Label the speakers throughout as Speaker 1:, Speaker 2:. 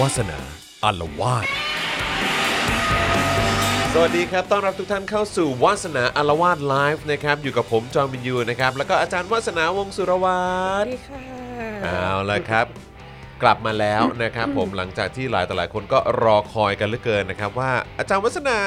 Speaker 1: วาสนาอารวาส สวัสดีครับ ต้อนรับทุกท่านเข้าสู่วาสนาอารวาสไลฟ์นะครับ อยู่กับผมจอมบินยูนะครับ แล้วก็อาจารย์วาสนาวงศ์สุรวัตร
Speaker 2: ดีค่ะ
Speaker 1: เอาละครับ กลับมาแล้วนะครับ ผมหลังจากที่หลายต่อหลายคนก็รอคอยกันเหลือเกินนะครับ ว่าอาจารย์วัฒนา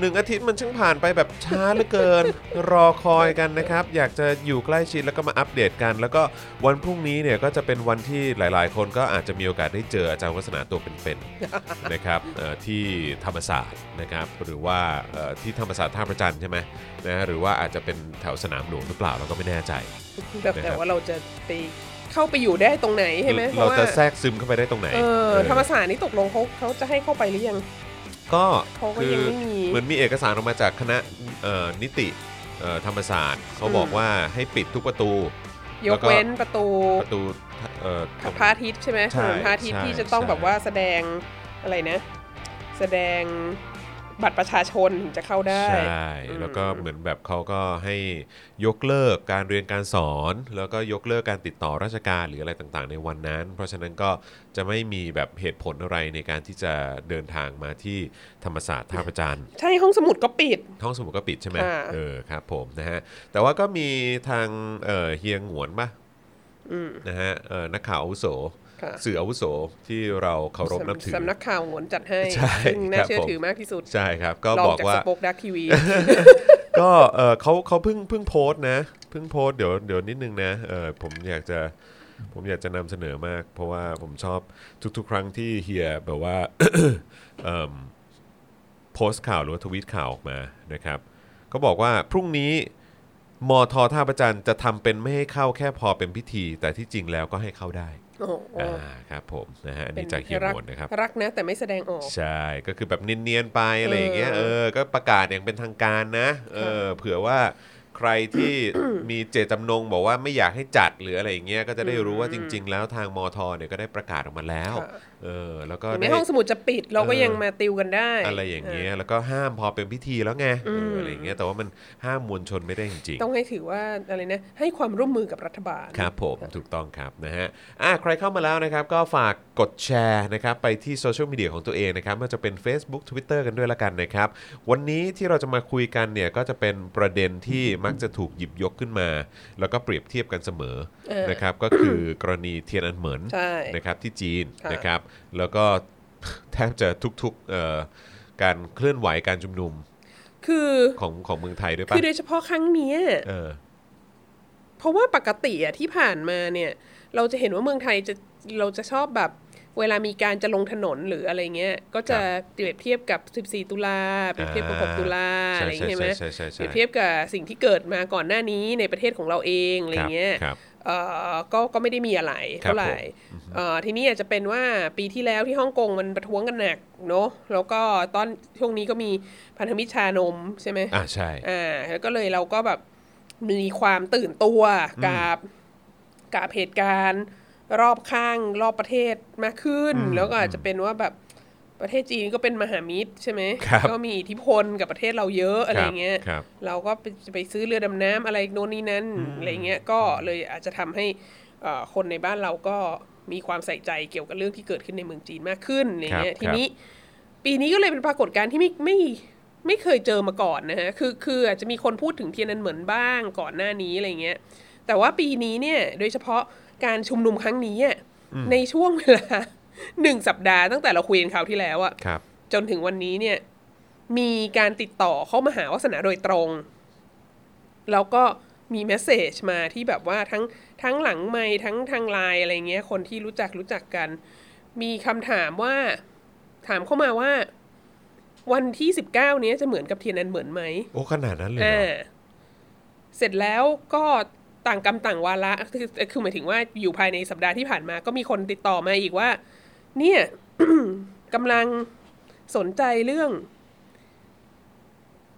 Speaker 1: หนึ่งอาทิตย์มันช่างผ่านไปแบบช้าเหลือเกิน รอคอยกันนะครับ อยากจะอยู่ใกล้ชิดแล้วก็มาอัปเดตกัน แล้วก็วันพรุ่งนี้เนี่ยก็จะเป็นวันที่หลาย ๆ คนก็อาจจะมีโอกาสได้เจออาจารย์วัฒนาตัวเป็นๆ นะครับเอ่อที่ธรรมศาสตร์นะครับหรือว่าเอ่อที่ธรรมศาสตร์ท่าประจันทร์ใช่ไหมนะฮะหรือว่าอาจจะเป็นแถวสนามหลวงหรือเปล่าเราก็ไม่แน่ใจ
Speaker 2: แต่
Speaker 1: นะครับ
Speaker 2: แต่ว่าเราจะไปเข้าไปอยู่ได้ตรงไหนใช่ไหมเพ
Speaker 1: เรา
Speaker 2: ราะว่า
Speaker 1: จะแทรกซึมเข้าไปได้ตรงไหน
Speaker 2: เออ
Speaker 1: เออ
Speaker 2: ธรรมศาสตร์นี่ตกลงเขาเขาจะให้เข้าไปหรือยัง
Speaker 1: ก็
Speaker 2: เขาก็
Speaker 1: คือ
Speaker 2: ยังไม่มี
Speaker 1: เหมือนมีเอกสารออกมาจากคณะเอ่อนิติเอ่อธรรมศาสตร์เขาบอก
Speaker 2: อืม
Speaker 1: ว่าให้ปิดทุกประตู
Speaker 2: ย
Speaker 1: แล้ว
Speaker 2: ก
Speaker 1: ก็
Speaker 2: เว้นประตู
Speaker 1: ประตูเอ่อตรง
Speaker 2: พระอาทิตย์ใช่ไหม
Speaker 1: ใช่
Speaker 2: ถนนพระอาทิตย์
Speaker 1: ใช่
Speaker 2: ที่จะต้อง
Speaker 1: ใช่
Speaker 2: แบบว่าแสดงอะไรนะ แสดงบัตรประชาชนถึงจะเข้าได้
Speaker 1: ใช่แล้วก็
Speaker 2: อืม
Speaker 1: เหมือนแบบเขาก็ให้ยกเลิกการเรียนการสอน แล้วก็ยกเลิกการติดต่อราชการหรืออะไรต่างๆ ในวันนั้น เพราะฉะนั้นก็จะไม่มีแบบเหตุผลอะไรในการที่จะเดินทางมาที่ธรรมศาสตร์ท่าประจันทร์
Speaker 2: ใช่ห้องสมุดก็ปิด
Speaker 1: ห้องสมุดก็ปิดใช่ไหม
Speaker 2: ค่ะ
Speaker 1: เออครับผมนะฮะแต่ว่าก็มีทางเอ่อเฮียงหวนปะ
Speaker 2: อืม
Speaker 1: นะฮะเอ่อนักข่าวอาวุโส
Speaker 2: ค่ะ
Speaker 1: สื่ออาวุโสที่เราเคารพนับถือ
Speaker 2: สำนักข่าวโหนจัดให้
Speaker 1: ใช่
Speaker 2: ซึ่งน่า
Speaker 1: ครับ
Speaker 2: เชื่อ
Speaker 1: ผม
Speaker 2: ถือมากที่สุด
Speaker 1: ใช่ครับ ก็
Speaker 2: ลอง
Speaker 1: บอก
Speaker 2: จาก
Speaker 1: ว่า
Speaker 2: สปอคดักทีวี
Speaker 1: ก็เออเขาเขาเพิ่งเพิ่งโพสต์นะเพิ่งโพสต์เดี๋ยวเดี๋ยวนิดนึงนะเออผมอยากจะผมอยากจะนำเสนอมาก เพราะว่าผมชอบทุกๆ ครั้งที่เฮียแบบว่า เอิ่มโพสต์ข่าวหรือว่าทวีตข่าวออกมานะครับก็บอกว่าพรุ่งนี้มอทอท่าประจันทร์จะทำเป็นไม่ให้เข้าแค่พอเป็นพิธี แต่ที่จริงแล้วก็ให้เข้าได้
Speaker 2: โอ้โห
Speaker 1: อ่าครับผมนะฮะอันนี้จากเฮีย
Speaker 2: รั
Speaker 1: หมวนนะครับ
Speaker 2: รักนะแต่ไม่แสดงออก
Speaker 1: ใช่ ก็คือแบบเนียนๆไปอะไรอย่างเงี้ย
Speaker 2: เอ
Speaker 1: เอ
Speaker 2: อ
Speaker 1: อ ก็ประกาศอย่างเป็นทางการนะ เออ เผื่อว่าใครที่ มีเจตจำนงบอกว่าไม่อยากให้จัดหรืออะไรอย่างเงี้ย ก็จะได้รู้ว่าจริง ๆ แล้วทางมอทอเนี่ยก็ได้ประกาศออกมาแล้ว
Speaker 2: ค่ะ
Speaker 1: เออ แล้วก็
Speaker 2: ถึง
Speaker 1: ได้
Speaker 2: แม้ห้องสมุดจะปิดเราก็ยังมาติวกันได้
Speaker 1: อะไรอย่างเงี้ย แล้วก็ห้ามพอเป็นพิธีแล้วไง เออ อะไรอย่างเงี้ย แต่ว่ามันห้ามมวลชนไม่ได้จริงๆ
Speaker 2: ต้องให้ถือว่าอะไรนะ ให้ความร่วมมือกับรัฐบาล
Speaker 1: ครับผมถูกต้องครับนะฮะอ่ะใครเข้ามาแล้วนะครับ ก็ฝากกดแชร์นะครับ ไปที่โซเชียลมีเดียของตัวเองนะครับไมันจะเป็น Facebook Twitter กันด้วยละกันนะครับ วันนี้ที่เราจะมาคุยกันเนี่ย ก็จะเป็นประเด็นที่มักจะถูกหยิบยกขึ้นมา แล้วก็เปรียบเทียบกันเสมอ
Speaker 2: เออ
Speaker 1: นะครับ ก็คือกรณีเทียนอันเหมิน
Speaker 2: ใช่
Speaker 1: นะครับที่จีน
Speaker 2: ค่ะ
Speaker 1: นะครับ แล้วก็ แทบจะทุกๆเอ่อการเคลื่อนไหวการชุมนุม
Speaker 2: คือ
Speaker 1: ของของเมืองไทยด้วยปะ
Speaker 2: คือโดยเฉพาะครั้งเนี้ย
Speaker 1: เออ
Speaker 2: เพราะว่าปกติอะที่ผ่านมาเนี่ย เราจะเห็นว่าเมืองไทยจะเราจะชอบแบบ เวลามีการจะลงถนนหรืออะไรเงี้ย ก็จะเปรียบเทียบกับ 14 ตุลาเปรียบเทียบกับ 6 ตุลา
Speaker 1: ใช่
Speaker 2: อะไรอย่างเงี้ยใช่ไหม
Speaker 1: ใช่ใช่ใช่ใช่
Speaker 2: เปรียบเทียบกับสิ่งที่เกิดมาก่อนหน้านี้ในประเทศของเราเองอะไร
Speaker 1: ครับ
Speaker 2: เงี้ย
Speaker 1: ครับ
Speaker 2: เอ่อก็ก็ไม่ได้มีอะไร
Speaker 1: ครับ
Speaker 2: เท่าไหร่
Speaker 1: ผม
Speaker 2: เอ่อทีนี้อาจจะเป็นว่าปีที่แล้วที่ฮ่องกงมันประท้วงกันหนักเนาะแล้วก็ตอนช่วงนี้ก็มีพันธมิตรชานมใช่ไหม
Speaker 1: อ่ะใช่
Speaker 2: อ่าแล้วก็เลยเราก็แบบมีความตื่นตัวกับกับเหตุการณ์ รอบข้างรอบประเทศมากขึ้น
Speaker 1: อืม
Speaker 2: แล้วก็อาจจะเป็นว่าแบบประเทศจีนก็เป็นมหามิตรใช่ไหม
Speaker 1: ครับ
Speaker 2: ก็มีอิทธิพลกับประเทศเราเยอะอะไรอย่างเงี้ย
Speaker 1: ครับ
Speaker 2: เราก็ไปจะไปซื้อเรือดำน้ำอะไรโน่นนี่นั่นอะไรเงี้ยก็เลยอาจจะทำให้เอ่อคนในบ้านเราก็มีความใส่ใจเกี่ยวกับเรื่องที่เกิดขึ้นในเมืองจีนมากขึ้นอะไรเงี้
Speaker 1: ค
Speaker 2: ย
Speaker 1: รับ
Speaker 2: ทีนี้ปีนี้ก็เลยเป็นปรากฏการณ์ที่ไม่ไม่ไม่เคยเจอมาก่อนนะฮะคือคืออาจจะมีคนพูดถึงเทียนนันเหมือนบ้างก่อนหน้านี้อะไรเงี้ยแต่ว่าปีนี้เนี่ยโดยเฉพาะการชุมนุมครั้งนี้อะในช่วงเวลา หนึ่งสัปดาห์ตั้งแต่เราคุยกันคราวที่แล้วอะ
Speaker 1: ครับ
Speaker 2: จนถึงวันนี้เนี่ยมีการติดต่อเข้ามาหาวาสนาโดยตรง แล้วก็มีเมสเซจมาที่แบบว่าทั้งทั้งหลังไมค์ทั้งทางไลน์อะไรเงี้ย คนที่รู้จักรู้จักกัน มีคำถามว่าถามเข้ามาว่า วันที่สิบเก้านี้ยจะเหมือนกับเทียนอันเหมือนไหม
Speaker 1: โอ้ขนาดนั้นเลยเหร
Speaker 2: อ่า
Speaker 1: อ
Speaker 2: เสร็จแล้วก็ต่างกรรมต่างวาระคือคือหมายถึงว่าอยู่ภายในสัปดาห์ที่ผ่านมา ก็มีคนติดต่อมาอีกว่า เนี่ย กำลัง สนใจเรื่อง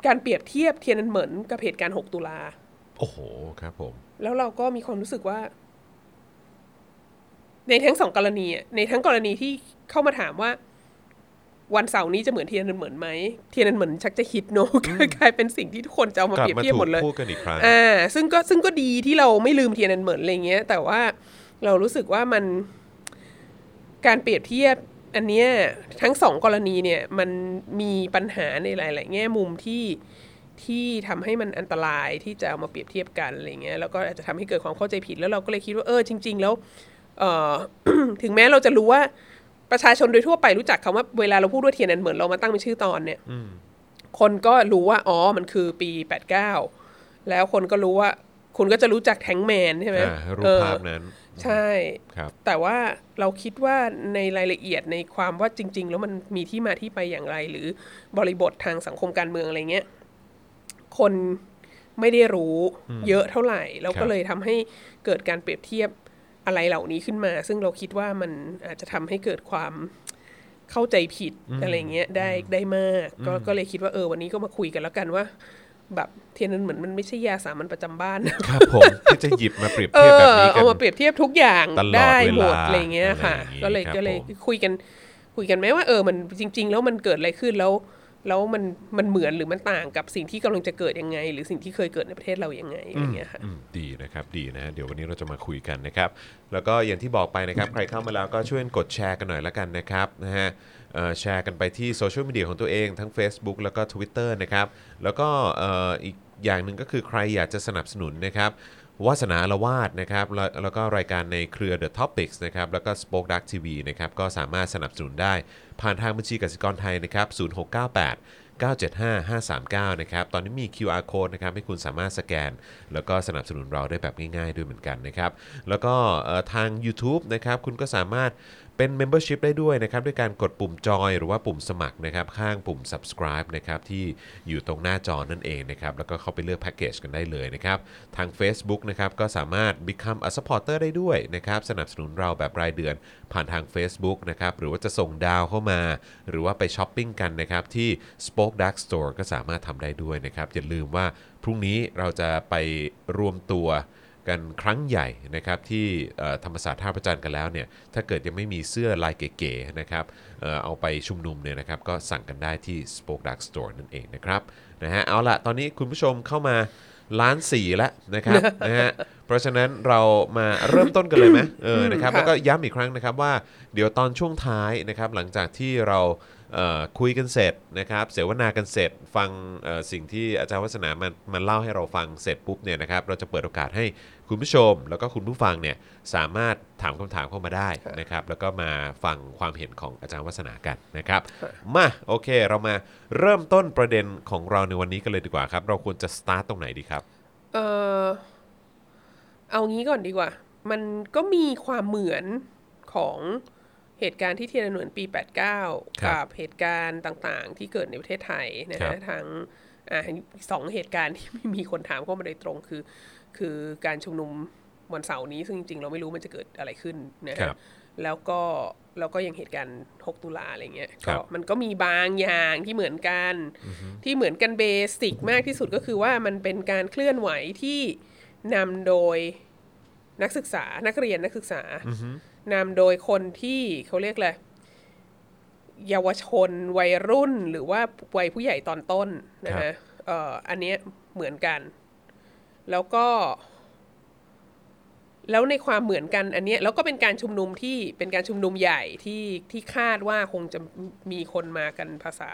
Speaker 2: การเปรียบเทียบเทียนอันเหมือนกับเหตุการณ์ 6 ตุลา
Speaker 1: โอ้โหครับผม
Speaker 2: แล้วเราก็มีความรู้สึกว่า ในทั้งสองกรณีอะในทั้งกรณีที่เข้ามาถามว่า วันเสาร์นี้จะเหมือนเทียนอันเหมือนไหมเทียนอันเหมือนชักจะฮิตเนอะ กลายเป็นสิ่งที่ทุกคนจะเอามากเป
Speaker 1: ลับ
Speaker 2: รี
Speaker 1: มา
Speaker 2: ยบเทียบ
Speaker 1: ถู
Speaker 2: หม
Speaker 1: ก
Speaker 2: ดเลย
Speaker 1: พูดกันอีกครั้ง
Speaker 2: อ่าซึ่งก็ซึ่งก็ดีที่เราไม่ลืมเทียนอันเหมินอะไรเงี้ย แต่ว่าเรารู้สึกว่ามัน การเปรียบเทียบอันเนี้ยทั้งสองกรณีเนี่ยมันมีปัญหาในหลาย ๆ แง่มุมที่ที่ทำให้มันอันตรายที่จะเอามาเปรียบเทียบกันอะไรเงี้ยแล้วก็อาจจะทำให้เกิดความเข้าใจผิดแล้วเราก็เลยคิดว่าเออจริง ๆ แล้วเออ ถึงแม้เราจะรู้ว่าประชาชนโดยทั่วไปรู้จักคำว่าเวลาเราพูดว่าเทียนอันเหมือนเรามาตั้งเป็นชื่อตอนเนี่ย
Speaker 1: อืม
Speaker 2: คนก็รู้ว่า อ๋อ มันคือปี 89 แล้วคนก็รู้ว่า คุณก็จะรู้จักแทงแมนใช่ไหม
Speaker 1: อ่ารูปภาพ
Speaker 2: เออ
Speaker 1: นั้น
Speaker 2: ใช่
Speaker 1: ครับ
Speaker 2: แต่ว่าเราคิดว่าในรายละเอียดในความว่าจริง ๆ แล้วมันมีที่มาที่ไปอย่างไร หรือบริบททางสังคมการเมืองอะไรเงี้ย คนไม่ได้รู้เยอะเท่าไหร่ แล้ว
Speaker 1: ครั
Speaker 2: ก็
Speaker 1: บ
Speaker 2: เลยทำให้เกิดการเปรียบเทียบอะไรเหล่านี้ขึ้นมา ซึ่งเราคิดว่ามันอาจจะทำให้เกิดความเข้าใจผิดอะไรเงี้ยได้ได้มาก ก็ก็เลยคิดว่าเออวันนี้ก็มาคุยกันแล้วกันว่า แบบเทียนนั้นเหมือนมันไม่ใช่ยาสามัญประจำบ้าน
Speaker 1: ครับผมที่จะหยิบมาเปรียบ
Speaker 2: เอ
Speaker 1: เทียบแบบ
Speaker 2: อ
Speaker 1: นี้กั
Speaker 2: เอามาเป
Speaker 1: น
Speaker 2: รียบเทียบทุกอย่าง
Speaker 1: ตลอด
Speaker 2: ได้หม
Speaker 1: เว
Speaker 2: ด
Speaker 1: ลา
Speaker 2: อะไรเงี้ยค่ะ
Speaker 1: อะไรอย่างงี้
Speaker 2: ก็เลย
Speaker 1: ครับ
Speaker 2: ก็เล
Speaker 1: ผ
Speaker 2: ย
Speaker 1: ม
Speaker 2: คุยกันคุยกันไหมว่าเออมันจริง ๆ แล้วมันเกิดอะไรขึ้นแล้ว แล้วมันมันเหมือนหรือมันต่างกับสิ่งที่กำลังจะเกิดยังไง หรือสิ่งที่เคยเกิดในประเทศเรายังไงอะไรเงี้ยค่ะ
Speaker 1: อืมดีนะครับดีนะฮะเดี๋ยววันนี้เราจะมาคุยกันนะครับ แล้วก็อย่างที่บอกไปนะครับ ใครเข้ามาแล้วก็ช่วยกดแชร์กันหน่อยละกันนะครับนะฮะเอ่อแชร์กันไปที่โซเชียลมีเดียของตัวเองทั้ง Facebook แล้วก็ Twitter นะครับแล้วก็เอ่ออีกอย่างหนึ่งก็คือใครอยากจะสนับสนุนนะครับวาสนาละวาดนะครับแล้วแล้วก็รายการในเครือ The Topics นะครับแล้วก็ Spoke Dark TV นะครับก็สามารถสนับสนุนได้ ผ่านทางบัญชีกสิกรไทยนะครับ0698 975-539 นะครับ ตอนนี้มี QR code นะครับ ให้คุณสามารถสแกน แล้วก็สนับสนุนเราได้แบบง่ายๆ ด้วยเหมือนกันนะครับ แล้วก็เอ่อทาง YouTube นะครับ คุณก็สามารถเป็น Membership ได้ด้วยนะครับ ด้วยการกดปุ่มจอยหรือว่าปุ่มสมัครนะครับ ข้างปุ่ม subscribe นะครับ ที่อยู่ตรงหน้าจอนั่นเองนะครับ แล้วก็เข้าไปเลือกแพ็กเกจกันได้เลยนะครับ ทาง Facebook นะครับ ก็สามารถ become a supporter ได้ด้วยนะครับ สนับสนุนเราแบบรายเดือน ผ่านทาง Facebook นะครับ หรือว่าจะส่งดาวเข้ามา หรือว่าไปช้อปปิ้งกันนะครับ ที่ Spoke Dark Store ก็สามารถทำได้ด้วยนะครับ อย่าลืมว่าพรุ่งนี้เราจะไปรวมตัวกันครั้งใหญ่นะครับ ที่เอ่อธรรมศาสตร์ท่าพระจันทร์กันแล้วเนี่ย ถ้าเกิดยังไม่มีเสื้อลายเก๋ๆนะครับเอ่อเอาไปชุมนุมเนี่ยนะครับ ก็สั่งกันได้ที่ Spoke Dark Store นั่นเองนะครับนะฮะเอาละตอนนี้คุณผู้ชมเข้ามาล้านสี่แล้วนะครับ นะฮะเพราะฉะนั้นเรามาเริ่มต้นกันเลยไหมเออนะครับ
Speaker 2: ค่ะ
Speaker 1: แล้วก็ ก็ย้ำอีกครั้งนะครับว่าเดี๋ยวตอนช่วงท้ายนะครับหลังจากที่เราเอ่อคุยกันเสร็จนะครับเสวนากันเสร็จฟังเอ่อสิ่งที่อาจารย์วัฒนามันมันเล่าให้เราฟังเสร็จปุ๊บเนี่ยนะครับเราจะเปิดโอกาสให้คุณผู้ชม แล้วก็คุณผู้ฟังเนี่ยสามารถถามคำถามเข้ามาได้นะครับแล้วก็มาฟังความเห็นของอาจารย์วัฒนากันนะครับมาโอเคเรามาเริ่มต้นประเด็นของเราในวันนี้กันเลยดีกว่าครับเราควรจะสตาร์ทตรงไหนดีครับ
Speaker 2: เออเอางี้ก่อนดีกว่า มันก็มีความเหมือนของเหตุการณ์ที่เทียนอันเหมือนปี 89
Speaker 1: ครับ
Speaker 2: กัเหตุการณ์ต่างๆ ที่เกิดในประเทศไทยนะครับ ฮะทั้งอ่าสองเหตุการณ์ที่ มีคนถามเข้ามาโดยตรงคือ คือการชุมนุมวันเสาร์นี้ ซึ่งจริงๆ เราไม่รู้มันจะเกิดอะไรขึ้นนะฮะ แล้วก็แล้วก็ยังเหตุการณ์ 6 ตุลาอะไรเงี้ย
Speaker 1: ครับ
Speaker 2: ก็มันก็มีบางอย่างที่เหมือนกัน ที่เหมือนกันเบสิกมากที่สุดก็คือว่ามันเป็นการเคลื่อนไหวที่นำโดยนักศึกษานักเรียนนักศึกษา
Speaker 1: อือฮึ
Speaker 2: นำโดยคนที่เขาเรียกอะไรเยาวชนวัยรุ่นหรือว่าวัยผู้ใหญ่ตอนต้นนะฮะเอ่ออันเนี้ยเหมือนกัน แล้วก็ แล้วในความเหมือนกันอันเนี้ยแล้วก็เป็นการชุมนุมที่เป็นการชุมนุมใหญ่ที่ที่คาดว่าคงจะมีคนมากันภาษา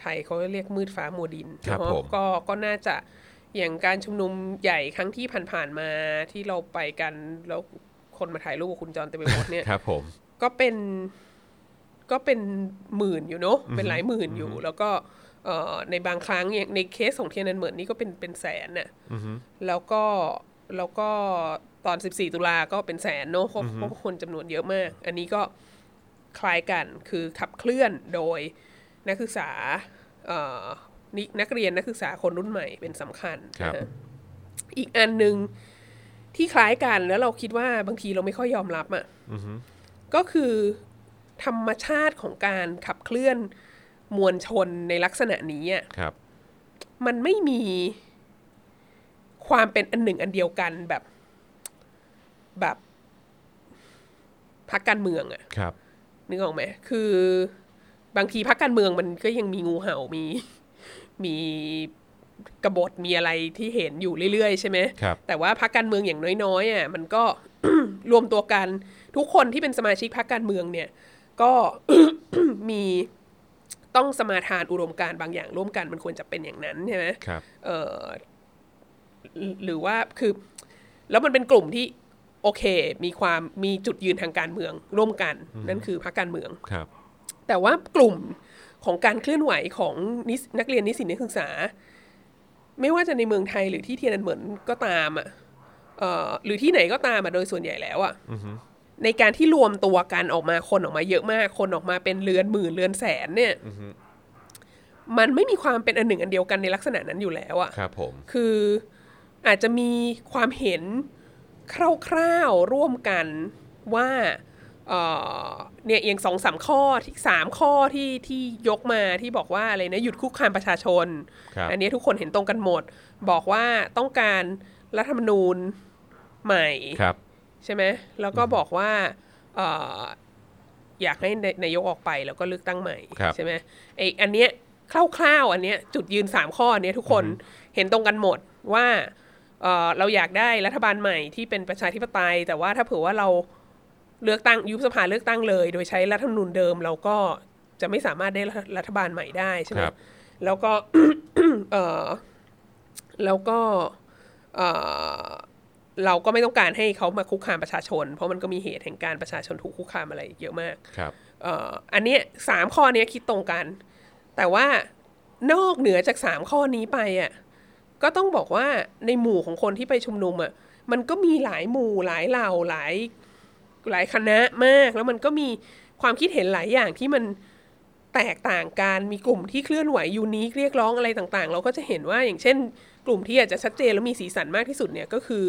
Speaker 2: ไทยเขาเรียกมืดฟ้ามัวดิน
Speaker 1: ครับ
Speaker 2: เนอะ
Speaker 1: ผม
Speaker 2: ก็ก็น่าจะอย่างการชุมนุมใหญ่ครั้งที่ผ่านๆมาที่เราไปกันแล้วคนมาถ่ายรูปกับคุณจอนเต็มไปหมดเนี่ย
Speaker 1: ครับผม
Speaker 2: ก็เป็นก็เป็นหมื่นอยู่เนาะเป็นหลายหมื่นอยู่ แล้วก็เอ่อในบางครั้งอย่างในเคสของเทียนนันเหมือนนี่ก็เป็นเป็นแสนน่ะแล้วก็แล้วก็ตอน 14 ตุลาก็เป็นแสนเนาะเพราะเพราะคนจำนวนเยอะมาก อันนี้ก็คล้ายกันคือขับเคลื่อนโดยนักศึกษาเอ่อนินักเรียนนักศึกษาคนรุ่นใหม่เป็นสำคัญ
Speaker 1: ครับ
Speaker 2: นะฮะอีกอันหนึ่งที่คล้ายกันแล้วเราคิดว่าบางทีเราไม่ค่อยยอมรับอ่ะ ก็คือธรรมชาติของการขับเคลื่อนมวลชนในลักษณะนี้อะ
Speaker 1: ครับ
Speaker 2: มันไม่มีความเป็นอันหนึ่งอันเดียวกันแบบแบบพักการเมืองอะ
Speaker 1: ครับ
Speaker 2: นึกออกไหมคือบางทีพักการเมืองมันก็ยังมีงูเห่ามีมี กบฏมีอะไรที่เห็นอยู่เรื่อยๆ ใช่ไหม
Speaker 1: ครับ
Speaker 2: แต่ว่าพรรคการเมืองอย่างน้อยๆอ่ะมันก็ รวมตัวกันทุกคนที่เป็นสมาชิกพรรคการเมืองเนี่ย ก็ มีต้องสมาทานอุดมการณ์บางอย่างร่วมกันมันควรจะเป็นอย่างนั้นใช่ไหม
Speaker 1: ครับ
Speaker 2: เออหรือหรือว่าคือ แล้วมันเป็นกลุ่มที่โอเค มีความมีจุดยืนทางการเมืองร่วมกัน นั่นคือพรรคการเมือง
Speaker 1: ครับ
Speaker 2: แต่ว่ากลุ่มของการเคลื่อนไหวของนิสนักเรียนนิสิตนักศึกษา ไม่ว่าจะในเมืองไทยหรือที่เทียนอันเหมือนก็ตามอ่ะเอ่อหรือที่ไหนก็ตามอ่ะโดยส่วนใหญ่แล้วอ่ะในการที่รวมตัวกันออกมาคนออกมาเยอะมาก คนออกมาเป็นเรือนหมื่นเรือนแสนเนี่ยมันไม่มีความเป็นอันหนึ่งอันเดียวกันในลักษณะนั้นอยู่แล้วอ่ะ
Speaker 1: ครับผม
Speaker 2: คืออาจจะมีความเห็นคร่าวๆร่วมกันว่าเอ่อเนี่ยเอียงสองสามข้อที่สามข้อที่ที่ยกมาที่บอกว่าอะไรนะหยุดคุกคามประชาชน
Speaker 1: ครับ
Speaker 2: อันนี้ทุกคนเห็นตรงกันหมด บอกว่าต้องการรัฐธรรมนูญใหม่
Speaker 1: ครับ
Speaker 2: ใช่ไหมแล้วก็บอกว่าเอออยากให้นานายกออกไปแล้วก็เลือกตั้งใหม่
Speaker 1: ครับ
Speaker 2: ใช่ไหมไออันเนี้ยคร่าวๆอันเนี้ยจุดยืนสามข้ออันเนี้ยทุกคนเห็นตรงกันหมดว่าเอ่อเราอยากได้รัฐบาลใหม่ที่เป็นประชาธิปไตย แต่ว่าถ้าเผื่อว่าเราเลือกตั้งยุบสภาเลือกตั้งเลย โดยใช้รัฐธรรมนูญเดิม เราก็จะไม่สามารถได้รัฐรัฐบาลใหม่ได้ใช่ไห
Speaker 1: ค
Speaker 2: ม
Speaker 1: รับ
Speaker 2: แล้วก็ เอ่อแล้วก็เอ่อ เราก็ไม่ต้องการให้เขามาคุกคามประชาชน เพราะมันก็มีเหตุแห่งการประชาชนถูกคุกคามอะไรเยอะมาก
Speaker 1: ครับ
Speaker 2: เอ่ออันเนี้ยสามข้อเนี้ยคิดตรงกัน แต่ว่านอกเหนือจากสามข้อนี้ไปอ่ะก็ต้องบอกว่าในหมู่ของคนที่ไปชุมนุมอ่ะมันก็มีหลายหมู่หลายเหล่าหลายหลายคณะมาก แล้วมันก็มีความคิดเห็นหลายอย่างที่มันแตกต่างกันมีกลุ่มที่เคลื่อนไหวยูนิคเรียกร้องอะไรต่างๆ เราก็จะเห็นว่าอย่างเช่น กลุ่มที่อาจจะชัดเจนแล้วมีสีสันมากที่สุดเนี่ยก็คือ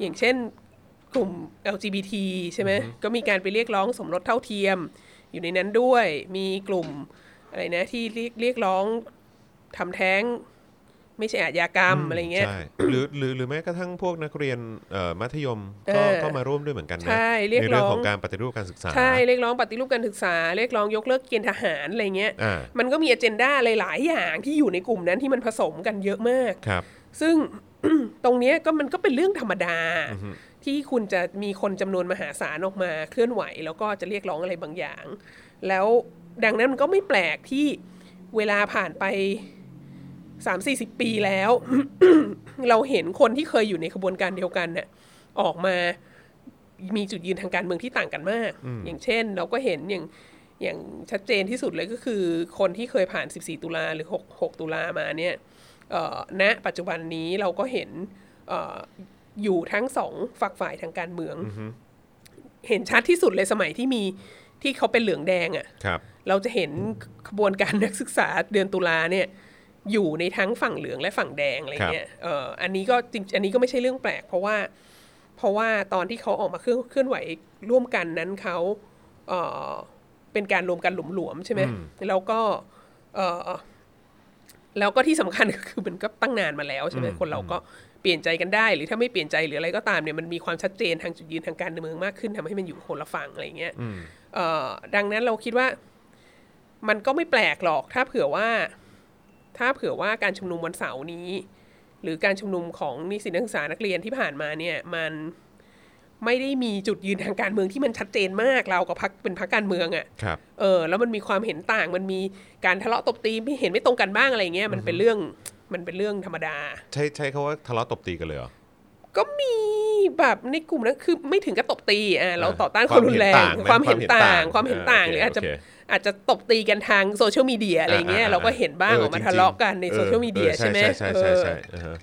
Speaker 2: อย่างเช่นกลุ่ม LGBT ใช่ไหมก็มีการไปเรียกร้องสมรสเท่าเทียม อยู่ในนั้นด้วยมีกลุ่มอะไรนะที่เรียกเรียกร้องทำแท้ง ไม่ใช่อาชญากรรมอะไรเงี้ย
Speaker 1: ใช่ หรือหรือหรือแม้กระทั่งพวกนักเรียนเอ่อมัธยมก็
Speaker 2: เออ
Speaker 1: ก็มาร่วมด้วยเหมือนกันนะ
Speaker 2: ใช่เรียก
Speaker 1: ในเรื่อง
Speaker 2: ร้อง
Speaker 1: ของการปฏิรูปการศึกษา
Speaker 2: ใช่เรียกร้องปฏิรูปการศึกษา เรียกร้องยกเลิกเกณฑ์ทหารอะไรเงี้ย
Speaker 1: อ่า
Speaker 2: มันก็มีอเจนดาหลาย ๆ อย่างที่อยู่ในกลุ่มนั้นที่มันผสมกันเยอะมาก
Speaker 1: ครับ
Speaker 2: ซึ่ง ตรงเนี้ยก็มันก็เป็นเรื่องธรรมดา ที่คุณจะมีคนจำนวนมหาศาลออกมาเคลื่อนไหว แล้วก็จะเรียกร้องอะไรบางอย่าง แล้วดังนั้นมันก็ไม่แปลกที่เวลาผ่านไป 3 4 0 ปีแล้ว เราเห็นคนที่เคยอยู่ในขบวนการเดียวกันน่ะออกมามีจุดยืนทางการเมืองที่ต่างกันมาก อย่างเช่น เราก็เห็นอย่างอย่างชัดเจนที่สุดเลยก็คือ คนที่เคยผ่าน 14 ตุลาหรือ 6 6 ตุลามาเนี่ย เอ่อณปัจจุบันนี้เราก็เห็นเอออยู่ทั้งสองฝักฝ่ายทางการเมือง เห็นชัดที่สุดเลยสมัยที่มีที่เขาเป็นเหลืองแดงอะ่ะ
Speaker 1: ครับ
Speaker 2: เราจะเห็นขบวนการนักศึกษาเดือนตุลาเนี่ยอยู่ในทั้งฝั่งเหลืองและฝั่งแดงอะไรเงี้ยเอ่ออันนี้ก็จริงอันนี้ก็ไม่ใช่เรื่องแปลก เพราะว่าเพราะว่าตอนที่เขาออกมาเคลื่อนเคลื่อนไหวร่วมกันนั้นเขาเอ่อเป็นการรวมกันหลวมๆใช่ไหม
Speaker 1: อืม
Speaker 2: แล้วก็เอ่อ แล้วก็ที่สำคัญก็คือมันก็ตั้งนานมาแล้วใช่ไหมคนเราก็เปลี่ยนใจกันได้ หรือถ้าไม่เปลี่ยนใจหรืออะไรก็ตามเนี่ยมันมีความชัดเจนทางจุดยืนทางการเมืองมากขึ้นทำให้มันอยู่คนละฝั่งอะไรอย่างเงี้ยเอ่อดังนั้นเราคิดว่ามันก็ไม่แปลกหรอก ถ้าเผื่อว่า ถ้าเผื่อว่าการชุมนุมวันเสาร์นี้ หรือการชุมนุมของนิสิตนักศึกษานักเรียนที่ผ่านมาเนี่ยมันไม่ได้มีจุดยืนทางการเมืองที่มันชัดเจนมากเรากับพักเป็นพักการเมืองอ่ะ
Speaker 1: ครับ
Speaker 2: เออแล้วมันมีความเห็นต่างมันมีการทะเลาะตบตีไม่เห็นไม่ตรงกันบ้างอะไรเงี้ยมันเป็นเรื่องมันเป็นเรื่องธรรมดา
Speaker 1: ใช้ใช้คำว่าทะเลาะตบตีกันเลยเหรอ
Speaker 2: ก็มีแบบในกลุ่มนั้นคือไม่ถึงกับตบตีอ่ะเรา
Speaker 1: อ่า
Speaker 2: ต่อต้านความรุนแรงค
Speaker 1: คาว
Speaker 2: วาม ม
Speaker 1: เห็
Speaker 2: เห็
Speaker 1: น
Speaker 2: น
Speaker 1: ต่า
Speaker 2: ต่าง ง ความเห็นต่าง
Speaker 1: อ่า
Speaker 2: หรืออาจจะ
Speaker 1: โอเค
Speaker 2: อาจจะตบตีกันทางโซเชียลมีเดียอะไรเงี้ย
Speaker 1: อ่าอ่า
Speaker 2: เราก็เห็นบ้างออกมาทะเลาะกันในโซเชียลมีเดียใช่ไหม
Speaker 1: ใช่
Speaker 2: เอ
Speaker 1: ใช่
Speaker 2: อ
Speaker 1: ใช่อ่าฮะ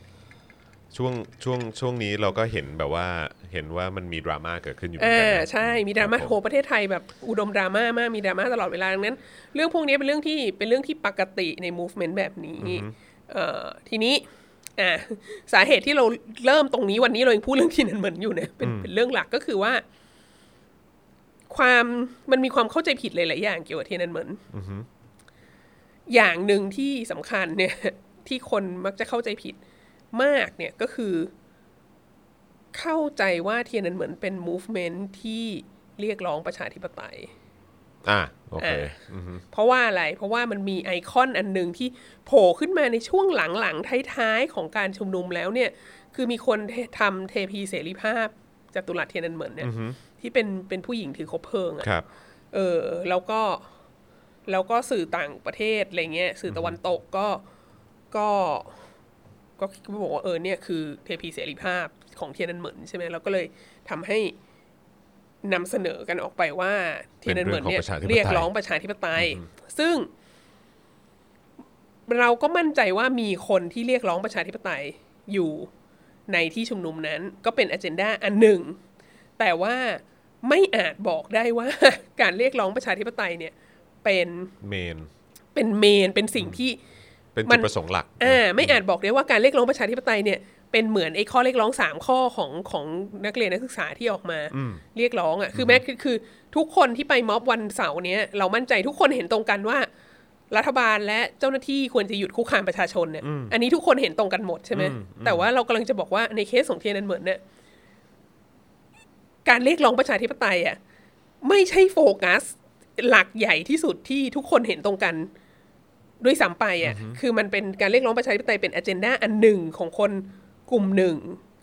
Speaker 1: ช่วงช่วงช่วงนี้เราก็เห็นแบบว่าเห็นว่ามันมีดราม่าเกิดขึ้นอยู่เหมือน
Speaker 2: อ่า
Speaker 1: กัะ
Speaker 2: ใช่มีดราม่า
Speaker 1: คบ
Speaker 2: โหประเทศไทยแบบอุดมดราม่ามากมีดราม่าตลอดเวลาดังนั้น เรื่องพวกนี้เป็นเรื่องที่เป็นเรื่องที่ปกติใน movement แบบนี้ เอ่อทีนี้อ่ะสาเหตุที่เราเริ่มตรงนี้วันนี้เรายังพูดเรื่องที่นันเหมือนอยู่เนี่ยเป็นเป็นเรื่องหลักก็คือว่า ความมันมีความเข้าใจผิดหลายๆอย่างเกี่ยวกับเทียนอันเหมือนอย่างหนึ่งที่สำคัญเนี่ย ที่คนมักจะเข้าใจผิดมากเนี่ยก็คือ เข้าใจว่าเทียนอันเหมือนเป็น movement ที่เรียกร้องประชาธิปไตย
Speaker 1: อ่ะโอเค
Speaker 2: อ่ะ
Speaker 1: อือฮึ
Speaker 2: เพราะว่าอะไร เพราะว่ามันมีไอคอนอันหนึ่งที่โผล่ขึ้นมาในช่วงหลังๆท้ายๆของการชุมนุมแล้วเนี่ย คือมีคนทำเทพีเสรีภาพจตุรัสเทียนนันเหมือนเนี่ย
Speaker 1: อือฮึ
Speaker 2: ที่เป็นเป็นผู้หญิงถือคบเพลิงอะ
Speaker 1: ครับ
Speaker 2: เออแล้วก็แล้วก็สื่อต่างประเทศอะไรเงี้ยสื่อตะวันตกก็ก็ก็บอกว่าเออเนี่ยคือเทพีเสรีภาพของเทียนอันเหมินใช่ไหมเราก็เลยทำให้นำเสนอกันออกไปว่าเทียนอันเหมินเนี่ย
Speaker 1: เป็นเรื่
Speaker 2: เรี
Speaker 1: อย ง
Speaker 2: ก
Speaker 1: ของประชาธิปไตย
Speaker 2: ร้องประชาธิปไตย ซึ่ง เราก็มั่นใจว่ามีคนที่เรียกร้องประชาธิปไตยอยู่ในที่ชุมนุมนั้น ก็เป็นอเจนดาอันหนึ่ง แต่ว่าไม่อาจบอกได้ว่า การเรียกร้องประชาธิปไตยเนี่ย เป็น
Speaker 1: เมน
Speaker 2: เป็นเมนเป็นสิ่งที่
Speaker 1: เป็น
Speaker 2: มั
Speaker 1: จุด
Speaker 2: น
Speaker 1: ประสงค์หลัก
Speaker 2: อ่าไม่อาจบอกได้ว่าการเรียกร้องประชาธิปไตยเนี่ยเป็นเหมือนไอ้ข้อเรียกร้องสามข้อของของนักเรียนนักศึกษาที่ออกมา
Speaker 1: อืม
Speaker 2: เรียกร้องอ่ะคือแม้คือคือทุกคนที่ไปม็อบวันเสาร์เนี้ยเรามั่นใจทุกคนเห็นตรงกันว่า รัฐบาลและเจ้าหน้าที่ควรจะหยุดคุกคามประชาชนเนี่ยอันนี้ทุกคนเห็นตรงกันหมดใช่ไหมแต่ว่าเรากำลังจะบอกว่าในเคสของเทียนนันเหมือนเนี่ยการเรียกร้องประชาธิปไตยอ่ะไม่ใช่โฟกัสหลักใหญ่ที่สุดที่ทุกคนเห็นตรงกัน ด้วยซ้ำไปอ่ะ คือมันเป็นการเรียกร้องประชาธิปไตยเป็นอ g e n d a อันหนึ่งของคนกลุ่มหนึ่ง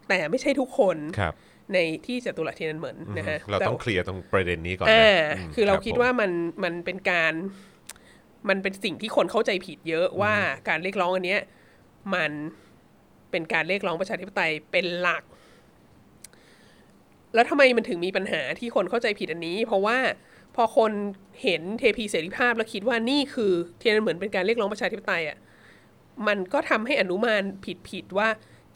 Speaker 2: แต่ไม่ใช่ทุกคน
Speaker 1: ครับ
Speaker 2: ในที่จตุรัสเทียนนเหมือน
Speaker 1: อือ
Speaker 2: นะ
Speaker 1: ฮึ
Speaker 2: ฮะ
Speaker 1: เราต้องเคลียร์ตรงประเด็นนี้ก่อนนะ
Speaker 2: อ่า
Speaker 1: อืม
Speaker 2: คือเรา
Speaker 1: บ
Speaker 2: คิด
Speaker 1: ผม
Speaker 2: ว่ามันมันเป็นการ มันเป็นสิ่งที่คนเข้าใจผิดเยอะว่าการเรียกร้องอันเนี้ย มันเป็นการเรียกร้องประชาธิปไตยเป็นหลัก แล้วทำไมมันถึงมีปัญหาที่คนเข้าใจผิดอันนี้ เพราะว่าพอคนเห็นเทพีเสรีภาพแล้วคิดว่านี่คือเทียนเหมือนเป็นการเรียกร้องประชาธิปไตยอ่ะ มันก็ทำให้อนุมานผิดผิดๆว่า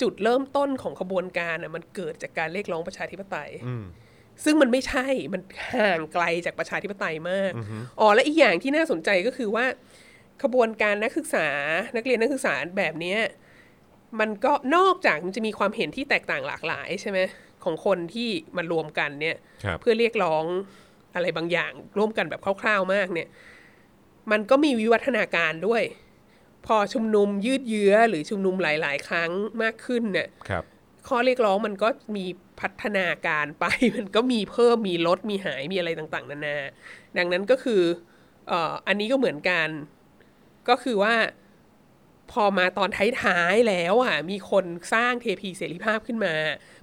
Speaker 2: จุดเริ่มต้นของขบวนการอ่ะมันเกิดจากการเรียกร้องประชาธิปไตย ซึ่งมันไม่ใช่ มันห่างไกลจากประชาธิปไตยมาก อ๋อ และอีกอย่างที่น่าสนใจก็คือว่า ขบวนการนักศึกษา นักเรียนนักศึกษาแบบเนี้ยมันก็นอกจากมันจะมีความเห็นที่แตกต่างหลากหลายใช่ไหมของคนที่มารวมกันเนี่ย
Speaker 1: ครับ
Speaker 2: เพื่อเรียกร้องอะไรบางอย่างร่วมกันแบบคร่าวๆมากเนี่ย มันก็มีวิวัฒนาการด้วย พอชุมนุมยืดเยื้อหรือชุมนุมหลาย ๆ ครั้งมากขึ้นเนี่ย
Speaker 1: ครับ
Speaker 2: ข้อเรียกร้องมันก็มีพัฒนาการไป มันก็มีเพิ่มมีลดมีหายมีอะไรต่างๆ นานา ดังนั้นก็คือเอ่ออันนี้ก็เหมือนกัน ก็คือว่าพอมาตอนท้ายๆแล้วอ่ะมีคนสร้างเทพีเสรีภาพขึ้นมา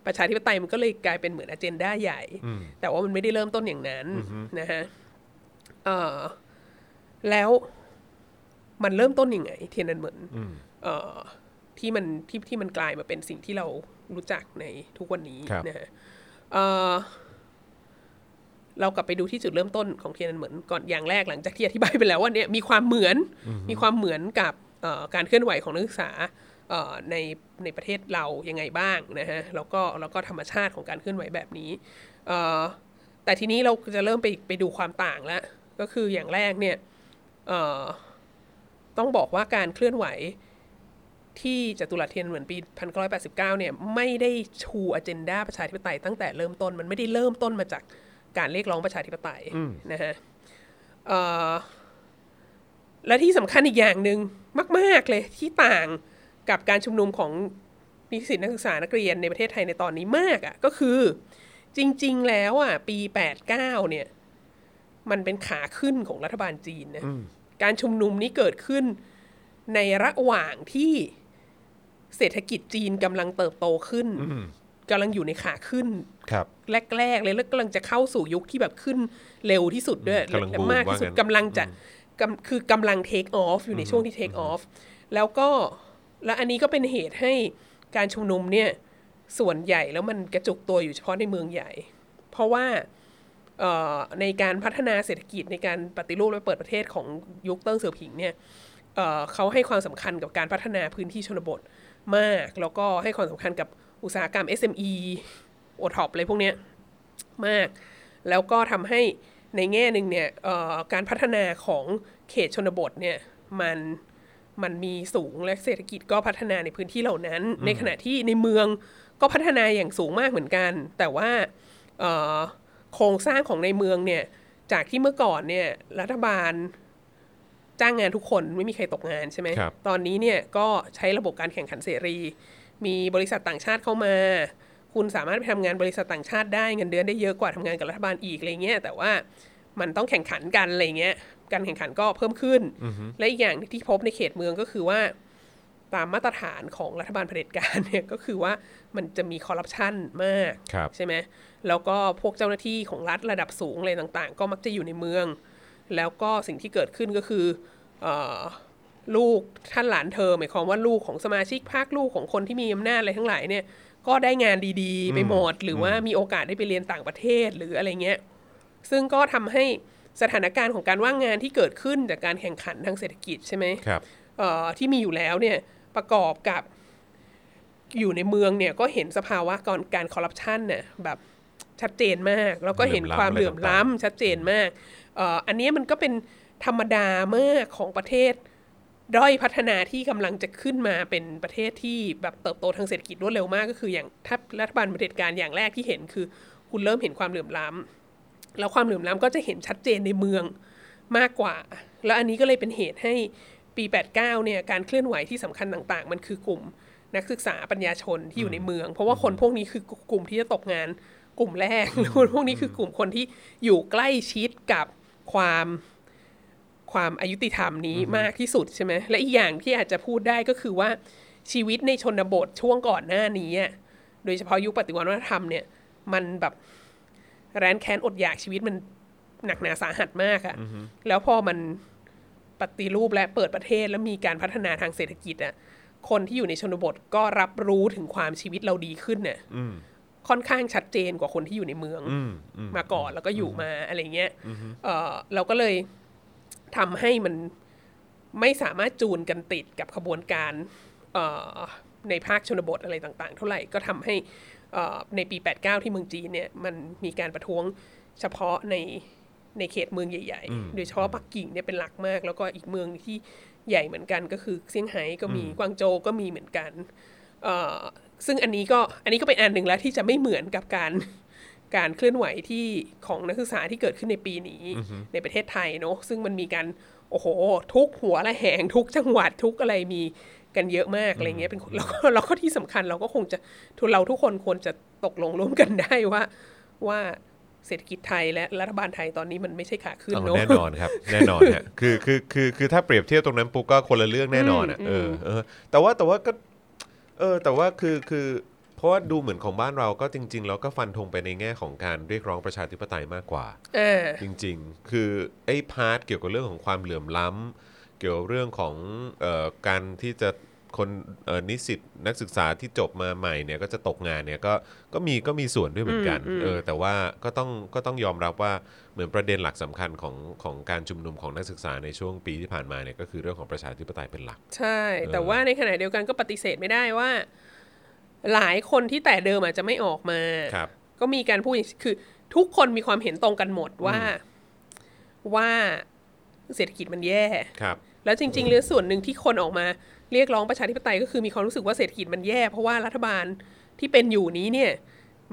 Speaker 2: ประชาธิปไตยมันก็เลยกลายเป็นเหมือนอเจนดาใหญ่
Speaker 1: อืม
Speaker 2: แต่ว่ามันไม่ได้เริ่มต้นอย่างนั้น
Speaker 1: อือฮึ
Speaker 2: นะฮะเอ่อแล้วมันเริ่มต้นยังไง เทียนนันเหมือน
Speaker 1: อืม
Speaker 2: เอ่อที่มันที่ที่มันกลายมาเป็นสิ่งที่เรารู้จักในทุกวันนี้
Speaker 1: ครับ
Speaker 2: นะฮะเอ่อเรากลับไปดูที่จุดเริ่มต้นของเทียนอันเหมือนก่อนอย่างแรกหลังจากที่อธิบายไปแล้วว่าเนี่ยมีความเหมือนมีความเหมือนกับเอ่อการเคลื่อนไหวของนักศึกษาเอ่อในในประเทศเรายังไงบ้างนะฮะแล้วก็แล้วก็ธรรมชาติของการเคลื่อนไหวแบบนี้เอ่อแต่ทีนี้เราจะเริ่มไปไปดูความต่างแล้ว ก็คืออย่างแรกเนี่ยเอ่อต้องบอกว่าการเคลื่อนไหว ที่จตุรัสเทียนเหมือนปี 1989 เนี่ยไม่ได้ชูอเจนดาประชาธิปไตยตั้งแต่เริ่มต้นมันไม่ได้เริ่มต้นมาจากการเรียกร้องประชาธิปไตยนะฮะเอ่อและที่สำคัญอีกอย่างหนึ่งมาก ๆ เลยที่ต่างกับการชุมนุมของนิสิตนักศึกษานักเรียนในประเทศไทยในตอนนี้มากอะ่ะก็คือจริง ๆ แล้วอะ่ะปี 89 เนี่ย มันเป็นขาขึ้นของรัฐบาลจีนนะการชุมนุมนี้เกิดขึ้นในระหว่างที่ เศรษฐกิจจีนกำลังเติบโตขึ้นกำลังอยู่ในขาขึ้น
Speaker 1: ครับ
Speaker 2: แรกๆเลยแล้วกำลังจะเข้าสู่ยุคที่แบบขึ้นเร็วที่สุดด้วย
Speaker 1: อืมกำลัง
Speaker 2: และ
Speaker 1: บูม
Speaker 2: มากที่สุด
Speaker 1: ว่างั้น
Speaker 2: กำลังจะกำคือกำลังเทคออฟอยู่ในช่วงที่เทคออฟแล้วก็และอันนี้ก็เป็นเหตุให้การชุมนุมเนี่ย ส่วนใหญ่แล้วมันกระจุกตัวอยู่เฉพาะในเมืองใหญ่ เพราะว่าเอ่อในการพัฒนาเศรษฐกิจในการปฏิรูปและเปิดประเทศของยุคเติ้งเสี่ยวผิงเนี่ย เอ่อเขาให้ความสำคัญกับการพัฒนาพื้นที่ชนบทมาก แล้วก็ให้ความสำคัญกับอุตสาหกรรม SME โอท็อปอะไรพวกเนี้ยมาก แล้วก็ทำให้ในแง่หนึ่งเนี่ยเอ่อการพัฒนาของเขตชนบทเนี่ยมันมันมีสูงและเศรษฐกิจก็พัฒนาในพื้นที่เหล่านั้น ในขณะที่ในเมืองก็พัฒนาอย่างสูงมากเหมือนกัน แต่ว่าเอ่อโครงสร้างของในเมืองเนี่ยจากที่เมื่อก่อนเนี่ยรัฐบาล จ้างงานทุกคนไม่มีใครตกงานใช่ไหม
Speaker 1: ครับ
Speaker 2: ตอนนี้เนี่ยก็ใช้ระบบการแข่งขันเสรี มีบริษัทต่างชาติเข้ามา คุณสามารถไปทำงานบริษัทต่างชาติได้เงินเดือนได้เยอะกว่าทำงานกับรัฐบาลอีกอะไรเงี้ยแต่ว่า มันต้องแข่งขันกันอะไรเงี้ย การแข่งขันก็เพิ่มขึ้น
Speaker 1: อือฮึ
Speaker 2: และอีกอย่างที่พบในเขตเมืองก็คือว่า ตามมาตรฐานของรัฐบาลเผด็จการเนี่ย ก็คือว่ามันจะมีคอร์รัปชันมาก
Speaker 1: ครับ
Speaker 2: ใช่ไหมแล้วก็พวกเจ้าหน้าที่ของรัฐระดับสูงอะไรต่างๆ ก็มักจะอยู่ในเมือง แล้วก็สิ่งที่เกิดขึ้นก็คือเออลูกท่านหลานเธอหมายความว่าลูกของสมาชิกพรรคลูกของคนที่มีอำนาจอะไรทั้งหลายเนี่ย ก็ได้งานดีๆ ไปหมด หรือว่ามีโอกาสได้ไปเรียนต่างประเทศหรืออะไรเงี้ย ซึ่งก็ทำให้สถานการณ์ของการว่างงานที่เกิดขึ้นจากการแข่งขันทางเศรษฐกิจใช่ไหม
Speaker 1: ครับ
Speaker 2: เอ่อที่มีอยู่แล้วเนี่ยประกอบกับอยู่ในเมืองเนี่ยก็เห็นสภาวะก่อนการคอร์รัปชันเนี่ยแบบชัดเจนมาก แล้วก็เห็น
Speaker 1: เหลื่อมล้ำ
Speaker 2: ความเหลื่อม
Speaker 1: อะไรต่าง
Speaker 2: ล้ำชัดเจนมากเอ่ออันนี้มันก็เป็นธรรมดามากของประเทศ ด้อยพัฒนาที่กำลังจะขึ้นมาเป็นประเทศที่แบบเติบโตทางเศรษฐกิจรวดเร็วมากก็คืออย่างถ้ารัฐบาลเผด็จการอย่างแรกที่เห็นคือ คุณเริ่มเห็นความเหลื่อมล้ำแล้วความเหลื่อมล้ำก็จะเห็นชัดเจนในเมือง มากกว่า แล้วอันนี้ก็เลยเป็นเหตุให้ปี 89 เนี่ย การเคลื่อนไหวที่สำคัญต่างๆ มันคือกลุ่มนักศึกษาปัญญาชนที่อยู่ในเมือง เพราะว่าคนพวกนี้คือกลุ่มที่จะตกงานกลุ่มแรก แล้วคนพวกนี้คือกลุ่มคนที่อยู่ใกล้ชิดกับความความอายุติธรรมนี้มากที่สุดใช่ไหม และอีกอย่างที่อาจจะพูดได้ก็คือว่าชีวิตในชนบทช่วงก่อนหน้านี้อะโดยเฉพาะยุคปฏิวัติวัฒนธรรมเนี่ย มันแบบแร้นแค้นอดอยากชีวิตมันหนักหนาสาหัสมากอะ แล้วพอมันปฏิรูปและเปิดประเทศแล้วมีการพัฒนาทางเศรษฐกิจอ่ะ คนที่อยู่ในชนบทก็รับรู้ถึงความชีวิตเราดีขึ้นเนี่ย
Speaker 1: อืม
Speaker 2: ค่อนข้างชัดเจนกว่าคนที่อยู่ในเมือง
Speaker 1: อืมอืม
Speaker 2: มาก่อนแล้วก็อยู่มาอะไรเงี้ยเออเราก็เลยทำให้มันไม่สามารถจูนกันติดกับขบวนการเอ่อในภาคชนบทอะไรต่างๆ เท่าไหร่ก็ทำให้เอ่อในปี 89 ที่เมืองจีนเนี่ยมันมีการประท้วงเฉพาะในในเขตเมืองใหญ่
Speaker 1: อืม
Speaker 2: ๆ โดยเฉพาะปักกิ่งเนี่ยเป็นหลักมาก แล้วก็อีกเมืองที่ใหญ่เหมือนกันก็คือเซี่ยงไฮ้ก็มีกวางโจวก็มีเหมือนกันเอ่อซึ่งอันนี้ก็อันนี้ก็เป็นอันหนึ่งแล้วที่จะไม่เหมือนกับการ การเคลื่อนไหวที่ของนักศึกษาที่เกิดขึ้นในปีนี้ในประเทศไทยเนอะซึ่งมันมีการโอ้โห ทุกหัวละแหง ทุกจังหวัดทุกอะไรมีกันเยอะมากอะไรเงี้ยเป็น แล้วก็แล้วก็ที่สำคัญเราก็คงจะทุกเราทุกคนควรจะตกลงร่วมกันได้ ว่า ว่าเศรษฐกิจไทยและรัฐบาลไทยตอนนี้มันไม่ใช่ขาขึ้น
Speaker 1: เอา
Speaker 2: เนอะ
Speaker 1: แน่ นอนครับ แน่นอนฮะคือคือคือคือถ้าเปรียบเทียบตรงนั้นปุ๊บก็คนละเรื่องแน่นอนอ่ะ
Speaker 2: อืม
Speaker 1: เออเออแต่ว่าแต่ว่าก็เออแต่ว่าคือคือเพราะว่าดูเหมือนของบ้านเราก็จริง ๆ แล้วก็ฟันธงไปในแง่ของการเรียกร้องประชาธิปไตยมากกว่า
Speaker 2: า
Speaker 1: จริง ๆ คือไอ้พาร์ทเกี่ยวกับเรื่องของความเหลื่อมล้ำเกี่ยวกับเรื่องของเอ่อการที่จะคนเอ่อนิสิตนักศึกษาที่จบมาใหม่เนี่ยก็จะตกงานเนี่ยก็ก็มีก็มีส่วนด้วยเหมือนกันเออแต่ว่าก็ต้องก็ต้องยอมรับว่าเหมือนประเด็นหลักสำคัญของของการชุมนุมของนักศึกษาในช่วงปีที่ผ่านมาเนี่ยก็คือเรื่องของประชาธิปไตยเป็นหลัก
Speaker 2: ใช่ แต่
Speaker 1: เออ
Speaker 2: ว่าในขณะเดียวกันก็ปฏิเสธไม่ได้ว่า หลายคนที่แต่เดิมอาจจะไม่ออกมา
Speaker 1: ครับ
Speaker 2: ก็มีการพูดอย่างคือทุกคนมีความเห็นตรงกันหมดว่าว่าเศรษฐกิจมันแย่
Speaker 1: ครับ
Speaker 2: แล้วจริงๆเรื่องส่วนหนึ่งที่คนออกมาเรียกร้องประชาธิปไตยก็คือมีความรู้สึกว่าเศรษฐกิจมันแย่ เพราะว่ารัฐบาลที่เป็นอยู่นี้เนี่ย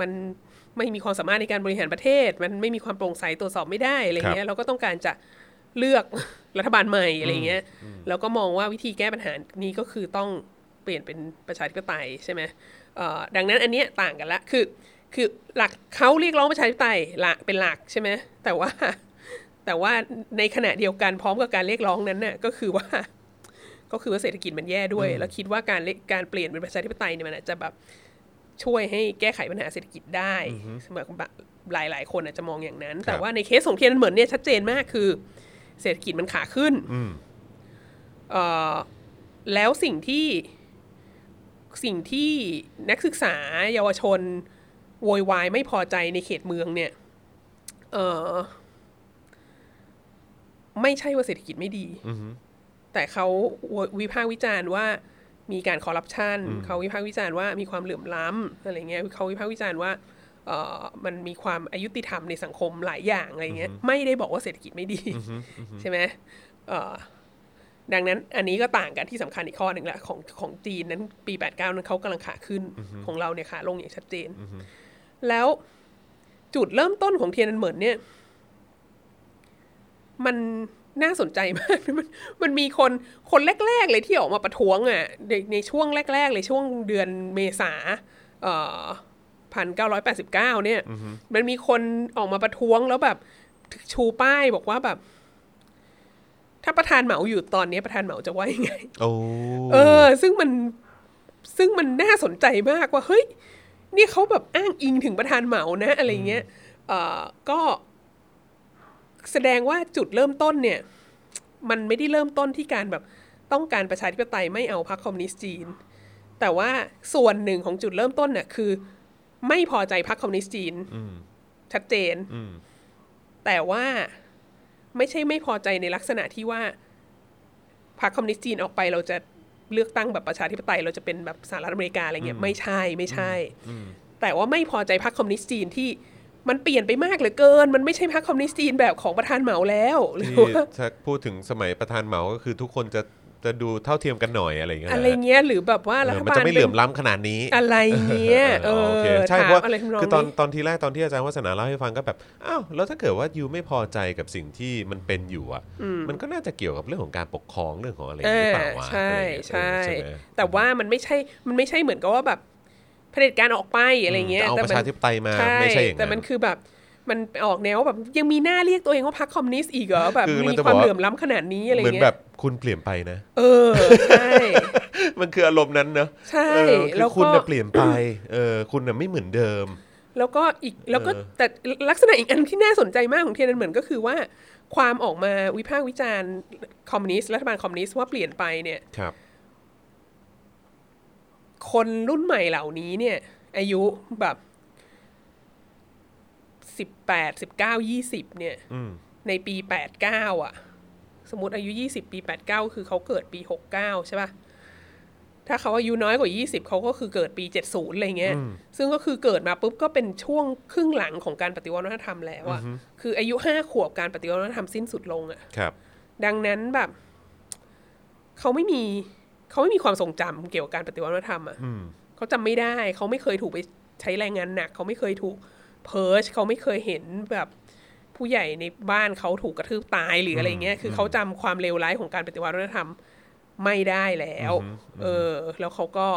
Speaker 2: มันไม่มีความสามารถในการบริหารประเทศ มันไม่มีความโปร่งใสตรวจสอบไม่ได้อะไรเงี้ยเราก็ต้องการจะเลือก รัฐบาลใหม่อะไรเงี้ยแล้วก็มองว่าวิธีแก้ปัญหานี้ก็คือต้องเปลี่ยนเป็นประชาธิปไตยใช่ไหมเอ่อดังนั้นอันเนี้ยต่างกันละคือคือหลักเขาเรียกร้องประชาธิปไตยหลักเป็นหลักใช่ไหมแต่ว่า แต่ว่าในขณะเดียวกันพร้อมกับการเรียกร้องนั้นน่ะก็คือว่า ก็คือว่าเศรษฐกิจมันแย่ด้วย แล้วคิดว่าการเลการเปลี่ยนเป็นประชาธิปไตยเนี่ยมันอาจจะแบบช่วยให้แก้ไขปัญหาเศรษฐกิจได้สำหรับหลายหลายๆคนอาจจะมองอย่างนั้น แต่ว่าในเคสของเทียนเหมือนเนี่ยชัดเจนมากคือ เศรษฐกิจมันขาขึ้น
Speaker 1: อืม
Speaker 2: เอ่อแล้วสิ่งที่สิ่งที่นักศึกษาเยาวชนโวยวายไม่พอใจในเขตเมืองเนี่ย เออไม่ใช่ว่าเศรษฐกิจไม่ดี
Speaker 1: อือฮึ
Speaker 2: แต่เขาวิพากษ์วิจารณ์ว่ามีการคอร์รัปชัน
Speaker 1: อืม
Speaker 2: เขาวิพากษ์วิจารณ์ว่ามีความเหลื่อมล้ำอะไรเงี้ยเขาวิพากษ์วิจารณ์ว่าเออมันมีความอายุติธรรมในสังคมหลายอย่างอะไรเงี้ยไม่ได้บอกว่าเศรษฐกิจไม่ดี
Speaker 1: อือฮึอือฮึ
Speaker 2: ใช่ไหมเอ่อดังนั้นอันนี้ก็ต่างกันที่สำคัญอีกข้อหนึ่งละของของจีนนั้นปี 89 นั้นเขากำลังขาขึ้นของเราเนี่ยขาลงอย่างชัดเจน แล้วจุดเริ่มต้นของเทียนอันเหมินเนี่ย มันน่าสนใจมาก มันมันมีคนคนแรก ๆ เลยที่ออกมาประท้วงอ่ะในในช่วงแรก ๆ เลยช่วงเดือนเมษาเอ่อพันเก้าร้อยแปดสิบเก้าเนี่ย มันมีคนออกมาประท้วงแล้วแบบ ชูป้ายบอกว่าแบบ ถ้าประธานเหมาอยู่ตอนนี้ประธานเหมาจะว่ายังไง
Speaker 1: โอ้
Speaker 2: เออ ซึ่งมันซึ่งมันน่าสนใจมากว่าเฮ้ยนี่เขาแบบอ้างอิงถึงประธานเหมานะ อะไรเงี้ยเออก็ แสดงว่าจุดเริ่มต้นเนี่ย มันไม่ได้เริ่มต้นที่การแบบต้องการประชาธิปไตยไม่เอาพรรคคอมมิวนิสต์จีน แต่ว่าส่วนหนึ่งของจุดเริ่มต้นเนี่ยคือ ไม่พอใจพรรคคอมมิวนิสต์จีน
Speaker 1: อืม
Speaker 2: ชัดเจน
Speaker 1: อืม
Speaker 2: แต่ว่าไม่ใช่ไม่พอใจในลักษณะที่ว่าพรรคคอมมิวนิสต์จีนออกไปเราจะเลือกตั้งแบบประชาธิปไตย เราจะเป็นแบบสหรัฐอเมริกาอะไรเงี้ยไม่ใช่ไม่ใช่
Speaker 1: อืม
Speaker 2: แต่ว่าไม่พอใจพรรคคอมมิวนิสต์จีนที่มันเปลี่ยนไปมากเหลือเกิน มันไม่ใช่พรรคคอมมิวนิสต์จีนแบบของประธานเหมาแล้วหรือ
Speaker 1: ที่
Speaker 2: ว่า
Speaker 1: ถ้าพูดถึงสมัยประธานเหมาก็คือทุกคนจะจะดูเท่าเทียมกันหน่อยอะไรอย่างเงี้ย
Speaker 2: อะไรเงี้ยหรือแบบว่า
Speaker 1: เอ
Speaker 2: รั
Speaker 1: อ
Speaker 2: ฐ
Speaker 1: มัน
Speaker 2: บาล
Speaker 1: จะไม่เหลื่อมล้ำขนาดนี้
Speaker 2: เป็นอะไรเงี้ยเออ
Speaker 1: โอเคใช่
Speaker 2: ถา
Speaker 1: เพ
Speaker 2: ม
Speaker 1: ราะ
Speaker 2: อะไรทำนอง
Speaker 1: คือตอน
Speaker 2: นี้
Speaker 1: ตอนทีแรกตอนที่อาจารย์วัฒนาเล่าให้ฟังก็แบบอ้าวแล้วถ้าเกิดว่ายูไม่พอใจกับสิ่งที่มันเป็นอยู่อ่ะ มันก็น่าจะเกี่ยวกับเรื่องของการปกครองเรื่องของอะไรอย่างนี้หรือเปล่าวะ
Speaker 2: ใช่
Speaker 1: อะไรอย่างเงี้ย
Speaker 2: ใช่
Speaker 1: เออไหม
Speaker 2: แต่ว่ามันไม่ใช่มันไม่ใช่เหมือนกับว่าแบบเผด็จการออกไปอะไรเงี้ย
Speaker 1: จะเอา
Speaker 2: แต่
Speaker 1: ประ
Speaker 2: มัน
Speaker 1: ชาธิปไตยมา
Speaker 2: ใช่
Speaker 1: ไม่ใช่อย่าง
Speaker 2: แต่
Speaker 1: นั้
Speaker 2: มัน
Speaker 1: น
Speaker 2: คือแบบมันออกแนวว่าแบบยังมีหน้าเรียกตัวเองว่าพรรคคอมมิวนิสต์อีกเหรอแบบ
Speaker 1: คือเรา
Speaker 2: มี
Speaker 1: จะบ
Speaker 2: ควา
Speaker 1: อก
Speaker 2: ม
Speaker 1: ว่า
Speaker 2: เหลื่อมล้ำขนาดนี้อะไร
Speaker 1: เหมือน
Speaker 2: เงี้
Speaker 1: แบ
Speaker 2: ย
Speaker 1: บคุณเปลี่ยนไป นะ
Speaker 2: เออใช่
Speaker 1: มันคืออารมณ์นั้นเนอะ
Speaker 2: ใช่
Speaker 1: เออคื
Speaker 2: แล้ว
Speaker 1: อคุณ
Speaker 2: ก็
Speaker 1: น่ะเปลี่ยนไปเออคุณน่ะไม่เหมือนเดิม
Speaker 2: แล้วก็อีกแล้วก็
Speaker 1: เออ
Speaker 2: แต่ลักษณะอีกอันที่น่าสนใจมากของเทียนอันเหมือนก็คือว่า ความออกมาวิพากษ์วิจารณ์คอมมิวนิสต์รัฐบาลคอมมิวนิสต์ว่าเปลี่ยนไปเนี่ย
Speaker 1: ครับ
Speaker 2: คนรุ่นใหม่เหล่านี้เนี่ย อายุแบบสิบแปดสิบเก้ายี่สิบเนี่ย
Speaker 1: อืม
Speaker 2: ในปีแปดเก้าอ่ะ สมมติอายุยี่สิบปีแปดเก้าคือเขาเกิดปีหกเก้าใช่ปะถ้าเขาอายุน้อยกว่ายี่สิบเขาก็คือเกิดปีเจ็ดศูนย์อะไรเงี้ย ซึ่งก็คือเกิดมาปุ๊บก็เป็นช่วงครึ่งหลังของการปฏิวัติวัฒนธรรมแล้วอ่ะ คืออายุห้าขวบการปฏิวัติวัฒนธรรมสิ้นสุดลงอ่ะ
Speaker 1: ครับ
Speaker 2: ดังนั้นแบบ เขาไม่มีเขาไม่มีความทรงจำเกี่ยวกับการปฏิวัติวัฒนธรรมอ่ะ
Speaker 1: อืม
Speaker 2: เขาจำไม่ได้ เขาไม่เคยถูกไปใช้แรงงานหนัก เขาไม่เคยถูกเพิร์ชเขาไม่เคยเห็นแบบผู้ใหญ่ในบ้านเขาถูกกระทืบตายหรืออะไรเงี้ยคือเขาจำความเลวร้ายของการปฏิวัติวัฒนธรรมไม่ได้แล้ว เออ แล้วเขาก็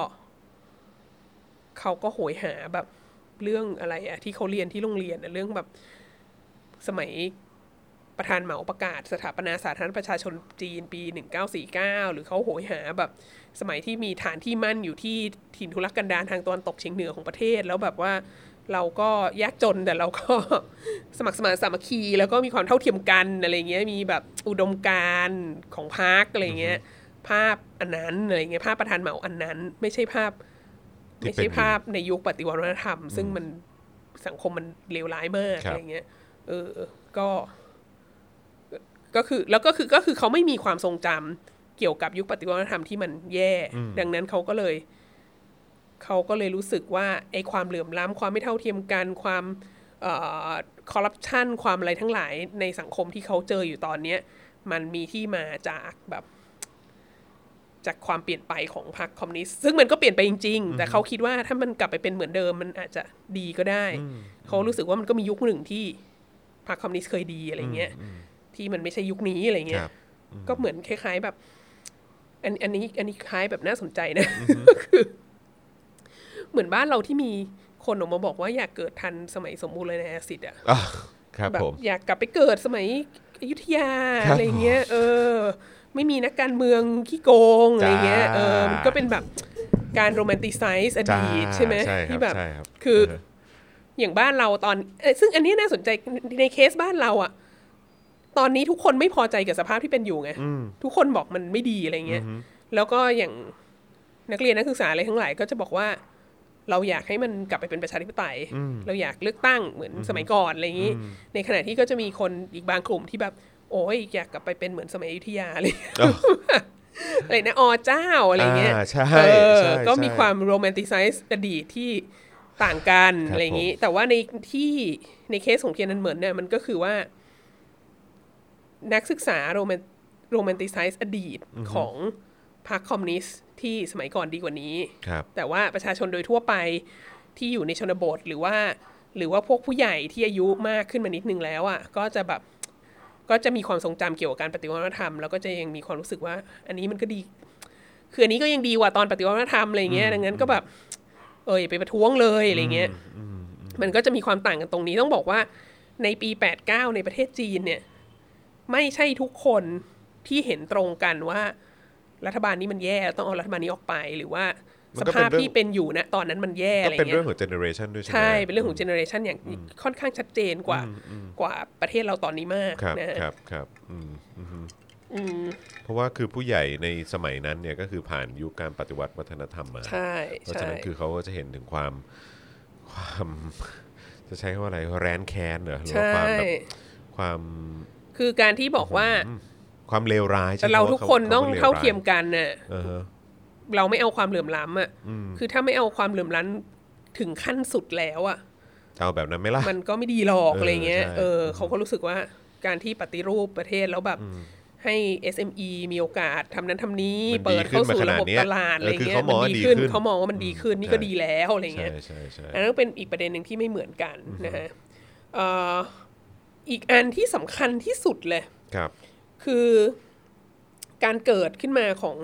Speaker 2: เขาก็โหยหาแบบเรื่องอะไรอะที่เขาเรียนที่โรงเรียนอะเรื่องแบบสมัยประธานเหมาประกาศ สถาปนาสาธารณประชาชนจีนปี 1949 หรือเขาโหยหาแบบ สมัยที่มีฐานที่มั่นอยู่ที่ถิ่นทุรกันดารทางตะวันตกเฉียงเหนือของประเทศ แล้วแบบว่าเราก็ยากจนแต่เราก็ สมัครสมานสามัคคี แล้วก็มีความเท่าเทียมกันอะไรเงี้ยมีแบบอุดมการณ์ของพรรคอะไรเงี้ย ภาพอันนั้นอะไรเงี้ยภาพประธานเหมาอันนั้น ไม่ใช่ภาพ
Speaker 1: ที่เป็
Speaker 2: ไม่
Speaker 1: น
Speaker 2: ใช่ภาพในยุคปฏิวัติวัฒนธรรม ซึ่งมันสังคมมันเลวร้ายมาก
Speaker 1: ครับ
Speaker 2: อะไรเงี้ย เออ ก็ ก็คือ แล้วก็คือก็คือเขาไม่มีความทรงจำเกี่ยวกับยุคปฏิวัติวัฒนธรรมที่มันแย่ ดังนั้นเขาก็เลย เขาก็เลยรู้สึกว่าไอ้ความเหลื่อมล้ำความไม่เท่าเทียมกันความคอร์รัปชันความอะไรทั้งหลายในสังคมที่เขาเจออยู่ตอนเนี้ย มันมีที่มาจากแบบ จากความเปลี่ยนไปของพรรคคอมมิวนิสต์ซึ่งมันก็เปลี่ยนไปจริง ๆ แต่เขาคิดว่าถ้ามันกลับไปเป็นเหมือนเดิมมันอาจจะดีก็ได้ เขารู้สึกว่ามันก็มียุคหนึ่งที่พรรคคอมมิวนิสต์เคยดีอะไรเงี้ยที่มันไม่ใช่ยุคนี้อะไร
Speaker 1: ค
Speaker 2: เงี้ย
Speaker 1: รับ
Speaker 2: ก็เหมือนคล้ายๆแบบ อันอันนี้อันนี้คล้ายแบบน่าสนใจนะ คือ เหมือนบ้านเราที่มีคนออกมาบอกว่าอยากเกิดทันสมัยสมบูรณาญาสิทธิ์อะ
Speaker 1: อ่ะครับ
Speaker 2: แบบ
Speaker 1: ผม
Speaker 2: อยากกลับไปเกิดสมัยอยุธยา
Speaker 1: ครับ
Speaker 2: อะไรเงี้ย เออ ไม่มีนักการเมืองขี้โกงอะไรเงี้ย
Speaker 1: จ้า
Speaker 2: เออมันก็เป็นแบบการโรแมนติไซส์อ
Speaker 1: จ้า
Speaker 2: ดีตใช่ไหม
Speaker 1: ใช่ครับ
Speaker 2: ที่แบบ
Speaker 1: ใช่รับ
Speaker 2: คือ
Speaker 1: เ
Speaker 2: อย่างบ้านเราตอนเอ้ยซึ่งอันนี้น่าสนใจในเคสบ้านเราอะตอนนี้ทุกคนไม่พอใจกับสภาพที่เป็นอยู่ไงทุกคนบอกมันไม่ดีอะไรเงี้ยแล้วก็อย่างนักเรียนนักศึกษาอะไรทั้งหลาย ก็จะบอกว่า เราอยากให้มันกลับไปเป็นประชาธิปไตย เราอยากเลือกตั้งเหมือนสมัยก่อนอะไรอย่างนี้ ในขณะที่ก็จะมีคนอีกบางกลุ่มที่แบบ โอ้ยอยากกลับไปเป็นเหมือนสมัยอยุธยาอะไรอย่างเงี้ย
Speaker 1: อ้าว
Speaker 2: อะไรนะอเจ้าอะไรอย่างเงี้ย
Speaker 1: อ่าใช่
Speaker 2: เออ
Speaker 1: ใช่
Speaker 2: ก็มี
Speaker 1: ใช่
Speaker 2: ความโรแมนติไซส์อดีตที่ต่างกัน
Speaker 1: ครับ
Speaker 2: อะไรอย่างนี้
Speaker 1: ผม
Speaker 2: แต่ว่าในที่ในเคสของเทียนนันเหมือนเนี่ยมันก็คือว่า นักศึกษาโรแมนโรแมนติไซส์อดีตของพรรคคอมมิวนิสต์ที่สมัยก่อนดีกว่านี้
Speaker 1: ครับ
Speaker 2: แต่ว่าประชาชนโดยทั่วไปที่อยู่ในชนบทหรือว่า หรือว่าพวกผู้ใหญ่ที่อายุมากขึ้นมานิดนึงแล้วอ่ะก็จะแบบก็จะมีความทรงจำเกี่ยวกับการปฏิวัติวัฒนธรรมแล้วก็จะยังมีความรู้สึกว่า อันนี้มันก็ดี คืออันนี้ก็ยังดีกว่าตอนปฏิวัติวัฒนธรรมอะไรเงี้ยดังนั้นก็แบบ เอออย่าไปประท้วงเลยอะไรเงี้ยมันก็จะมีความต่างกันตรงนี้ต้องบอกว่า ในปี 89 ในประเทศจีนเนี่ย ไม่ใช่ทุกคนที่เห็นตรงกันว่า รัฐบาลนี้มันแย่ต้องเอารัฐบาลนี้ออกไปหรือว่า
Speaker 1: มั
Speaker 2: ส
Speaker 1: นก็
Speaker 2: ภาพ
Speaker 1: เป็นเรื่อง
Speaker 2: ที่เป็นอยู่นะตอนนั้นมันแย่
Speaker 1: ก็
Speaker 2: อะไร
Speaker 1: เป็น
Speaker 2: เงี้
Speaker 1: เรื่อย งของเจเนอเรชันด้วยใช่ไหม
Speaker 2: ใช่เป็นเรื่องของเจเนอเรชันอย่างค่อนข้างชัดเจนกว่า กว่าประเทศเราตอนนี้มาก
Speaker 1: ครับ
Speaker 2: นะฮะ
Speaker 1: ครับครับอืมอืม
Speaker 2: อืม
Speaker 1: เพราะว่าคือผู้ใหญ่ในสมัยนั้นเนี่ยก็คือผ่านยุคการปฏิวัติวัฒนธรรมมา
Speaker 2: ใช่
Speaker 1: เพราะ
Speaker 2: ใช่
Speaker 1: ฉะนั้นคือเขาก็จะเห็นถึงความความ จะใช้คำว่าอะไรแรนแค้นเหรอหรือว่าค
Speaker 2: ใช่
Speaker 1: วามแบบความ
Speaker 2: คือการที่บอกว่า
Speaker 1: ความเลวร้ายใช่
Speaker 2: เราทุกคน
Speaker 1: ว่ข
Speaker 2: ต้อง
Speaker 1: ว่ลวร้
Speaker 2: เท่าเทียมกันน่ะ
Speaker 1: เออฮะ
Speaker 2: เราไม่เอาความเหลื่อมล้ำอ่ะ
Speaker 1: อืม
Speaker 2: คือถ้าไม่เอาความเหลื่อมล้ำถึงขั้นสุดแล้วอ่ะ
Speaker 1: จะเอาแบบนั้นไหมล่ะ
Speaker 2: มันก็ไม่ดีหรอก
Speaker 1: เออ
Speaker 2: อะไรเงี้ย
Speaker 1: ใช่
Speaker 2: เออเขาก็รู้สึกว่าการที่ปฏิรูปประเทศแล้วแบบให้ SME มีโอกาสทำนั้นทำนี้
Speaker 1: มัน
Speaker 2: เปิดเข้าสู่ระบบ
Speaker 1: ดีขึ้นมาขนาดเนี้ย
Speaker 2: ตลาดอะไรเงี้
Speaker 1: เออคื
Speaker 2: ย
Speaker 1: อเขามองว่าดีขึ้น
Speaker 2: เขามองว่ามันดีขึ้น
Speaker 1: อืม
Speaker 2: นี่ก็
Speaker 1: ใช่
Speaker 2: ดีแล้วอะไร
Speaker 1: ใช่
Speaker 2: เงี้ย
Speaker 1: ใช่ใช่
Speaker 2: อันนั้นก็เป็นอีกประเด็นหนึ่งที่ไม่เหมือนกันนะฮะเอ่ออีกอันที่สำคัญที่สุดเลย
Speaker 1: ครับ
Speaker 2: คือการเกิดขึ้นมาของ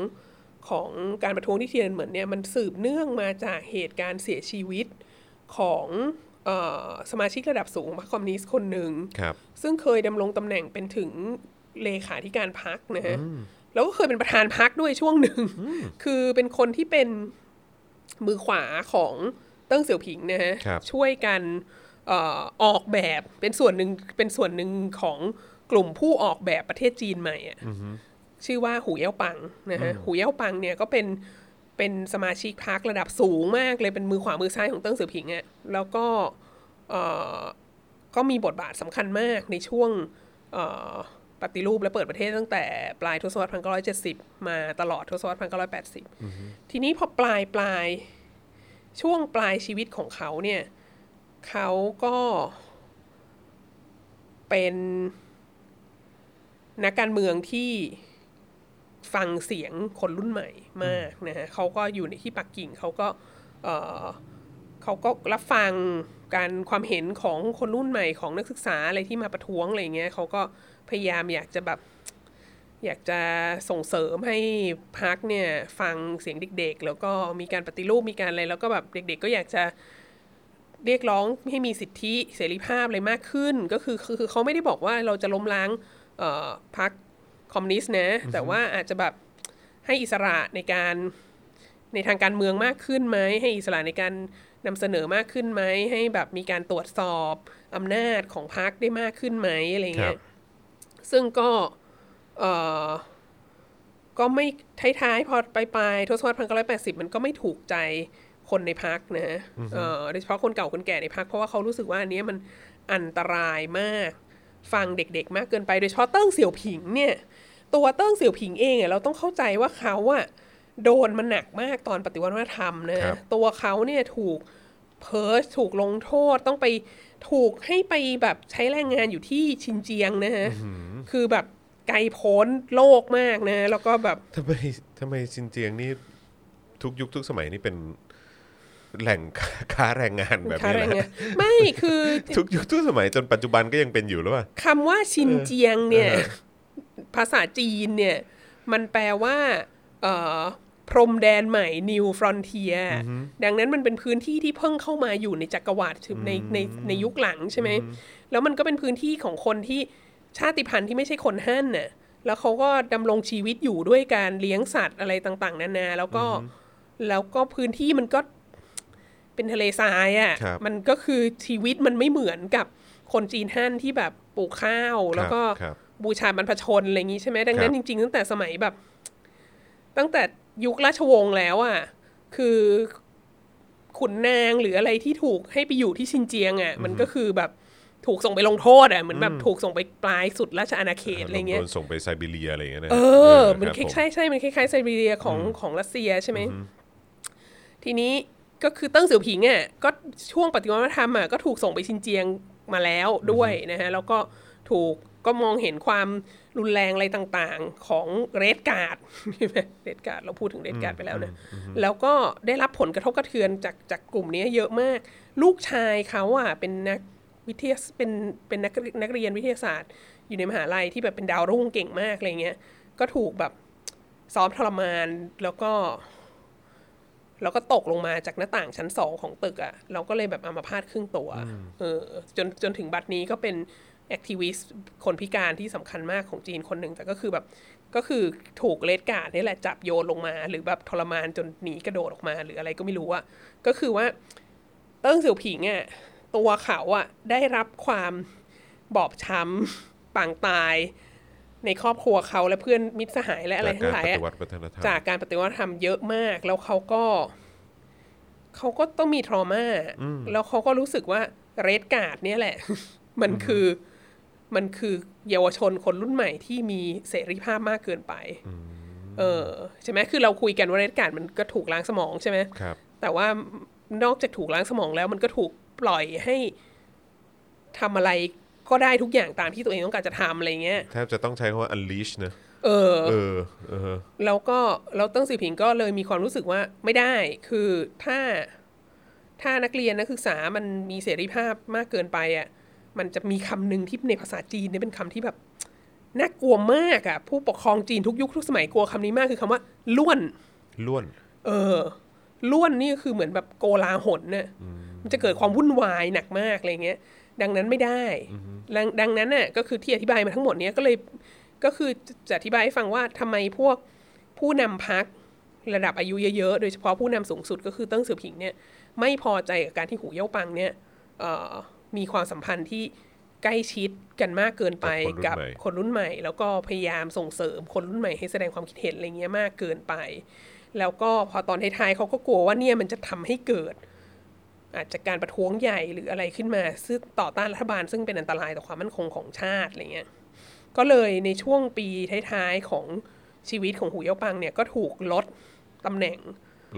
Speaker 2: ของการประท้วงที่เทียนเหมือนเนี่ยมันสืบเนื่องมาจากเหตุการณ์เสียชีวิตของเออสมาชิกระดับสูงของพรรคคอมมิวนิสต์คนหนึ่ง
Speaker 1: ครับ
Speaker 2: ซึ่งเคยดำรงตำแหน่งเป็นถึงเลขาธิการพักนะฮะแล้วก็เคยเป็นประธานพักด้วยช่วงหนึ่ง คือเป็นคนที่เป็นมือขวาของเติ้งเสี่ยวผิงนะฮะ
Speaker 1: ครับ
Speaker 2: ช่วยกันเออออกแบบเป็นส่วนหนึ่งเป็นส่วนหนึ่งของกลุ่มผู้ออกแบบประเทศจีนใหม่อะชื่อว่าหูเย่าปังนะฮะหูเย่าปังเนี่ยก็เป็นเป็นสมาชิกพักระดับสูงมากเลยเป็นมือขวามือซ้ายของเติ้งเสี่ยวผิงอะแล้วก็เอ่อ ก็มีบทบาทสำคัญมากในช่วงเอ่อปฏิรูปและเปิดประเทศตั้งแต่ปลายทศวรรษ 1970 มาตลอดทศวรรษ 1980 ทีนี้พอปลายปลายช่วงปลายชีวิตของเขาเนี่ยเขาก็เป็นนักการเมืองที่ฟังเสียงคนรุ่นใหม่มากนะฮะเขาก็อยู่ในที่ปักกิ่งเขาก็เอ่อ เขาก็รับฟังการความเห็นของคนรุ่นใหม่ของนักศึกษาอะไรที่มาประท้วงอะไรเงี้ยเขาก็พยายามอยากจะแบบ อยากจะส่งเสริมให้พักเนี่ยฟังเสียงเด็ก ๆ แล้วก็มีการปฏิรูปมีการอะไร แล้วก็แบบเด็ก ๆ ก็อยากจะเรียกร้องให้มีสิทธิเสรีภาพอะไรมากขึ้น ก็คือคือคือเขาไม่ได้บอกว่าเราจะล้มล้างเอ่อพักคอมมิวนิสต์นะแต่ว่าอาจจะแบบให้อิสระในการ ในทางการเมืองมากขึ้นไหมให้อิสระในการนำเสนอมากขึ้นไหมให้แบบมีการตรวจสอบอำนาจของพรรคได้มากขึ้นไหมอะไร
Speaker 1: ค
Speaker 2: เงี้
Speaker 1: รั
Speaker 2: ย
Speaker 1: บ
Speaker 2: ซึ่งก็เออก็ไม่ท้ายๆ พอไปปลายๆทศวรรษพันเก้าร้อยแปดสิบมันก็ไม่ถูกใจคนในพักนะฮะเอ่อโดยเฉพาะคนเก่าคนแก่ในพักเพราะว่าเขารู้สึกว่าอันเนี้ยมันอันตรายมาก ฟังเด็กๆ มากเกินไปโดยเฉพาะเติ้งเสี่ยวผิงเนี่ย ตัวเติ้งเสี่ยวผิงเองอะเราต้องเข้าใจว่าเขาอะโดนมันหนักมากตอนปฏิวัติวัฒนธรรมนะครับ ตัวเขาเนี่ยถูกเพิร์ชถูกลงโทษต้องไปถูกให้ไปแบบใช้แรงงานอยู่ที่ชินเจียงนะฮะคือแบบไกลโพ้นโลกมากนะ แล้วก็แบบ
Speaker 1: ทำไมทำไมซินเจียงนี่ทุกยุคทุกสมัยนี่เป็นแหล่งค้าค้าแรงงานแบบ
Speaker 2: ค่า
Speaker 1: นี้
Speaker 2: แรง
Speaker 1: นะ
Speaker 2: งานไม่คือ
Speaker 1: ทุกยุคทุกสมัยจนปัจจุบันก็ยังเป็นอยู่หรือเปล่า
Speaker 2: คำว่าชินเจียงเนี่ย
Speaker 1: เออ
Speaker 2: ภาษาจีนเนี่ย มันแปลว่าเอ่อพรมแดนใหม่ New Frontier ดังนั้นมันเป็นพื้นที่ที่เพิ่งเข้ามาอยู่ในจักรวรรดิถึงในในในยุคหลังใช่ไหม แล้วมันก็เป็นพื้นที่ของคนที่ชาติพันธุ์ที่ไม่ใช่คนฮั่นน่ะแล้วเขาก็ดำรงชีวิตอยู่ด้วยการเลี้ยงสัตว์อะไรต่างๆ นานา แล้วก็แล้วก็พื้นที่มันก็ เป็นทะเลทราย
Speaker 1: ครั
Speaker 2: อะ่ะ
Speaker 1: บ
Speaker 2: มันก็คือชีวิตมันไม่เหมือนกับคนจีนฮั่นที่แบบปลูกข้าว แล้วก็
Speaker 1: ครับ
Speaker 2: บูชาบรรพชนอะไรอย่างนี้ใช่ไหมดังนั้น
Speaker 1: ค
Speaker 2: จ
Speaker 1: รับ
Speaker 2: ริง ๆ ตั้งแต่สมัยแบบ ตั้งแต่ยุคราชวงศ์แล้วอะ่ะ คือขุนนางหรืออะไรที่ถูกให้ไปอยู่ที่ชินเจียงอะ่ะ มันก็คือแบบถูกส่งไปลงโทษอะ่ะ เหมือนแบบถูกส่งไปปลายสุดราชอาณาเขตอะไรเงี้ย
Speaker 1: โดนส่งไปไซบีเรียอะไรอย่างเงี้ยนะ
Speaker 2: เออ มัน
Speaker 1: รับ
Speaker 2: คล้าย
Speaker 1: ผ
Speaker 2: ใช่ใช่ มันคล้ายๆไซบีเรียของของรัสเซียใช่ไหม ทีนี้ก็คือเติ้งเสี่ยวผิงอ่ะ ก็ช่วงปฏิวัติวัฒนธรรมอ่ะ ก็ถูกส่งไปชินเจียงมาแล้วด้วยนะฮะ แล้วก็ถูกก็มองเห็นความรุนแรงอะไรต่างๆของเรดการ์ด ใช่ไหมเรดการ์ดเราพูดถึงเรดการ์ดไปแล้วนะ แล้วก็ได้รับผลกระทบกระเทือนจากจากกลุ่มนี้เยอะมาก ลูกชายเขาอ่ะเป็นนักวิทยาเป็นเป็นนักนักเรียนวิทยาศาสตร์ อยู่ในมหาลัยที่แบบเป็นดาวรุ่งเก่งมากอะไรเงี้ย ก็ถูกแบบซ้อมทรมานแล้วก็ แล้วก็ตกลงมาจากหน้าต่างชั้นสองของตึกอะ่ะ เราก็เลยแบบอัมาพาตครึ่งตัวเออจนจนถึงบัดนี้ก็เป็นแอคทีวิสต์คนพิการที่สำคัญมากของจีนคนหนึ่งแต่ก็คือแบบก็คือถูกเลดการ์ดนี่แหละจับโยนลงมา หรือแบบทรมานจนหนีกระโดดออกมาหรืออะไรก็ไม่รู้อะก็คือว่า เติ้งเสี่ยวผิงอะ่ะตัวเขาอะ่ะได้รับความบอบช้ำปางตาย ในครอบครัวเขาและเพื่อนมิตรสหายและอะไร
Speaker 1: จาก
Speaker 2: ทั้
Speaker 1: กาง ร
Speaker 2: หลาย
Speaker 1: ป
Speaker 2: อะ
Speaker 1: ฏิวัติวัฒนธรรม
Speaker 2: จากการปฏิวัติธรรมเยอะมาก แล้วเขาก็เขาก็ต้องมีทรมาแล้วเขาก็รู้สึกว่าเรดการ์ดเนี่ยแหละ มันคือมันคือเยาวชนคนรุ่นใหม่ที่มีเสรีภาพมากเกินไป เออใช่ไหมคือเราคุยกันว่าเรดการ์ดมันก็ถูกล้างสมองใช่ไหม
Speaker 1: ครับ
Speaker 2: แต่ว่านอกจากถูกล้างสมองแล้วมันก็ถูกปล่อยให้ทำอะไรก็ได้ทุกอย่างตามที่ตัวเองต้องการจะทำอะไรเงี้ย
Speaker 1: แทบจะต้องใช้คำว่า unleash นะ
Speaker 2: เออ
Speaker 1: เออเออ
Speaker 2: แล้วก็เราเตั้งสีผิงก็เลยมีความรู้สึกว่าไม่ได้คือถ้าถ้านักเรียนนักศึกษามันมีเสรีภาพมากเกินไปอ่ะมันจะมีคำหนึ่งที่ในภาษาจีนเนี่ยเป็นคำที่แบบน่ากลัวมากอ่ะผู้ปกครองจีนทุกยุคทุกสมัยกลัวคำนี้มากคือคำว่าล้วน
Speaker 1: ล้วน
Speaker 2: เออล้วนนี่คือเหมือนแบบโกลาหลเนี่ยมันจะเกิดความวุ่นวายหนักมากอะไรเงี้ย ดังนั้นไม่ได้ดังดังนั้นน่ะก็คือที่อธิบายมาทั้งหมดเนี้ยก็เลยก็คือจะอธิบายให้ฟังว่าทำไมพวกผู้นำพักระดับอายุเยอะๆ โดยเฉพาะผู้นำสูงสุดก็คือเติ้งเสือผิงเนี่ยไม่พอใจกับการที่หูเย่าปังเนี่ยเอ่อมีความสัมพันธ์ที่ใกล้ชิดกันมากเกินไป
Speaker 1: กั
Speaker 2: กั
Speaker 1: บบ คนรุ่นใหม่
Speaker 2: คนรุ่นใหม่แล้วก็พยายามส่งเสริมคนรุ่นใหม่ให้แสดงความคิดเห็นอะไรเงี้ยมากเกินไป แล้วก็พอตอนท้ายๆเขาก็กลัวว่าเนี่ยมันจะทำให้เกิด อาจจะการประท้วงใหญ่หรืออะไรขึ้นมาซึ่งต่อต้านรัฐบาลซึ่งเป็นอันตรายต่อความมั่นคงของชาติอะไรเงี้ยก็เลยในช่วงปีท้ายๆของชีวิตของหูเย่าปังเนี่ยก็ถูกลดตำแหน่ง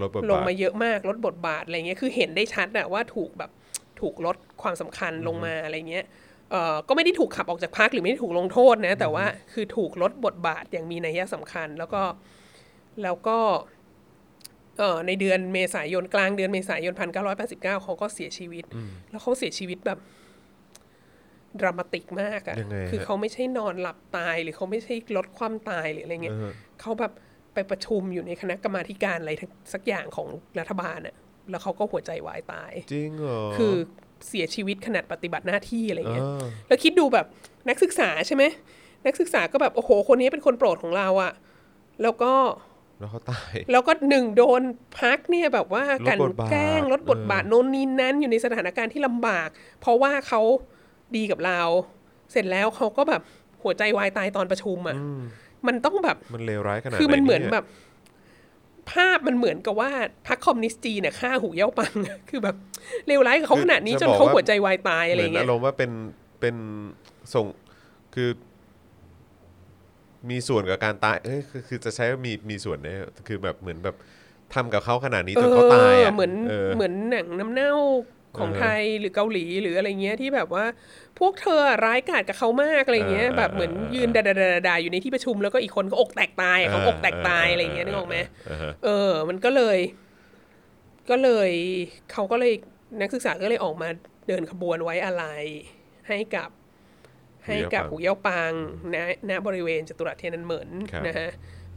Speaker 1: ลดบท
Speaker 2: ล
Speaker 1: บาง ท
Speaker 2: มาเยอะมากลดบทบาทอะไรเงี้ยคือเห็นได้ชัดอะว่าถูกแบบถูกลดความสำคัญลงมาอะไรเงี้ยเอ่อก็ไม่ได้ถูกขับออกจากพักหรือไม่ได้ถูกลงโทษนะ แต่ว่าคือถูกลดบทบาทอย่างมีนัยสำคัญ แล้วก็แล้วก็เอ่อในเดือนเมษายนกลางเดือนเมษายนพันเก้าร้อยแปดสิบเก้าเขาก็เสียชีวิต แล้วเขาเสียชีวิตแบบดรามาติกมากอะ
Speaker 1: ยังไงฮะ
Speaker 2: คือเขาไม่ใช่นอนหลับตาย หรือเขาไม่ใช่ลดความตายหรืออะไรเงี้ย
Speaker 1: เออ
Speaker 2: เขาแบบไปประชุมอยู่ในคณะกรรมาธิการอะไรทั้งสักอย่างของรัฐบาลน่ะ แล้วเขาก็หัวใจวายตาย
Speaker 1: จริงเหรอ
Speaker 2: คือเสียชีวิตขนาดปฏิบัติหน้าที่อะไร
Speaker 1: เอ
Speaker 2: เงี้ย
Speaker 1: อ
Speaker 2: แล้วคิดดูแบบนักศึกษาใช่ไหม นักศึกษาก็แบบ โอ้โห คนนี้เป็นคนโปรดของเราอะแล้วก็
Speaker 1: แล้วเขาตาย
Speaker 2: แล้วก็หนึ่งโดนพักเนี่ยแบบว่า
Speaker 1: ล
Speaker 2: กา
Speaker 1: ด
Speaker 2: ร
Speaker 1: บทบาท
Speaker 2: แกล้งลดบทบาท
Speaker 1: เออ
Speaker 2: โน่นนี่นั้นอยู่ในสถานการณ์ที่ลำบาก เพราะว่าเขาดีกับเรา เสร็จแล้วเขาก็แบบหัวใจวายตายตอนประชุมอะมันต้องแบบ
Speaker 1: มันเลวร้ายขนาด
Speaker 2: คือมัน
Speaker 1: ไย
Speaker 2: เหมือนแบบ ภาพมันเหมือนกับว่าพรรคคอมมิวนิสต์จีนน่ะฆ่า หูเย่าปัง คือแบบเลวร้ายกับเขาขนาดนี้จนเขาหัวใจวายตายอะไร
Speaker 1: เหมือน
Speaker 2: เงี้
Speaker 1: อาย รมณ์ว่าเป็นเป็นส่งคือมีส่วนกับการตายเอ้ยคือคือจะใช้ว่ามีมีส่วนเนี่ยคือแบบเหมือนแบบทำกับเขาขนาดนี้
Speaker 2: เอ
Speaker 1: จน
Speaker 2: อ
Speaker 1: เขาตายอ่ะ
Speaker 2: เหมือน
Speaker 1: เออ
Speaker 2: เหมือนหนังน้ำเน่าของ
Speaker 1: เออ
Speaker 2: ไทยหรือเกาหลีหรืออะไรเงี้ยที่แบบว่า พวกเธอร้ายกาจกับเขามากอะไรเงี้ย
Speaker 1: เออ
Speaker 2: แบบเหมือน
Speaker 1: เออเออ
Speaker 2: ยืนด่าๆๆๆอยู่ในที่ประชุมแล้วก็อีกคนก็อกแตกตายอะเขาอกแตกตายอะไรเงี้ยนึกออกไหม
Speaker 1: เออ
Speaker 2: เออ มันก็เลย ก็เลย เขาก็เลยนักศึกษาก็เลยออกมาเดินขบวนไว้อะไร ให้กับ ให้กับ
Speaker 1: หู
Speaker 2: หู
Speaker 1: เย่า
Speaker 2: เย่าปังณณบริเวณจตุรัสเทียนอันเหมิน
Speaker 1: ครับ
Speaker 2: นะฮะ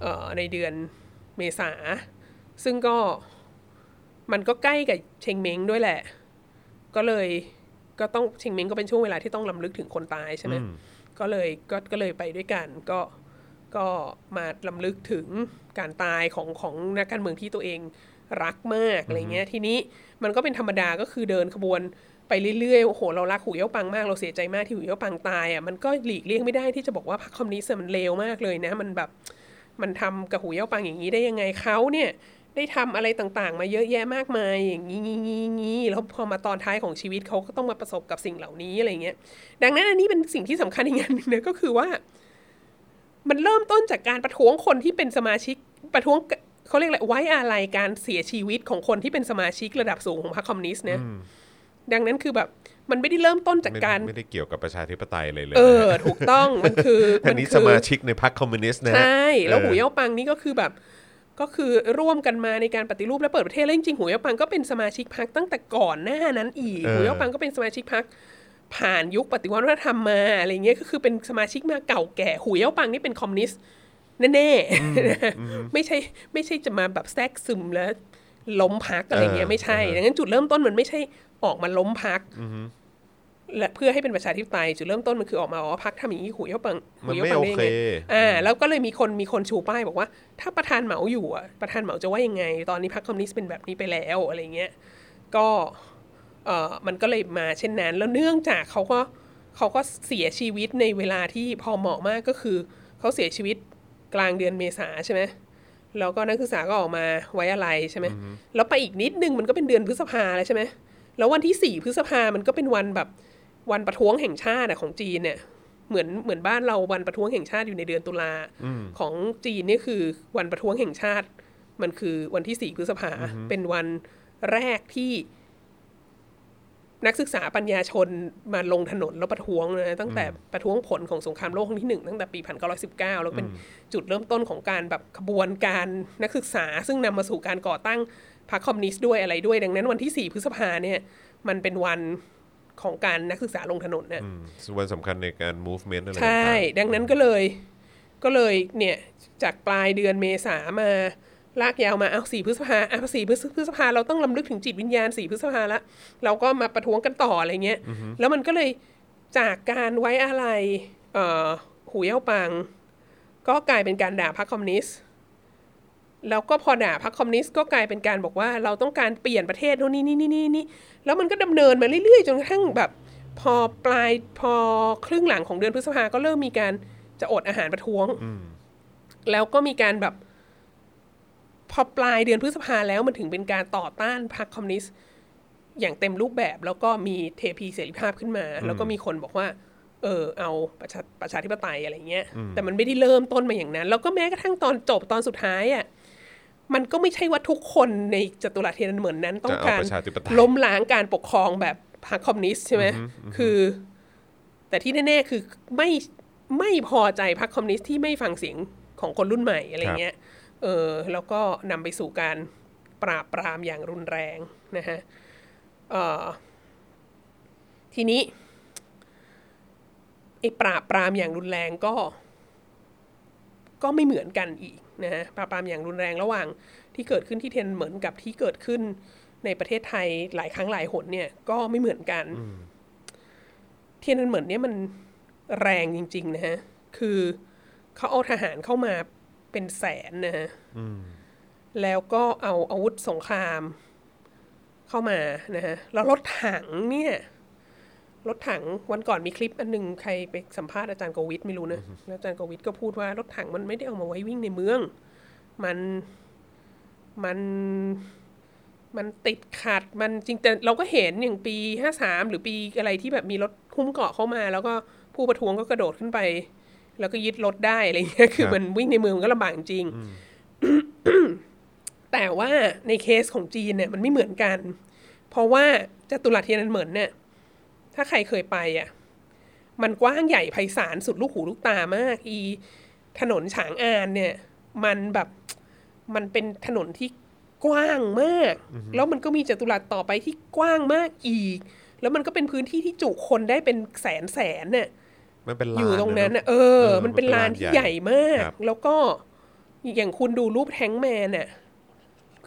Speaker 2: เอ่อในเดือนเมษา ซึ่งก็มันก็ใกล้กับเชงเม้งด้วยแหละ ก็เลยก็ต้องเชงเม้งก็เป็นช่วงเวลาที่ต้องลำลึกถึงคนตายใช่ไหม ก็เลยก็ก็เลยไปด้วยกันก็ก็มาลำลึกถึงการตายของของนักการเมืองที่ตัวเองรักมากอะไรเงี้ยทีนี้มันก็เป็นธรรมดาก็คือเดินขบวนไปเรื่อยๆโอ้โหเรารักหูเย่าปังมากเราเสียใจมากที่หูเย่าปังตายอ่ะมันก็หลีกเลี่ยงไม่ได้ที่จะบอกว่าพรรคคอมมิวนิสต์มันเลวมากเลยนะ มันแบบมันทำกับหูเย่าปังอย่างนี้ได้ยังไงเขาเนี่ยได้ทำอะไรต่างๆ มาเยอะแยะมากมายอย่างนี้งี้งี้งี้แล้วพอมาตอนท้ายของชีวิตเขาก็ต้องมาประสบกับสิ่งเหล่านี้อะไรเงี้ย ดังนั้นอันนี้เป็นสิ่งที่สำคัญอีกอย่างหนึ่งนะก็คือว่า มันเริ่มต้นจากการประท้วงคนที่เป็นสมาชิกประท้วงเขาเรียกอะไรไว้อาลัยการเสียชีวิตของคนที่เป็นสมาชิกระดับสูงของพรรคคอมมิวนิสต์นะดังนั้นคือแบบ มันไม่ได้เริ่มต้นจาก
Speaker 1: ไม่
Speaker 2: การ
Speaker 1: ไม่ได้เกี่ยวกับประชาธิปไตยเลยเลย
Speaker 2: เออ ถูกต้องมันคือ
Speaker 1: อันนี้
Speaker 2: คื
Speaker 1: สมาชิกในพรรคคอมมิวนิสต์นะฮะ
Speaker 2: ใช่ แล้ว
Speaker 1: ออ
Speaker 2: หูเย่าปังนี่ก็คือแบบ ก็คือร่วมกันมาในการปฏิรูปและเปิดประเทศแล้วจริงๆหูเย่าปังก็เป็นสมาชิกพรรคตั้งแต่ก่อนหน้านั้นอีก
Speaker 1: เออ
Speaker 2: หูเย่าปังก็เป็นสมาชิกพรรคผ่านยุคปฏิวัติวัฒนธรรมมาอะไรเงี้ยก็คือเป็นสมาชิกมาเก่าแก่หูเย่าปังนี่เป็นคอมมิวนิสต์แน่ๆไม่ใช่ไม่ใช่จะมาแบบแทรกซึมแล้ว ล้มพักอะไรเงี้ย
Speaker 1: เออ
Speaker 2: ไม่ใช่
Speaker 1: เออ
Speaker 2: ดังนั้นจุดเริ่มต้นมันไม่ใช่ออกมาล้มพัก
Speaker 1: อือฮึ
Speaker 2: และเพื่อให้เป็นประชาธิปไตยจุดเริ่มต้นมันคือออกมาอ๋อพักทำอย่างนี้หูยเขาเปังหู
Speaker 1: มัน
Speaker 2: ย
Speaker 1: ไม่
Speaker 2: เขาปั
Speaker 1: โอง
Speaker 2: ได้ยัง
Speaker 1: เค
Speaker 2: ไงอ่าแล้วก็เลยมีคนมีคนชูป้ายบอกว่า ถ้าประธานเหมาอยู่อ่ะประธานเหมาจะว่ายังไง ตอนนี้พรรคคอมมิวนิสต์เป็นแบบนี้ไปแล้วอะไรเงี้ยก็เออมันก็เลยมาเช่นนั้น แล้วเนื่องจากเขาก็เขาก็เสียชีวิตในเวลาที่พอเหมาะมากก็คือเขาเสียชีวิตกลางเดือนเมษาใช่ไหมแล้วก็นักศึกษาก็ออกมาไว้อะไรใช่ไหมแล้วไปอีกนิดนึงมันก็เป็นเดือนพฤษภาแล้วใช่ไหมแล้ววันที่สี่พฤษภามันก็เป็นวันแบบ วันประท้วงแห่งชาติอะของจีนเนี่ยเหมือนเหมือนบ้านเราวันประท้วงแห่งชาติอยู่ในเดือนตุลา
Speaker 1: อืม
Speaker 2: ของจีนเนี่ยคือวันประท้วงแห่งชาติ มันคือวันที่สี่พฤษภาเป็นวันแรกที่ นักศึกษาปัญญาชนมาลงถนนแล้วประท้วงนะตั้งแต่ประท้วงผลของสงครามโลกครั้งที่หนึ่งตั้งแต่ปี 1919 แล้วเป็นจุดเริ่มต้นของการแบบขบวนการนักศึกษา ซึ่งนำมาสู่การก่อตั้งพรรคคอมมิวนิสต์ด้วยอะไรด้วย ดังนั้นวันที่ 4 พฤษภาเนี่ย มันเป็นวันของการนักศึกษาลงถนนเนี่ย
Speaker 1: อืมวันสำคัญในการ movement อะไร
Speaker 2: ใช่ ดังนั้นก็เลย ก็เลยเนี่ย จากปลายเดือนเมษามา ลากยาวมาเอาสี่พฤษภาอ่ะสี่พฤษภาเราต้องลำลึกถึงจิตวิญญาณสี่พฤษภาละ เราก็มาประท้วงกันต่ออะไรเงี้ย แล้วมันก็เลยจากการไว้อะไรเอ่อหูเย่าปัง ก็กลายเป็นการด่าพรรคคอมมิวนิสต์ แล้วก็พอด่าพรรคคอมมิวนิสต์ก็กลายเป็นการบอกว่าเราต้องการเปลี่ยนประเทศโน่นนี่นี่นี่นี่นี่แล้วมันก็ดำเนินมาเรื่อยๆ จนกระทั่งแบบ พอปลายพอครึ่งหลังของเดือนพฤษภาก็เริ่มมีการจะอดอาหารประท้วง แล้วก็มีการแบบ พอปลายเดือนพฤษภาแล้วมันถึงเป็นการต่อต้านพรรคคอมมิวนิสต์อย่างเต็มรูปแบบ แล้วก็มีเทพีเสรีภาพขึ้นมา แล้วก็มีคนบอกว่า เออ เอาประชาประชาธิปไตยอะไรเงี้ย แต่มันไม่ได้เริ่มต้นมาอย่างนั้น แล้วก็แม้กระทั่งตอนจบตอนสุดท้ายอ่ะมันก็ไม่ใช่ว่าทุกคนในจตุรัสเทียนเหมือนนั้น ต้อ
Speaker 1: จะ
Speaker 2: ง
Speaker 1: เอา
Speaker 2: การ
Speaker 1: ประชาธิปไตย
Speaker 2: ล้มล้างการปกครองแบบพรรคคอมมิวนิสต์ใช่ไหมคือ แต่ที่แน่ ๆ คือไม่ไม่พอใจพรรคคอมมิวนิสต์ที่ไม่ฟังเสียงของคนรุ่นใหม่อะไรเงี้ย เออแล้วก็นำไปสู่การปราบปรามอย่างรุนแรงนะฮะเอ่อทีนี้ไอ้ปราบปรามอย่างรุนแรงก็ ก็ไม่เหมือนกันอีกนะฮะปราบปรามอย่างรุนแรงระหว่างที่เกิดขึ้นที่เทยนเหมือนกับที่เกิดขึ้นในประเทศไทยหลายครั้งหลายหนเนี่ยก็ไม่เหมือนกัน เทียนเหมือนเนี่ยมันแรงจริง ๆ นะฮะ คือเขาเอาทหารเข้ามาเป็นแสนนะฮะแล้วก็เอาอาวุธสงครามเข้ามานะฮะ แล้วรถถังเนี่ย รถถังวันก่อนมีคลิปอันหนึงใครไปสัมภาษณ์อาจารย์โกวิทไม่รู้นะแล้วอาจารย์โกวิทก็พูดว่ารถถังมันไม่ได้เอามาไว้วิ่งในเมือง มันมัน มันติดขัดมันจริงแต่เราก็เห็นอย่างปีห้าสามหรือปีอะไรที่แบบมีรถหุ้มเกาะเข้ามา แล้วก็ผู้ประท้วงก็กระโดดขึ้นไป แล้วก็ยึดรถได้อะไรเงี้ยคือ
Speaker 1: ครับ
Speaker 2: มันวิ่งในเมืองมันก็ลำบากจริง แต่ว่าในเคสของจีนเนี่ยมันไม่เหมือนกัน เพราะว่าจตุรัสเทียนอันเหมือนเนี่ย ถ้าใครเคยไปอ่ะ มันกว้างใหญ่ไพศาลสุดลูกหูลูกตามาก อี ถนนฉางอานเนี่ย มันแบบมันเป็นถนนที่กว้างมาก แล้วมันก็มีจตุรัสต่อไปที่กว้างมากอีก แล้วมันก็เป็นพื้นที่ที่จุคนได้เป็นแสนแสนเนี่ย
Speaker 1: มันเป็นลาน
Speaker 2: อยู่ตรงนั้น
Speaker 1: นะ
Speaker 2: น่ะเออ
Speaker 1: เออ
Speaker 2: มันเป็น
Speaker 1: มันเป็น
Speaker 2: ลาน
Speaker 1: ลาน
Speaker 2: ที่
Speaker 1: ให
Speaker 2: ให
Speaker 1: ญ่
Speaker 2: ญ่มาก
Speaker 1: ครับ
Speaker 2: แล้วก็อย่างคุณดูรูปแทงแมนน่ะ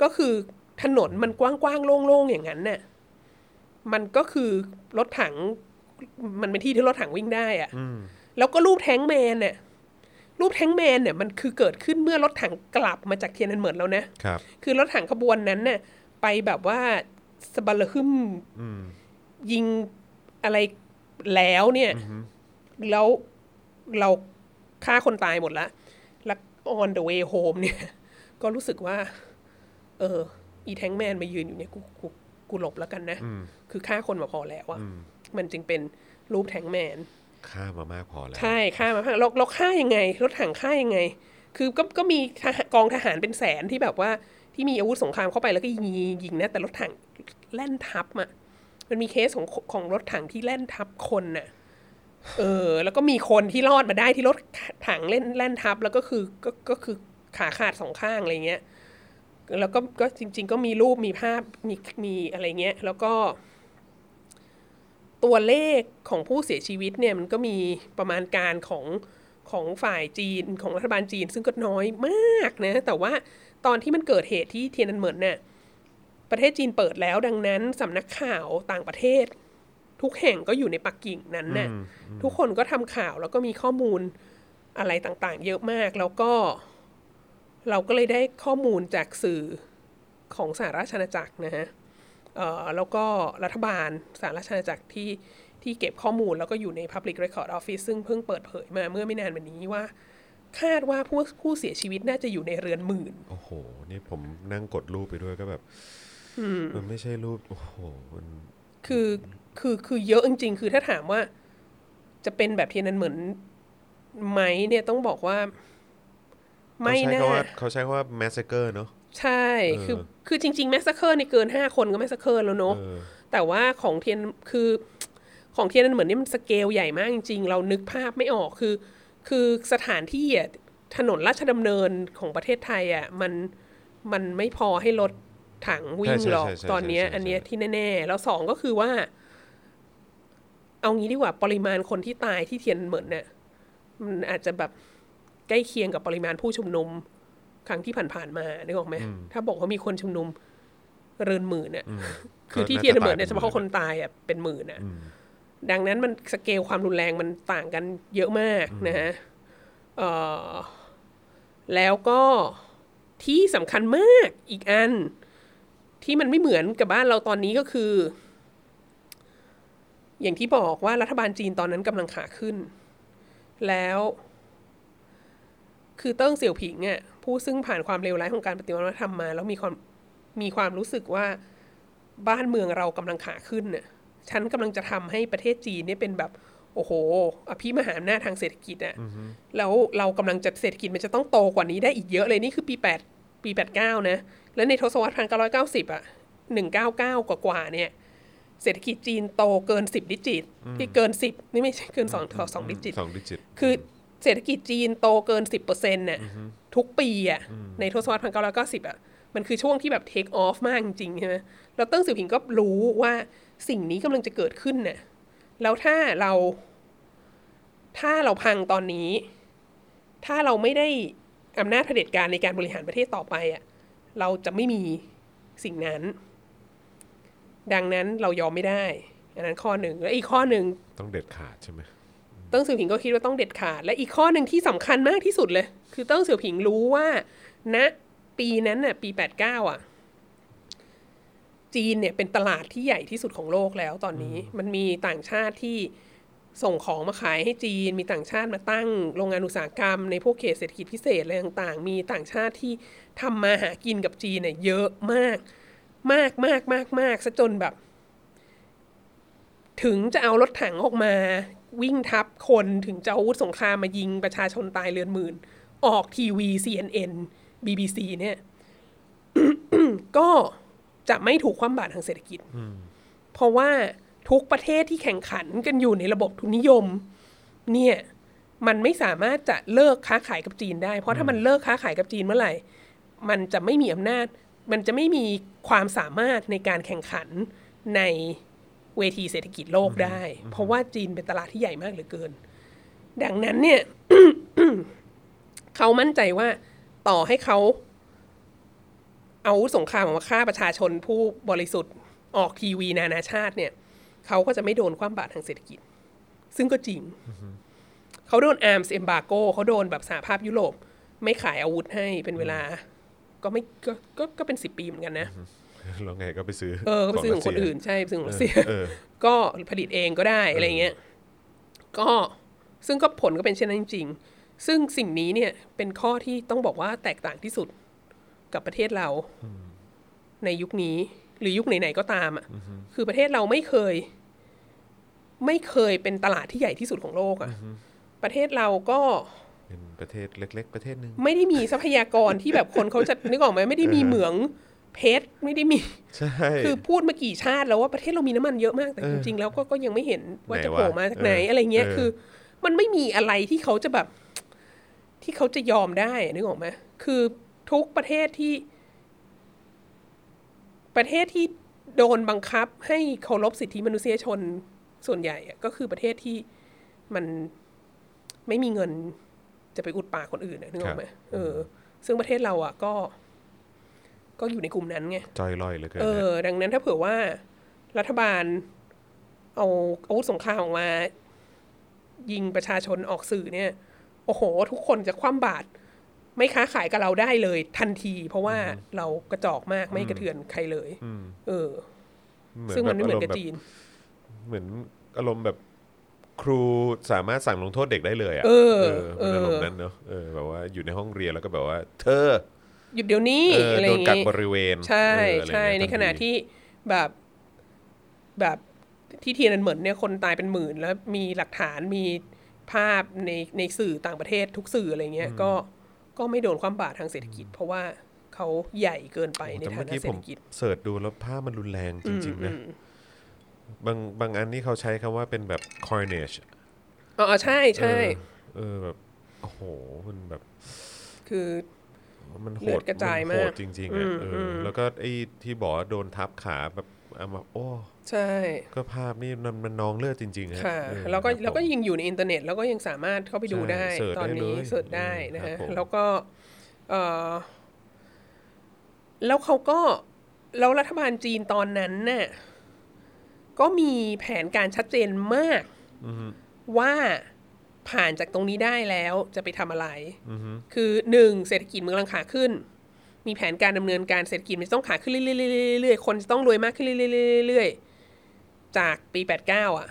Speaker 2: ก็คือถนนมันกว้างๆโล่งๆอย่างนั้นน่ะ มันก็คือรถถัง มันเป็นที่ที่รถถังวิ่งได้อะแล้วก็รูปแทงแมนน่ะ รูปแทงแมนเนี่ยมันคือเกิดขึ้นเมื่อรถถังกลับมาจากเทียนอันเหมินแล้วนะ
Speaker 1: ครับ
Speaker 2: คือรถถังขบวนนั้นน่ะไปแบบว่าสะบัลลฮึมยิงอะไรแล้วเนี่ย แล้วเราฆ่าคนตายหมดละ แล้ว on the way home เนี่ย ก็รู้สึกว่า เออ อีแทงแมนมายืนอยู่เนี่ยกูกูกูหลบแล้วกันนะ คือฆ่าคนมาพอแล้วอะมันจึงเป็นรูปแทงแมน
Speaker 1: ค่ามามากพอแล้ว
Speaker 2: ใช่ฆ่ามาพังเราเราฆ่ายังไง รถถังฆ่ายังไง คือก็ก็มีทหารกองทหารเป็นแสนที่แบบว่า ที่มีอาวุธสงครามเข้าไปแล้วก็ยิงยิงยิงนะแต่รถถังแล่นทับอ่ะมันมีเคสของของรถถังที่แล่นทับคนน่ะเออ แล้วก็มีคนที่รอดมาได้ที่รถถังเล่นแล่นทับ แล้วก็คือก็ก็คือขาขาดสองข้างอะไรเงี้ย แล้วก็ก็จริง ๆ ก็มีรูปมีภาพมีมีอะไรเงี้ย แล้วก็ ตัวเลขของผู้เสียชีวิตเนี่ยมันก็มีประมาณการของของฝ่ายจีนของรัฐบาลจีน ซึ่งก็น้อยมากนะ แต่ว่าตอนที่มันเกิดเหตุที่เทียนอันเหมินเนี่ย ประเทศจีนเปิดแล้วดังนั้นสำนักข่าวต่างประเทศ ทุกแห่งก็อยู่ในปักกิ่งนั้นน่ะ
Speaker 1: อืม
Speaker 2: ทุกคนก็ทำข่าวแล้วก็มีข้อมูลอะไรต่างๆ เยอะมาก แล้วก็เราก็เลยได้ข้อมูลจากสื่อของสหราชอาณาจักรนะฮะเอ่อแล้วก็รัฐบาลสหราชอาณาจักรที่ที่เก็บข้อมูลแล้วก็อยู่ใน Public Record Office ซึ่งเพิ่งเปิดเผยมาเมื่อไม่นานมานี้ว่า คาดว่าผู้ผู้เสียชีวิตน่าจะอยู่ในเรือนหมื่น
Speaker 1: โอ้โห นี่ผมนั่งกดรูปไปด้วยก็แบบมันไม่ใช่รูป โอ้โหมัน
Speaker 2: คือคือคือเยอะจริงๆ คือถ้าถามว่าจะเป็นแบบเทียนนันเหมือนไหมเนี่ยต้องบอกว่า ไม่
Speaker 1: เขาใช้
Speaker 2: แน่
Speaker 1: คำว่าเขาใช้คำว่า massacre เนอะ
Speaker 2: ใช่คือ
Speaker 1: เออ
Speaker 2: คือจริงๆแมสซัคเคิลในเกินห้าคนก็แมสซัคเคิลแล้วเนอะ
Speaker 1: เออ
Speaker 2: แต่ว่าของเทียนคือของเทียนนันเหมือนนี่มันสเกลใหญ่มากจริงๆ เรานึกภาพไม่ออกคือ คือสถานที่อะถนนราชดำเนินของประเทศไทยอ่ะมันมันไม่พอให้รถถังวิ่ง
Speaker 1: ใช่ใช่
Speaker 2: หรอก
Speaker 1: ใช่ใช่
Speaker 2: ตอนเนี้ย
Speaker 1: ใช่ใช่
Speaker 2: อันเนี้ยที่แน่ ๆ แล้วสองก็คือว่า เอางี้ดีกว่าปริมาณคนที่ตายที่เทียนเหมือนเนี่ยมันอาจจะแบบใกล้เคียงกับปริมาณผู้ชุมนุม ครั้งที่ผ่านๆมานึกออกไหมถ้าบอกว่ามีคนชุมนุมเรือนหมื่นเนี่ย คือที่เทียนเหมือนเนี่ยเฉพาะคนตายอ่ะเป็นหมื่นอ่ะ
Speaker 1: อืม
Speaker 2: ดังนั้นมันสเกลความรุนแรงมันต่างกันเยอะมากนะฮะเอ่อแล้วก็ที่สำคัญมากอีกอัน ที่มันไม่เหมือนกับบ้านเราตอนนี้ก็คือ อย่างที่บอกว่ารัฐบาลจีนตอนนั้นกำลังขาขึ้น แล้ว คือเติ้งเสี่ยวผิงอ่ะผู้ซึ่งผ่านความเลวร้ายของการปฏิวัติวัฒนธรรมมา แล้วมีความมีความรู้สึกว่า บ้านเมืองเรากำลังขาขึ้นน่ะ ฉันกำลังจะทำให้ประเทศจีนเนี่ยเป็นแบบ โอ้โห อภิมหาอำนาจทางเศรษฐกิจอ่ะ แล้วเรากำลังจะเศรษฐกิจมันจะต้องโตกว่านี้ได้อีกเยอะเลย นี่คือปี 8 ปี 89 นะ แล้วในทศวรรษ 1990 อ่ะ 199 กว่ากว่าๆเนี่ย เศรษฐกิจจีนโตเกิน 10 ดิจิต ที่เกิน 10 นี่ไม่ใช่เกิน2สองดิจิต
Speaker 1: สองดิจิต
Speaker 2: คือเศรษฐกิจจีนโตเกิน 10%เนี่ยทุกปีอ่ะในทศวรรษ 1990 อ่ะ มันคือช่วงที่แบบ take off มากจริงๆใช่ไหมแล้วเติ้งสิวผิงก็รู้ว่าสิ่งนี้กำลังจะเกิดขึ้นน่ะแล้วถ้าเรา ถ้าเราพังตอนนี้ ถ้าเราไม่ได้อำนาจเผด็จการในการบริหารประเทศต่อไปอ่ะเราจะไม่มีสิ่งนั้น ดังนั้นเรายอมไม่ได้ อันนั้นข้อหนึ่งแล้วอีกข้อหนึ่ง
Speaker 1: ต้องเด็ดขาดใช่ไหม
Speaker 2: เติ้งเสี่ยวผิงก็คิดว่าต้องเด็ดขาด และอีกข้อหนึ่งที่สำคัญมากที่สุดเลย คือเติ้งเสี่ยวผิงรู้ว่าณปีนั้นน่ะปี 89 อ่ะ จีนเนี่ยเป็นตลาดที่ใหญ่ที่สุดของโลกแล้วตอนนี้ มันมีต่างชาติที่ส่งของมาขายให้จีน มีต่างชาติมาตั้งโรงงานอุตสาหกรรม ในพวกเขตเศรษฐกิจพิเศษอะไรต่างๆ มีต่างชาติที่ทำมาหากินกับจีนเนี่ยเยอะมาก มากมากมากมากซะจนแบบ ถึงจะเอารถถังออกมา วิ่งทับคนถึงจะเอาอาวุธสงครามมายิงประชาชนตายเรือนหมื่น ออกทีวี CNN BBC เนี่ย ก็จะไม่ถูกความบาตรทางเศรษฐกิจ เพราะว่าทุกประเทศที่แข่งขันกันอยู่ในระบบทุนนิยม เนี่ย มันไม่สามารถจะเลิกค้าขายกับจีนได้ เพราะถ้ามันเลิกค้าขายกับจีนเมื่อไหร่ มันจะไม่มีอำนาจ มันจะไม่มีความสามารถในการแข่งขันในเวทีเศรษฐกิจโลกได้ เพราะว่าจีนเป็นตลาดที่ใหญ่มากเหลือเกิน ดังนั้นเนี่ย เขามั่นใจว่าต่อให้เขา เอาอาวุธสงครามออกมาฆ่าประชาชนผู้บริสุทธิ์ออกทีวีนานาชาติเนี่ย เขาก็จะไม่โดนความบาตรทางเศรษฐกิจ ซึ่งก็จริง เขาโดนอาร์มส์เอมบาโกเขาโดนแบบสหภาพยุโรป ไม่ขายอาวุธให้เป็นเวลา ก็ไม่ก็ก็ก็เป็นสิบปีเหมือนกันนะ
Speaker 1: แล้วไงก็ไปซื้อ
Speaker 2: เออก็ไปซื้อของคนอื่นใช่ไปซื้อของรัสเซีย
Speaker 1: เออ
Speaker 2: ก็ผลิตเองก็ได้อะไรเงี้ย ก็ซึ่งก็ผลก็เป็นเช่นนั้นจริงๆ ซึ่งสิ่งนี้เนี่ยเป็นข้อที่ต้องบอกว่าแตกต่างที่สุดกับประเทศเรา ในยุคนี้ หรือยุคไหนๆก็ตามอ่ะคือประเทศเราไม่เคย ไม่เคยเป็นตลาดที่ใหญ่ที่สุดของโลกอ่ะประเทศเราก็
Speaker 1: เป็นประเทศเล็ก ๆ ประเทศหนึ่ง
Speaker 2: ไม่ได้มีทรัพยากรที่แบบคนเขาจะ นึกออกไหมไม่ได้มี
Speaker 1: เออ
Speaker 2: เหมืองเพชรไม่ได้มี
Speaker 1: ใช่
Speaker 2: คือพูดมากี่ชาติแล้วว่าประเทศเรามีน้ำมันเยอะมากแต่
Speaker 1: เออ
Speaker 2: จริงๆแล้วก็ก็ยังไม่เห็นว่า
Speaker 1: ไหน
Speaker 2: จะ
Speaker 1: วะ
Speaker 2: โผล่มาจากไหน
Speaker 1: เอออ
Speaker 2: อะไรเงี้ย
Speaker 1: เออ
Speaker 2: คือ มันไม่มีอะไรที่เขาจะแบบ ที่เขาจะยอมได้นึกออกไหมคือทุกประเทศที่ ประเทศที่โดนบังคับให้เคารพสิทธิมนุษยชนส่วนใหญ่อะก็คือประเทศที่มันไม่มีเงินจะไปอุดปากคนอื่นอะนึกออกไหมเออ ซึ่งประเทศเราอ่ะก็ ก็อยู่ในกลุ่มนั้นไง
Speaker 1: จอยลอยเหลือเกิน
Speaker 2: เอ
Speaker 1: นะ
Speaker 2: อ ดังนั้นถ้าเผื่อว่ารัฐบาลเอาอาวุธสงครามออกมา ยิงประชาชนออกสื่อเนี่ย โอ้โห ทุกคนจะคว่ำบาตรไม่ค้าขายกับเราได้เลยทันที เพราะว่าเรากระจอกมากไม่กระเทือนใครเลย
Speaker 1: ม
Speaker 2: เออ
Speaker 1: เหมือน
Speaker 2: ซึ่งมันไม่เหมือนกับ
Speaker 1: แบบารณ์
Speaker 2: จีน
Speaker 1: แบบเหมือนอารมณ์แบบครูสามารถสั่งลงโทษเด็กได้เลยอ่ะ
Speaker 2: เออ
Speaker 1: เออมันอารมณ์
Speaker 2: เออ
Speaker 1: นั้นเนอะเออแบบว่าอยู่ในห้องเรียนแล้วก็แบบว่า เธอ
Speaker 2: หยุดเดี๋ยวนี้
Speaker 1: เออ
Speaker 2: อะไร
Speaker 1: โด
Speaker 2: อน ย่าง
Speaker 1: กัด
Speaker 2: งี้
Speaker 1: บริเวณ
Speaker 2: ใช่
Speaker 1: เอออะไร
Speaker 2: ใช่
Speaker 1: เงี้ย
Speaker 2: ใน
Speaker 1: ทั
Speaker 2: ขณะ
Speaker 1: ที
Speaker 2: ที่แบบแบบที่เทียนอันเหมือนเนี่ยคนตายเป็นหมื่น แล้วมีหลักฐานมีภาพในในสื่อต่างประเทศทุกสื่ออะไรเงี้ยก็ก็ไม่โดนความบาดทางเศรษฐกิจ เพราะว่าเขาใหญ่เกินไปใน
Speaker 1: แต่
Speaker 2: ทาง
Speaker 1: เมื่อกี้
Speaker 2: เศร
Speaker 1: ผ
Speaker 2: ษ
Speaker 1: ม
Speaker 2: ฐกิจ
Speaker 1: เสิร์ชดูแล้วภาพมันรุนแรงจริง ๆ นะ
Speaker 2: อืม
Speaker 1: บางบางอันนี่เขาใช้คำว่าเป็นแบบ carnage
Speaker 2: อ๋อใช่ใช่
Speaker 1: เออเออแบบ โอ้โห มันแบบ
Speaker 2: คือ
Speaker 1: มันโห
Speaker 2: เลือ
Speaker 1: ด
Speaker 2: ดกระจาย
Speaker 1: นโหด
Speaker 2: มาก
Speaker 1: จริง ๆอ่ะ
Speaker 2: อืม
Speaker 1: เอออ
Speaker 2: ม
Speaker 1: แล้วก็ไอ้ที่บอกว่าโดนทับขาแบบเอามาโอ้
Speaker 2: ใช่
Speaker 1: ก็ภาพนี่มันมันนองเลือดจริงๆฮะ
Speaker 2: ค่ะ
Speaker 1: เออ
Speaker 2: แล้วก็
Speaker 1: ครับ
Speaker 2: แล้วก็
Speaker 1: ผม
Speaker 2: ยังอยู่ในอินเทอร์เน็ต แล้วก็ยังสามารถเข้าไปดู
Speaker 1: ใช่
Speaker 2: ได้
Speaker 1: เสิร์ช
Speaker 2: ตอน
Speaker 1: ได้
Speaker 2: นี้
Speaker 1: เลย
Speaker 2: เสิร์ชได้นะ
Speaker 1: ครั
Speaker 2: ฮะ
Speaker 1: บผม
Speaker 2: แล้วก็เออแล้วเขาก็ แล้วรัฐบาลจีนตอนนั้นน่ะก็มีแผนการชัดเจนมากว่าผ่านจากตรงนี้ได้แล้วจะไปทำอะไร
Speaker 1: อือฮึ
Speaker 2: คือหนึ่งเศรษฐกิจมันกำลังขาขึ้น มีแผนการดำเนินการเศรษฐกิจมันจะต้องขาขึ้นเรื่อยๆเรื่อยๆเรื่อยๆคนจะต้องรวยมากขึ้นเรื่อยๆๆจากปีแปดเก้าอ่ะ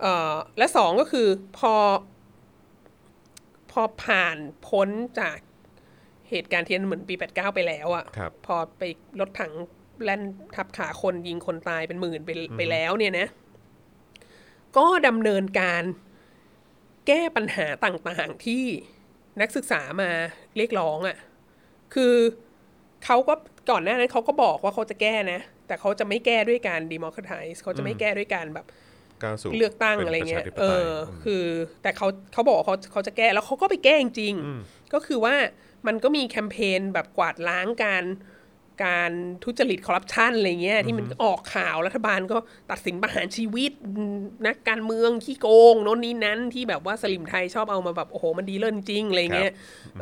Speaker 2: เอ่อและสองก็คือพอ พอผ่านพ้นจากเหตุการณ์เทียนเหมือนปีแปดเก้าไปแล้วอ่ะ
Speaker 1: ครับ
Speaker 2: พอไปรถถังแล่นทับขาคนยิงคนตายเป็นหมื่นไปไปแล้วเนี่ยนะ ก็ดำเนินการแก้ปัญหาต่างๆที่นักศึกษามาเรียกร้องอะ่ะ คือเขาก็ก่อนหน้านั้นเขาก็บอกว่าเขาจะแก้นะ แต่เขาจะไม่แก้ด้วยการดิมอคไทส์เขาจะไม่แก้ด้วยการแบบ
Speaker 1: ก้าวสู่
Speaker 2: เลือกตั้งอะไรเงี้ย
Speaker 1: ป็นป
Speaker 2: เอ
Speaker 1: ระชาธิปไตย
Speaker 2: อ คือแต่เขาเขาบอกว่าเขาเขาจะแก้แล้วเขาก็ไปแก้จริงๆก็คือว่ามันก็มีแคมเปญแบบกวาดล้างการการทุจริตคอร์รัปชันอะไรเงี้ยที่มันออกข่าวรัฐบาลก็ตัดสินประหารชีวิตนักการเมืองขี้โกงโน้นนี้นั้นที่แบบว่าสลิมไทยชอบเอามาแบบ โอ้โห มันดีเลิศจริงอะไรเงี้ย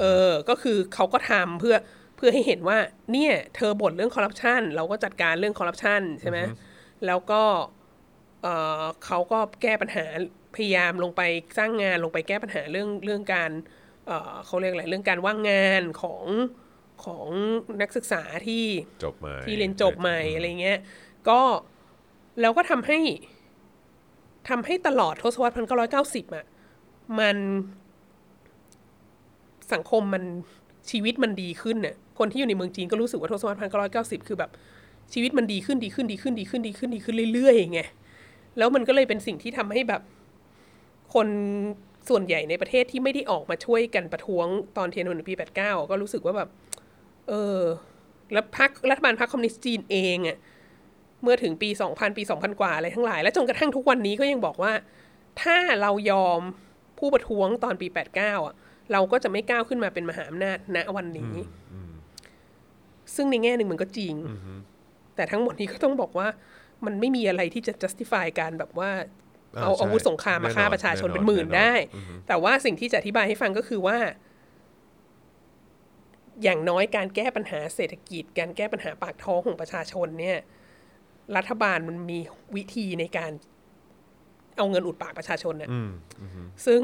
Speaker 2: เออ ก็คือเขาก็ทำเพื่อเพื่อให้เห็นว่า เนี่ย เธอบ่นเรื่องคอร์รัปชันเราก็จัดการเรื่องคอร์รัปชันใช่ไหมแล้วก็ เอ่อเขาก็แก้ปัญหาพยายามลงไปสร้างงานลงไปแก้ปัญหาเรื่องเรื่องการเอ่อเขาเรียกอะไรเรื่องการว่างงานของของนักศึกษาที่
Speaker 1: จบใหม่
Speaker 2: ที่เรียนจบใหม่อะไรเงี้ยก็แล้วก็ทำให้ทำให้ตลอดทศวรรษพันเก้าร้อยเก้าสิบอ่ะมันสังคมมันชีวิตมันดีขึ้นน่ะคนที่อยู่ในเมืองจีนก็รู้สึกว่าทศวรรษพันเก้าร้อยเก้าสิบคือแบบ ชีวิตมันดีขึ้นดีขึ้นดีขึ้นดีขึ้นดีขึ้นดีขึ้นเรื่อยๆไง แล้วมันก็เลยเป็นสิ่งที่ทำให้แบบ คนส่วนใหญ่ในประเทศที่ไม่ได้ออกมาช่วยกันประท้วงตอนเทียนโฮนปี 89 ก็รู้สึกว่าแบบ เออ แล้วพรรครัฐบาลพรรคคอมมิวนิสต์จีนเองอะเมื่อถึงปี 2000 ปี 2000 กว่าอะไรทั้งหลาย และจนกระทั่งทุกวันนี้ก็ยังบอกว่า ถ้าเรายอมผู้ประท้วงตอนปี 89อะเราก็จะไม่ก้าวขึ้นมาเป็นมหาอำนาจณวันนี้ ซึ่งในแง่หนึ่งมันก็จริง แต่ทั้งหมดนี้ก็ต้องบอกว่ามันไม่มีอะไรที่จะ justify การแบบว่า เอาอาวุธสงครามมาฆ่าประชาชนเป็นหมื่นได้ แต่ว่าสิ่งที่จะอธิบายให้ฟังก็คือว่า อย่างน้อยการแก้ปัญหาเศรษฐกิจ การแก้ปัญหาปากท้องของประชาชนเนี่ย รัฐบาลมันมีวิธีในการเอาเงินอุดปากประชาชนเนี่ยซึ่ง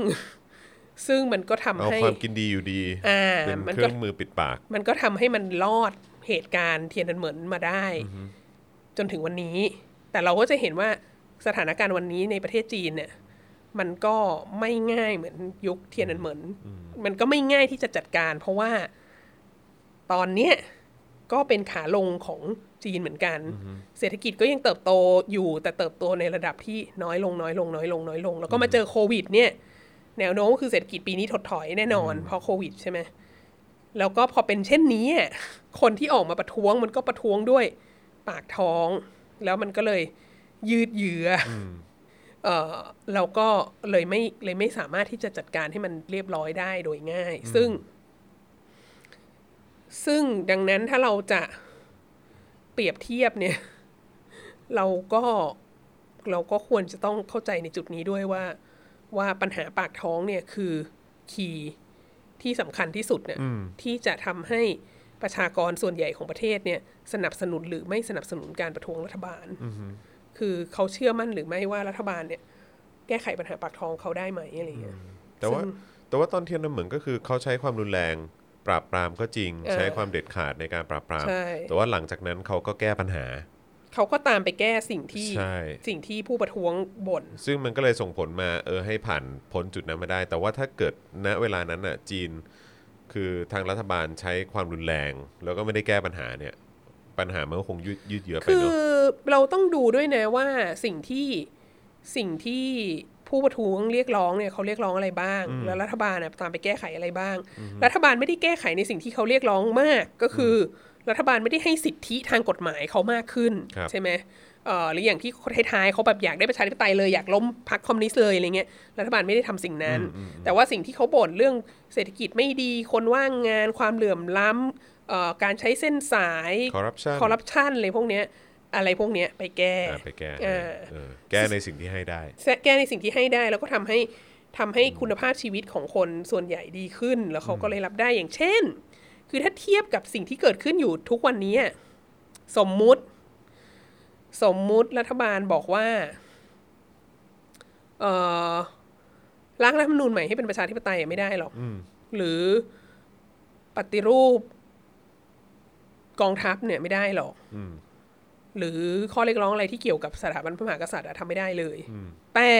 Speaker 2: ซึ่งมันก็ทำ
Speaker 1: เอา
Speaker 2: ให้
Speaker 1: ความกินดีอยู่ดี
Speaker 2: อ่า
Speaker 1: เป็น
Speaker 2: มัน
Speaker 1: เค
Speaker 2: ก็
Speaker 1: รื่องมือปิดปาก
Speaker 2: มันก็ทำให้มันรอดเหตุการณ์เทียนอันเหมือนมาได้ จนถึงวันนี้ แต่เราก็จะเห็นว่าสถานการณ์วันนี้ในประเทศจีนเนี่ย มันก็ไม่ง่ายเหมือนยุคเทียนอันเหมือน มันก็ไม่ง่ายที่จะจัดการ เพราะว่าตอนเนี้ยก็เป็นขาลงของจีนเหมือนกัน เศรษฐกิจก็ยังเติบโตอยู่แต่เติบโตในระดับที่น้อยลงน้อยลงน้อยลงน้อยลง แล้วก็มาเจอโควิด เนี่ย แนวโน้มก็คือเศรษฐกิจปีนี้ถดถอยแน่นอนเพราะโควิดใช่ไหม แล้วก็พอเป็นเช่นนี้อ่ะคนที่ออกมาประท้วงมันก็ประท้วงด้วยปากท้อง แล้วมันก็เลยยืดเยื้ออเออเราก็เลยไม่เลยไม่สามารถที่จะจัดการให้มันเรียบร้อยได้โดยง่าย ซึ่ง ซึ่งดังนั้นถ้าเราจะเปรียบเทียบเนี่ย เราก็เราก็ควรจะต้องเข้าใจในจุดนี้ด้วยว่า ว่าปัญหาปากท้องเนี่ยคือคีย์ที่สำคัญที่สุดเนี่ยที่จะทำให้ ประชากรส่วนใหญ่ของประเทศเนี่ยสนับสนุนหรือไม่สนับสนุนการประท้วงรัฐบาล คือเขาเชื่อมั่นหรือไม่ว่ารัฐบาลเนี่ย แก้ไขปัญหาปากท้องเขาได้ไหมอะไรเงี้ย
Speaker 1: แต่ว่าแต่ว่าตอนเทียนน้ำเหมืองก็คือเขาใช้ความรุนแรงปราบปรามก็จริง
Speaker 2: เออ
Speaker 1: ใช้ความเด็ดขาดในการปราบปราม
Speaker 2: ใช่
Speaker 1: แต่ว่าหลังจากนั้นเขาก็แก้ปัญหา
Speaker 2: เขาก็ตามไปแก้สิ่งที่
Speaker 1: ใช่
Speaker 2: สิ่งที่ผู้ประท้วงบ่น
Speaker 1: ซึ่งมันก็เลยส่งผลมาเออให้ผ่านพ้นจุดนั้นมาได้ แต่ว่าถ้าเกิดณเวลานั้นน่ะจีน คือทางรัฐบาลใช้ความรุนแรง แล้วก็ไม่ได้แก้ปัญหาเนี่ย ปัญหามันก็คงยืดยืดเยื้อไป
Speaker 2: คือ
Speaker 1: เนาะ
Speaker 2: เราต้องดูด้วยนะว่าสิ่งที่สิ่งที่ผู้ประท้วงเรียกร้องเนี่ยเขาเรียกร้องอะไรบ้าง แล้วรัฐบาลน่ะตามไปแก้ไขอะไรบ้าง รัฐบาลไม่ได้แก้ไขในสิ่งที่เขาเรียกร้องมาก ก็คือ รัฐบาลไม่ได้ให้สิทธิทางกฎหมายเขามากขึ้น ใช่ไหมเอ่อหรืออย่างที่ท้ายๆเขาแบบอยากได้ประชาธิปไตยเลยอยากล้มพรรคคอมมิวนิสต์เลยอะไรเงี้ยรัฐบาลไม่ได้ทำสิ่งนั้น แต่ว่าสิ่งที่เขาบ่นเรื่องเศรษฐกิจไม่ดีคนว่างงานความเหลื่อมล้ำเอ่อการใช้เส้นสาย
Speaker 1: คอร์รัปชัน
Speaker 2: คอร์รัปชันอะไรพวกเนี้ยอะไรพวกเนี้ยไปแก้
Speaker 1: ไปแก้
Speaker 2: เออ
Speaker 1: เออแก้ในสิ่งที่ให้ได้
Speaker 2: แก้ในสิ่งที่ให้ได้แล้วก็ทำให้ทำให้คุณภาพชีวิตของคนส่วนใหญ่ดีขึ้น แล้วเขาก็เลยรับได้อย่างเช่น คือถ้าเทียบกับสิ่งที่เกิดขึ้นอยู่ทุกวันนี้อะสมมุติ สมมุติรัฐบาลบอกว่าเออร่างรัฐธรรมนูญใหม่ให้เป็นประชาธิปไตยไม่ได้หรอก
Speaker 1: อืม
Speaker 2: หรือปฏิรูปกองทัพเนี่ยไม่ได้หรอก
Speaker 1: อืม
Speaker 2: หรือข้อเรียกร้องอะไรที่เกี่ยวกับสถาบันพระมหากษัตริย์อะทำไม่ได้เลย
Speaker 1: อืม
Speaker 2: แต่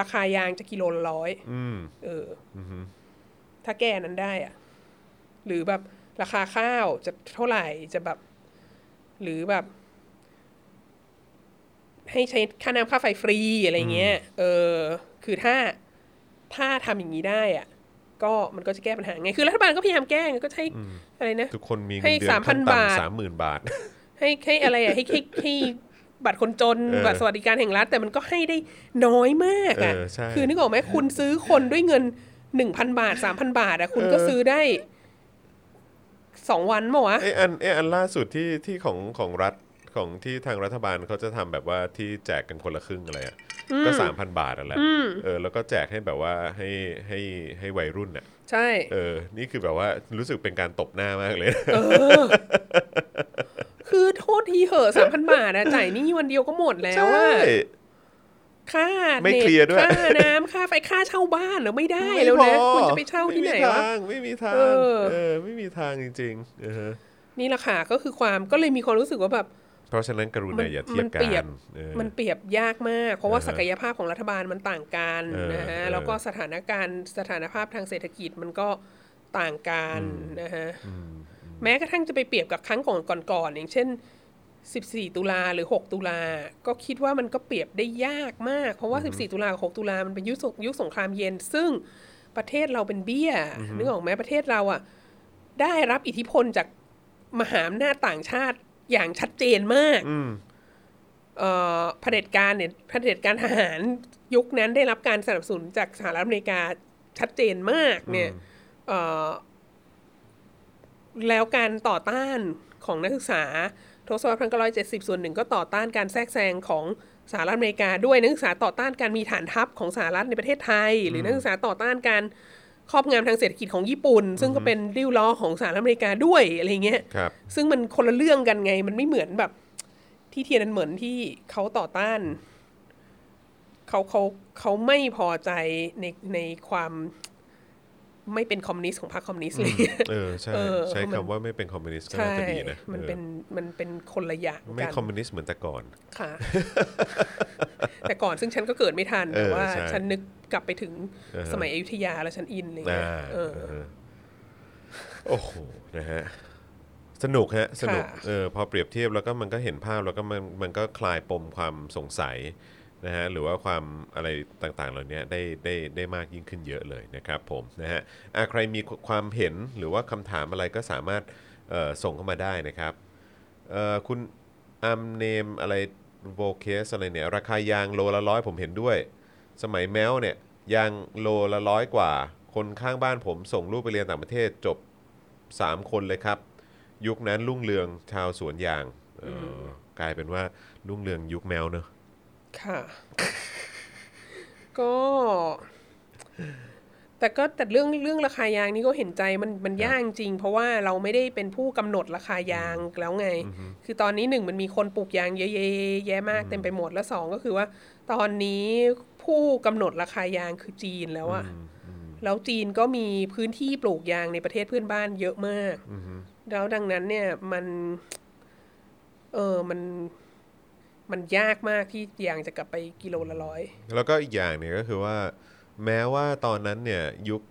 Speaker 2: ราคายางจะกิโลละร้อย
Speaker 1: อืม
Speaker 2: เออ
Speaker 1: อืม
Speaker 2: ถ้าแก้นั้นได้อะหรือแบบราคาข้าวจะเท่าไหร่จะแบบ หรือแบบ ให้ใช้ค่าน้ำค่าไฟฟรีอะไรเงี้ย เออ คือถ้าถ้าทำอย่างนี้ได้อ่ะ ก็มันก็จะแก้ปัญหาไง คือรัฐบาลก็พยายามแก้ไงก็ใช้อะไรนะ
Speaker 1: ทุกคนมีเงิ
Speaker 2: ให้
Speaker 1: นเดือนขั้น
Speaker 2: 3,000บาท
Speaker 1: ต่ำสามหมื่นบาท
Speaker 2: ให้ให้อะไรอ่ะให้ให้ให้บัตรคนจน
Speaker 1: เออ
Speaker 2: บัตรสวัสดิการแห่งรัฐ แต่มันก็ให้ได้น้อยมากอ่ะ
Speaker 1: เออใช่
Speaker 2: คือนึกออกไหมคุณซื้อคนด้วยเงินหนึ่งพันบาทสามพันบาทอ่ะคุณก็
Speaker 1: เออ
Speaker 2: ซื้อได้สองวันมั้วะ
Speaker 1: ไออันไออันล่าสุดที่ที่ของของรัฐของที่ทางรัฐบาลเขาจะทำแบบว่าที่แจกกันคนละครึ่งอะไรอ่ะก็สามพันบาทนั่นแหละเออแล้วก็แจกให้แบบว่าให้ให้ให้วัยรุ่นน่ะ
Speaker 2: ใช่
Speaker 1: เออ นี่คือแบบว่ารู้สึกเป็นการตบหน้ามากเลยนะ
Speaker 2: เออ คือโทษทีเหอะสามพันบาทอะจ่ายหนี่วันเดียวก็หมดแล้วว่าค่า
Speaker 1: ไม่
Speaker 2: เน็ต
Speaker 1: เคลียร์ด้วย
Speaker 2: ค่าน้ำค่าไฟค่าเช่าบ้านเหรือไม่ได้
Speaker 1: ม่
Speaker 2: แล้ว
Speaker 1: พ
Speaker 2: นะ
Speaker 1: อ
Speaker 2: คุณจะไปเช่าที่ไหนวะ
Speaker 1: ไม่มีทาง
Speaker 2: เอ
Speaker 1: ไม่มีทาง
Speaker 2: อ
Speaker 1: เออไม่มีทางจริงๆเออฮะ
Speaker 2: นี่แหละค่ะก็คือความก็เลยมีความรู้สึกว่าแบบ
Speaker 1: เพราะฉะนั้นกรุ
Speaker 2: มั
Speaker 1: ณานอย่าเทียบกั
Speaker 2: มันเปรียบ
Speaker 1: นเออ
Speaker 2: มันเปรียบยากมาก เพราะว่า
Speaker 1: อ่าฮะ
Speaker 2: ศักยภาพของรัฐบาลมันต่างกัน
Speaker 1: เออ
Speaker 2: นะฮะ
Speaker 1: เออ
Speaker 2: แล้วก็สถานการณ์สถานภาพทางเศรษฐกิจมันก็ต่างกันนะฮะแม้กระทั่งจะไปเปรียบกับครั้งก่อนก่อนๆอย่างเช่น 14 ตุลาหรือ 6 ตุลา ก็คิดว่ามันก็เปรียบได้ยากมาก เพราะว่า 14 ตุลากับ 6 ตุลามันเป็นยุคสงยุคสงครามเย็น ซึ่งประเทศเราเป็นเบี้ยนึกออกไหมประเทศเราอ่ะได้รับอิทธิพลจากมหาอำนาจต่างชาติอย่างชัดเจนมาก
Speaker 1: อืม
Speaker 2: เอ่อเผด็จการเนี่ยเผด็จการทหารยุคนั้นได้รับการสนับสนุนจากสหรัฐอเมริกาชัดเจนมากเนี่ยเอ่อแล้วการต่อต้านของนักศึกษาทศวรรษพันเก้าร้อยเจ็ดสิบส่วนหนึ่งก็ต่อต้านการแทรกแซงของสหรัฐอเมริกาด้วยนักศึกษาต่อต้านการมีฐานทัพของสหรัฐในประเทศไทย หรือนักศึกษาต่อต้านการครอบงำทางเศรษฐกิจของญี่ปุ่น ซึ่งก็เป็นริ้วล้อของสหรัฐอเมริกาด้วยอะไรเงี้ย
Speaker 1: ครับ
Speaker 2: ซึ่งมันคนละเรื่องกันไง มันไม่เหมือนแบบ ที่เทียนอันเหมือนที่เขาต่อต้านเขาเขาเขาไม่พอใจในในความไม่เป็นคอมมิวนิสต์ของพรรคคอมมิวนิสต์เลย
Speaker 1: เออใช่
Speaker 2: เออ
Speaker 1: ใช้
Speaker 2: มัน
Speaker 1: คำว่าไม่เป็นคอมมิวนิสต์ก็น่า
Speaker 2: ใช่
Speaker 1: จะดีนะ
Speaker 2: มัน
Speaker 1: ออ
Speaker 2: เป็นมันเป็นคนละอย่าง
Speaker 1: ไม่
Speaker 2: กัน
Speaker 1: คอมมิวนิสต์เหมือนแต่ก่อน
Speaker 2: ค่ะ แต่ก่อนซึ่งฉันก็เกิดไม่ทัน แต่
Speaker 1: เออ
Speaker 2: ว่า
Speaker 1: ใช่
Speaker 2: ฉันนึกกลับไปถึง
Speaker 1: เออ
Speaker 2: สมัยอยุธยาแล้วฉันอินเลย
Speaker 1: อ่า
Speaker 2: เออ
Speaker 1: เอ อโอ้โห นะฮะสนุกฮะสนุก
Speaker 2: ค่ะ
Speaker 1: เออพอเปรียบเทียบแล้วก็มันก็เห็นภาพแล้วก็มันมันก็คลายปมความสงสัยนะฮะหรือว่าความอะไรต่างๆ เหล่านี้ได้ได้ได้มากยิ่งขึ้นเยอะเลยนะครับผมนะฮะอ่ะใครมีความเห็นหรือว่าคำถามอะไรก็สามารถเอ่อส่งเข้ามาได้นะครับ เอ่อคุณอัมเนมอะไรโวเคสอะไรเนี่ย ราคายางโลละร้อยผมเห็นด้วย สมัยแมวเนี่ย ยางโลละร้อยกว่า คนข้างบ้านผมส่งลูกไปเรียนต่างประเทศจบ 3 คนเลยครับ ยุคนั้นรุ่งเรืองชาวสวนยางเอ่ออกลายเป็นว่ารุ่งเรืองยุคแมวเนอะ
Speaker 2: ค่ะ ก็ แต่ก็แต่เรื่องเรื่องราคายางนี่ก็เห็นใจมันมัน
Speaker 1: ครับ
Speaker 2: ยากจริง เพราะว่าเราไม่ได้เป็นผู้กำหนดราคายางแล้วไง
Speaker 1: อือฮึ
Speaker 2: คือตอนนี้หนึ่งมันมีคนปลูกยางเยอะๆแยะมากเต็มไปหมดแล้วสองก็คือว่า ตอนนี้ผู้กำหนดราคายางคือจีนแล้วอะแล้วจีนก็มีพื้นที่ปลูกยางในประเทศเพื่อนบ้านเยอะมาก
Speaker 1: อือฮึ
Speaker 2: แล้วดังนั้นเนี่ยมัน เออมันมันยากมากที่ยางจะกลับไปกิโลละร้อย
Speaker 1: แล้วก็อีกอย่างเนี่ยก็คือว่า แม้ว่าตอนนั้นเนี่ยยุค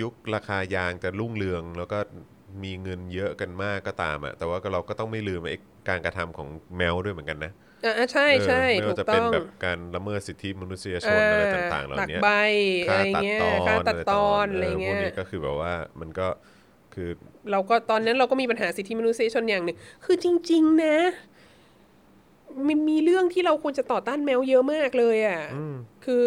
Speaker 1: ยุคราคายางจะรุ่งเรือง แล้วก็มีเงินเยอะกันมากก็ตามอะแต่ว่าก็เราก็ต้องไม่ลืมไอ้การกระทำของแมวด้วยเหมือนกันนะ
Speaker 2: อ่าใช่ใช่
Speaker 1: เออไม่
Speaker 2: ถู
Speaker 1: ว่ากจะ
Speaker 2: ต้
Speaker 1: เป็น
Speaker 2: อง
Speaker 1: แบบการละเมิดสิทธิมนุษยช
Speaker 2: อ่
Speaker 1: นอะไรต่างๆเหล่า
Speaker 2: หลัก
Speaker 1: เนี้ย
Speaker 2: ใบอะ
Speaker 1: ค่า
Speaker 2: ไร
Speaker 1: ตัด
Speaker 2: เงี้ย
Speaker 1: ตอน
Speaker 2: ค่าตัดตอน
Speaker 1: อะ
Speaker 2: อะไร
Speaker 1: ไรพว
Speaker 2: เงี้
Speaker 1: ก
Speaker 2: ย
Speaker 1: นี้ก็คือแบบว่ามันก็คือ
Speaker 2: เราก็ตอนนั้นเราก็มีปัญหาสิทธิมนุษยชนอย่างหนึ่งคือจริง ๆ นะมันมีเรื่องที่เราควรจะต่อต้านแมวเยอะมากเลยอ่ะ
Speaker 1: อืม
Speaker 2: คือ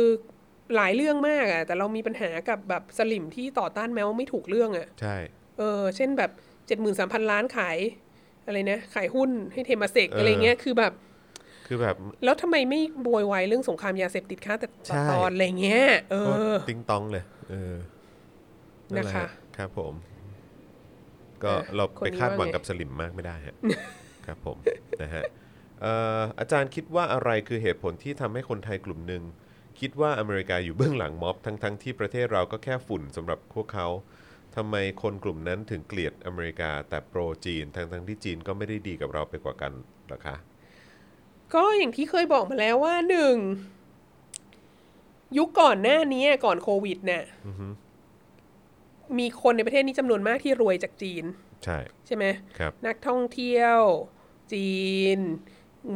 Speaker 2: หลายเรื่องมากอ่ะ แต่เรามีปัญหากับแบบสลิมที่ต่อต้านแมวไม่ถูกเรื่องอ่ะ
Speaker 1: ใช่
Speaker 2: เออเช่นแบบเจ็ดหมื่นสามพันล้านขายอะไรนะ ขายหุ้นให้เทมาเซกอะไรเงี้ยคือแบบ
Speaker 1: คือแบบ
Speaker 2: แล้วทำไมไม่บวยวายเรื่องสงครามยาเสพติดค้าแต่ตัดตอนอะไรเงี้ย เอ
Speaker 1: โคต
Speaker 2: อ
Speaker 1: รติ้งต้องเลยเออแหล
Speaker 2: นะคะ
Speaker 1: ครับผม ก็
Speaker 2: เออ
Speaker 1: เรา
Speaker 2: คน
Speaker 1: ไป
Speaker 2: นี้
Speaker 1: คาดหวัง
Speaker 2: ว่าไง
Speaker 1: กับสลิมมากไม่ได้ ฮะ ครับผม นะฮะเอ่ออาจารย์คิดว่าอะไรคือเหตุผลที่ทำให้คนไทยกลุ่มหนึ่ง คิดว่าอเมริกาอยู่เบื้องหลังม็อบทั้งๆทที่ประเทศเราก็แค่ฝุ่นสำหรับพวกเขาทำไมคนกลุ่มนั้นถึงเกลียดอเมริกาแต่โปรจีนทั้งๆที่จีนก็ไม่ได้ดีกับเราไปกว่ากันหรอคะ
Speaker 2: ก็อย่างที่เคยบอกมาแล้วว่าหนึ่ง ยุคก่อนหน้านี้ก่อนโควิดเนี่ย
Speaker 1: อือฮึ
Speaker 2: มีคนในประเทศนี้จำนวนมากที่รวยจากจีน
Speaker 1: ใช่
Speaker 2: ใช่ไหม
Speaker 1: ครับ
Speaker 2: นักท่องเที่ยว จีน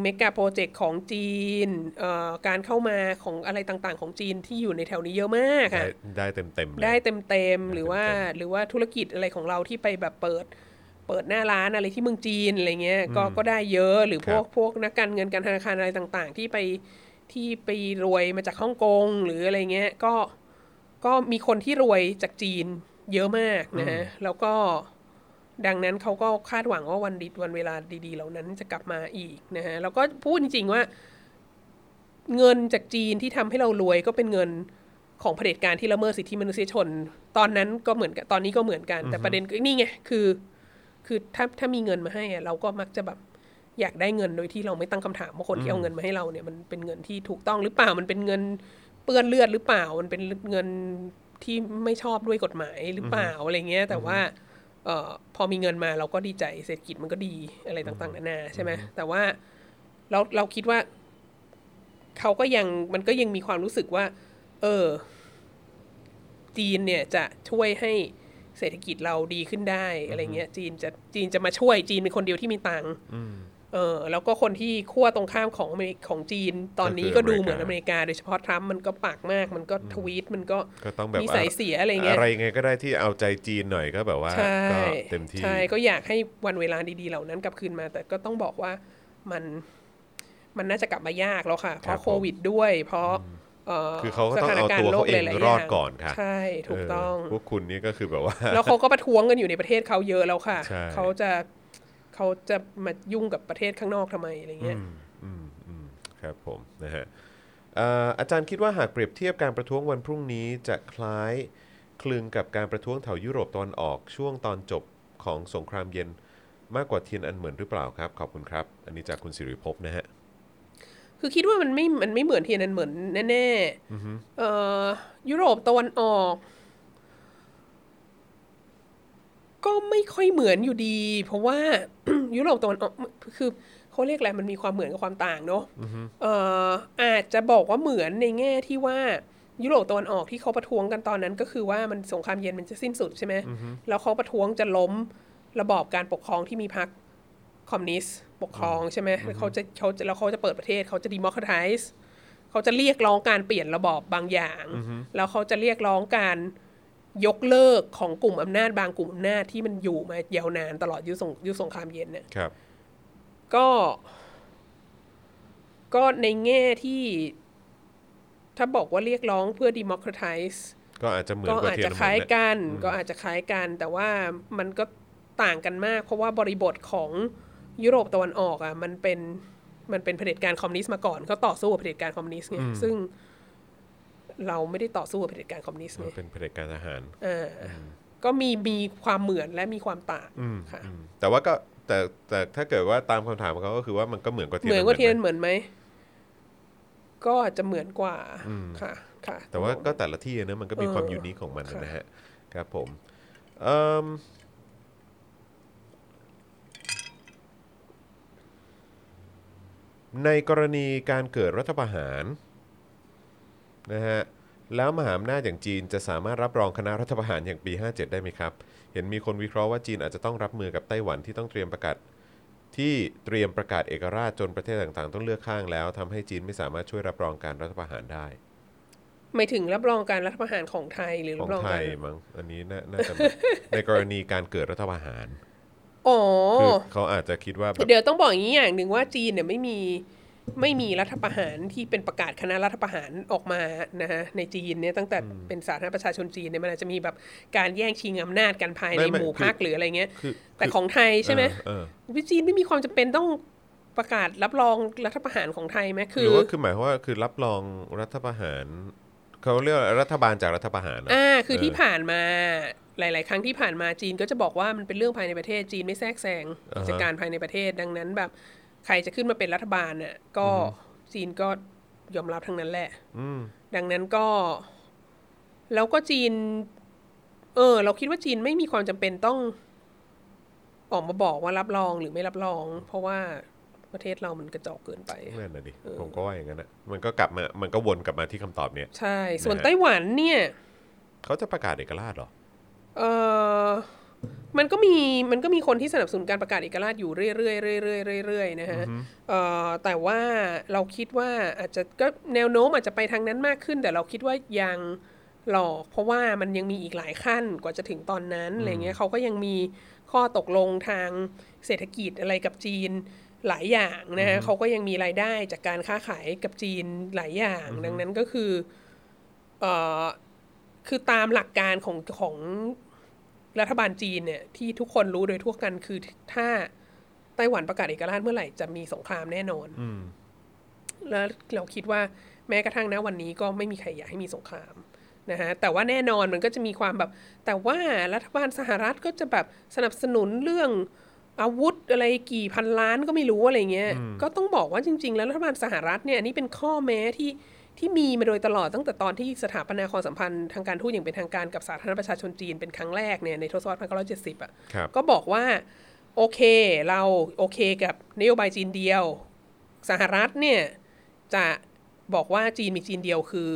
Speaker 2: เมกะโปรเจกต์ของจีนเอ่อการเข้ามาของอะไรต่างๆ ของจีนที่อยู่ในแถวนี้เยอะมาก
Speaker 1: ได้
Speaker 2: อะ
Speaker 1: ได้เต็มเต็มๆเลย
Speaker 2: ได้เต็มเต็มๆ
Speaker 1: ได้เต็มๆ
Speaker 2: หรือว่าหรือว่าธุรกิจอะไรของเราที่ไปแบบเปิด เปิดหน้าร้านอะไรที่เมืองจีนอะไรเงี้ยก็ก็ได้เยอะหรือพวกพวกนักการเงินการธนาคารอะไรต่างๆ ที่ไปที่ไปรวยมาจากฮ่องกงหรืออะไรเงี้ยก็ก็มีคนที่รวยจากจีนเยอะมากนะฮะแล้วก็ดังนั้นเขาก็คาดหวังว่าวันดีวันเวลาดีๆ เหล่านั้นจะกลับมาอีกนะฮะแล้วก็พูดจริงๆว่า เงินจากจีนที่ทำให้เรารวยก็เป็นเงิน ของเผด็จการที่ละเมิดสิทธิมนุษยชน ตอนนั้นก็เหมือนกันตอนนี้ก็เหมือนกัน แต่ประเด็นคือนี่ไงคือ คือถ้าถ้ามีเงินมาให้อะเราก็มักจะแบบอยากได้เงินโดยที่เราไม่ตั้งคำถามว่าคนที่เอาเงินมาให้เราเนี่ยมันเป็นเงินที่ถูกต้องหรือเปล่ามันเป็นเงินเปื้อนเลือดหรือเปล่า มันเป็นเงินที่ไม่ชอบด้วยกฎหมายหรือเปล่าอะไรเงี้ย แต่ว่าเออพอมีเงินมาเราก็ดีใจเศรษฐกิจมันก็ดีอะไรต่างๆนานาใช่ไหมแต่ว่าเราเราคิดว่า เขาก็ยังมันก็ยังมีความรู้สึกว่า เออ จีนเนี่ยจะช่วยให้เศรษฐกิจเราดีขึ้นได้อะไรเงี้ย จีนจะจีนจะมาช่วยจีนเป็นคนเดียวที่มีตังค์
Speaker 1: อืม
Speaker 2: เออ แล้วก็คนที่ขั้วตรงข้ามของอเมริของจีน ตอนนี้ก็
Speaker 1: ก็คือ
Speaker 2: ดู
Speaker 1: อเมริกา
Speaker 2: เหมือนอเมริกา โดยเฉพาะทรัมป์มันก็ปากมาก มันก็ทวีตมันก็
Speaker 1: ก็ต้องแบบ
Speaker 2: นิ
Speaker 1: ว่า
Speaker 2: สัยเสียอะไรเงี้ย
Speaker 1: อะไรไงก็ได้ที่เอาใจจีนหน่อยก็แบบว่า
Speaker 2: ใช่
Speaker 1: ก็เต็มที่
Speaker 2: ใช่ก็อยากให้วันเวลาดีๆเหล่านั้นกลับคืนมา แต่ก็ต้องบอกว่ามันมันน่าจะกลับมายากแล้วค่ะ เพ
Speaker 1: ครับ
Speaker 2: ราะ
Speaker 1: ผม
Speaker 2: โควิดด้วย เพราะเ
Speaker 1: คือเขาก็ต้องเอาตัวเขาเองรอดก่อนค่ะ
Speaker 2: ใช่ถูกต้อง
Speaker 1: เพวกคุณนี่ก็คือแบบว่า
Speaker 2: แล้วเขาก็ประท้วงกันอยู่ในประเทศเขาเยอะแล้วค่ะ
Speaker 1: ใช่
Speaker 2: เขาจะเขาจะมายุ่งกับประเทศข้างนอกทำไมอะไรเงี้ย
Speaker 1: อืมอืมอืมครับผมนะฮะเอ่ออาจารย์คิดว่าหากเปรียบเทียบการประท้วงวันพรุ่งนี้จะคล้ายคลึงกับการประท้วงแถวยุโรปตอนออกช่วงตอนจบของสงครามเย็นมากกว่าเทียนอันเหมือนหรือเปล่าครับ ขอบคุณครับ อันนี้จากคุณสิริภพนะฮะ
Speaker 2: คือคิดว่ามันไม่ มันไม่เหมือนเทียนันเหมือนแน่ๆเอ่อยุโรปตะวันออก ก็ไม่ค่อยเหมือนอยู่ดี เพราะ ว่า ยุโรปตะวันออกคือเขาเรียกอะไรมันมีความเหมือนกับความต่างเนอะเอ่ออาจจะบอกว่าเหมือนในแง่ที่ว่า ยุโรปตะวันออกที่เขาประท้วงกันตอนนั้นก็คือว่ามันสงครามเย็นมันจะสิ้นสุดใช่ไหมแล้วเขาประท้วงจะล้มระบอบการปกครองที่มีพรรค คอมมิวนิสต์ปกครองใช่ไหมแล้วเขาจะเขาจะแล้วเขาจะเปิดประเทศเขาจะดิมอคร t i ส์เขาจะเรียกร้องการเปลี่ยนระบอบบางอย่าง แล้วเขาจะเรียกร้องการยกเลิกของกลุ่มอำนาจบางกลุ่มอำนาจที่มันอยู่มายาวนานตลอดยุคสงยุคสงครามเย็นเนี่ย
Speaker 1: ครับ
Speaker 2: ก็ ก็ในแง่ที่ ถ้าบอกว่าเรียกร้องเพื่อดิมอคร t i ส์
Speaker 1: ก็อาจจะเหมือน
Speaker 2: ก็
Speaker 1: กว่า
Speaker 2: อาจ
Speaker 1: เทียน
Speaker 2: จะ
Speaker 1: อันเห
Speaker 2: คล้าย
Speaker 1: มือนเนี่ย
Speaker 2: กัน
Speaker 1: อืม
Speaker 2: ก็อาจจะคล้ายกัน แต่ว่ามันก็ต่างกันมาก เพราะว่าบริบทของยุโรปตะวันออกอ่ะ มันเป็นมันเป็นเผด็จการคอมมิวนิสต์มาก่อนเขาต่อสู้กับเผด็จการคอมมิวนิสต์ไงซึ่ง เราไม่ได้ต่อสู้กับเผด็จการคอมมิวนิสต์ไง
Speaker 1: เป็นเผด็จการทหาร
Speaker 2: อ่าก็มีมีความเหมือนและมีความต่าง
Speaker 1: อืม
Speaker 2: ค่ะ
Speaker 1: อืมแต่ว่าก็แต่แต่ถ้าเกิดว่าตามคำถามของเขาก็คือว่ามันก็เหมือนกว่าเทียน
Speaker 2: เหมือนกว่าเทียน
Speaker 1: ไหม
Speaker 2: เหมือนไหม ก็อาจจะเหมือนกว่า
Speaker 1: อืม
Speaker 2: ค่ะค่ะ
Speaker 1: แต่ว่าก็แต่ละที่เนอะมันก็มี
Speaker 2: เออ
Speaker 1: ความยูนิคของมัน
Speaker 2: ค่ะ
Speaker 1: นะฮะครับผมเอิ่มในกรณีการเกิดรัฐประหารนะฮะแล้วมหาอำนาจอย่างจีนจะสามารถรับรองคณะรัฐประหารอย่างปี 57 ได้ไหมครับ เห็นมีคนวิเคราะห์ว่าจีนอาจจะต้องรับมือกับไต้หวันที่ต้องเตรียมประกาศ ที่เตรียมประกาศเอกราชจนประเทศต่างๆ ต้องเลือกข้างแล้วทำให้จีนไม่สามารถช่วยรับรองการรัฐประหารได้
Speaker 2: ไม่ถึงรับรองการรัฐประหารของไทยหรือ
Speaker 1: ข
Speaker 2: รั
Speaker 1: อง
Speaker 2: บรอง
Speaker 1: ไท
Speaker 2: การ
Speaker 1: ยมั้งอันนี้น่าน่า จะ ในกรณีการเกิดรัฐประหาร
Speaker 2: อ๋อ
Speaker 1: คือเขาอาจจะคิดว่าแบบ
Speaker 2: เดี๋ยวต้องบอกอย่างนี้อย่างหนึ่งว่าจีนเนี่ยไม่มีไม่มีรัฐประหารที่เป็นประกาศคณะรัฐประหารออกมานะฮะในจีนเนี่ยตั้งแต่เป็นสาธารณประชาชนจีนเนี่ยมันอาจจะมีแบบการแย่งชิงอำนาจกันภายในหมู่พรรคหรืออะไรเงี้ย
Speaker 1: คือ
Speaker 2: แต่ของไทยใช่ไหม
Speaker 1: เออ
Speaker 2: วิจีนไม่มีความจำเป็นต้องประกาศรับรองรัฐประหารของไทยไหม
Speaker 1: เออ
Speaker 2: คื
Speaker 1: ห
Speaker 2: อ
Speaker 1: รือว่าคือหมายความว่าคือรับรองรัฐประหารเขาเรียกว่ารัฐบาลจากรัฐประหารเหรอ
Speaker 2: อ่าคือ
Speaker 1: เออ
Speaker 2: ที่ผ่านมาหลาย ๆ ครั้งที่ผ่านมาจีนก็จะบอกว่ามันเป็นเรื่องภายในประเทศจีนไม่แทรกแซงกิจการภายในประเทศดังนั้นแบบใครจะขึ้นมาเป็นรัฐบาลน่ะก็จีนก็ยอมรับทั้งนั้นแหละ
Speaker 1: อืม
Speaker 2: ดังนั้นก็ แล้วก็จีน เออ เราคิดว่าจีนไม่มีความจำเป็นต้อง ออกมาบอกว่ารับรองหรือไม่รับรอง เพราะว่าประเทศเรามันกระจอกเกินไป
Speaker 1: นั่นน่ะดิ
Speaker 2: เออ
Speaker 1: ผมก็ว่าอย่างนั้นนะมันก็กลับมามันก็วนกลับมาที่คำตอบเนี้ย
Speaker 2: ใช่ ส่วนไต้หวันเนี่ย
Speaker 1: เขาจะประกาศเอกราชเหรอ
Speaker 2: เออมันก็มีมันก็มีคนที่สนับสนุนการประกาศเอกราชอยู่เรื่อยๆเรื่อยๆเรื่อยๆนะฮะเอ่อแต่ว่าเราคิดว่าอาจจะก็แนวโน้มอาจจะไปทางนั้นมากขึ้น แต่เราคิดว่ายังหลอก เพราะว่ามันยังมีอีกหลายขั้นกว่าจะถึงตอนนั้นอะไรเงี้ยเขาก็ยังมีข้อตกลงทางเศรษฐกิจอะไรกับจีนหลายอย่างนะฮะเขาก็ยังมีรายได้จากการค้าขายกับจีนหลายอย่าง ดังนั้นก็คือเอ่อ คือตามหลักการของของรัฐบาลจีนเนี่ยที่ทุกคนรู้โดยทั่วกันคือถ้าไต้หวันประกาศเอกราชเมื่อไหร่จะมีสงครามแน่นอน
Speaker 1: อืม
Speaker 2: แล้วเราคิดว่าแม้กระทั่งนะวันนี้ก็ไม่มีใครอยากให้มีสงครามนะฮะแต่ว่าแน่นอนมันก็จะมีความแบบ แต่ว่ารัฐบาลสหรัฐก็จะแบบสนับสนุนเรื่องอาวุธอะไรกี่พันล้านก็ไม่รู้อะไรเงี้ย ก็ต้องบอกว่าจริง ๆ แล้วรัฐบาลสหรัฐเนี่ยอันนี่เป็นข้อแม้ที่ที่มีมาโดยตลอดตั้งแต่ตอนที่สถาปนาความสัมพันธ์ทางการทูตอย่างเป็นทางการกับสาธารณประชาชนจีนเป็นครั้งแรกเนี่ยในทศวรรษ1970อ่ะ
Speaker 1: ครับ
Speaker 2: ก็บอกว่า โอเคเราโอเคกับนโยบายจีนเดียว สหรัฐเนี่ย จะบอกว่าจีนมีจีนเดียวคือ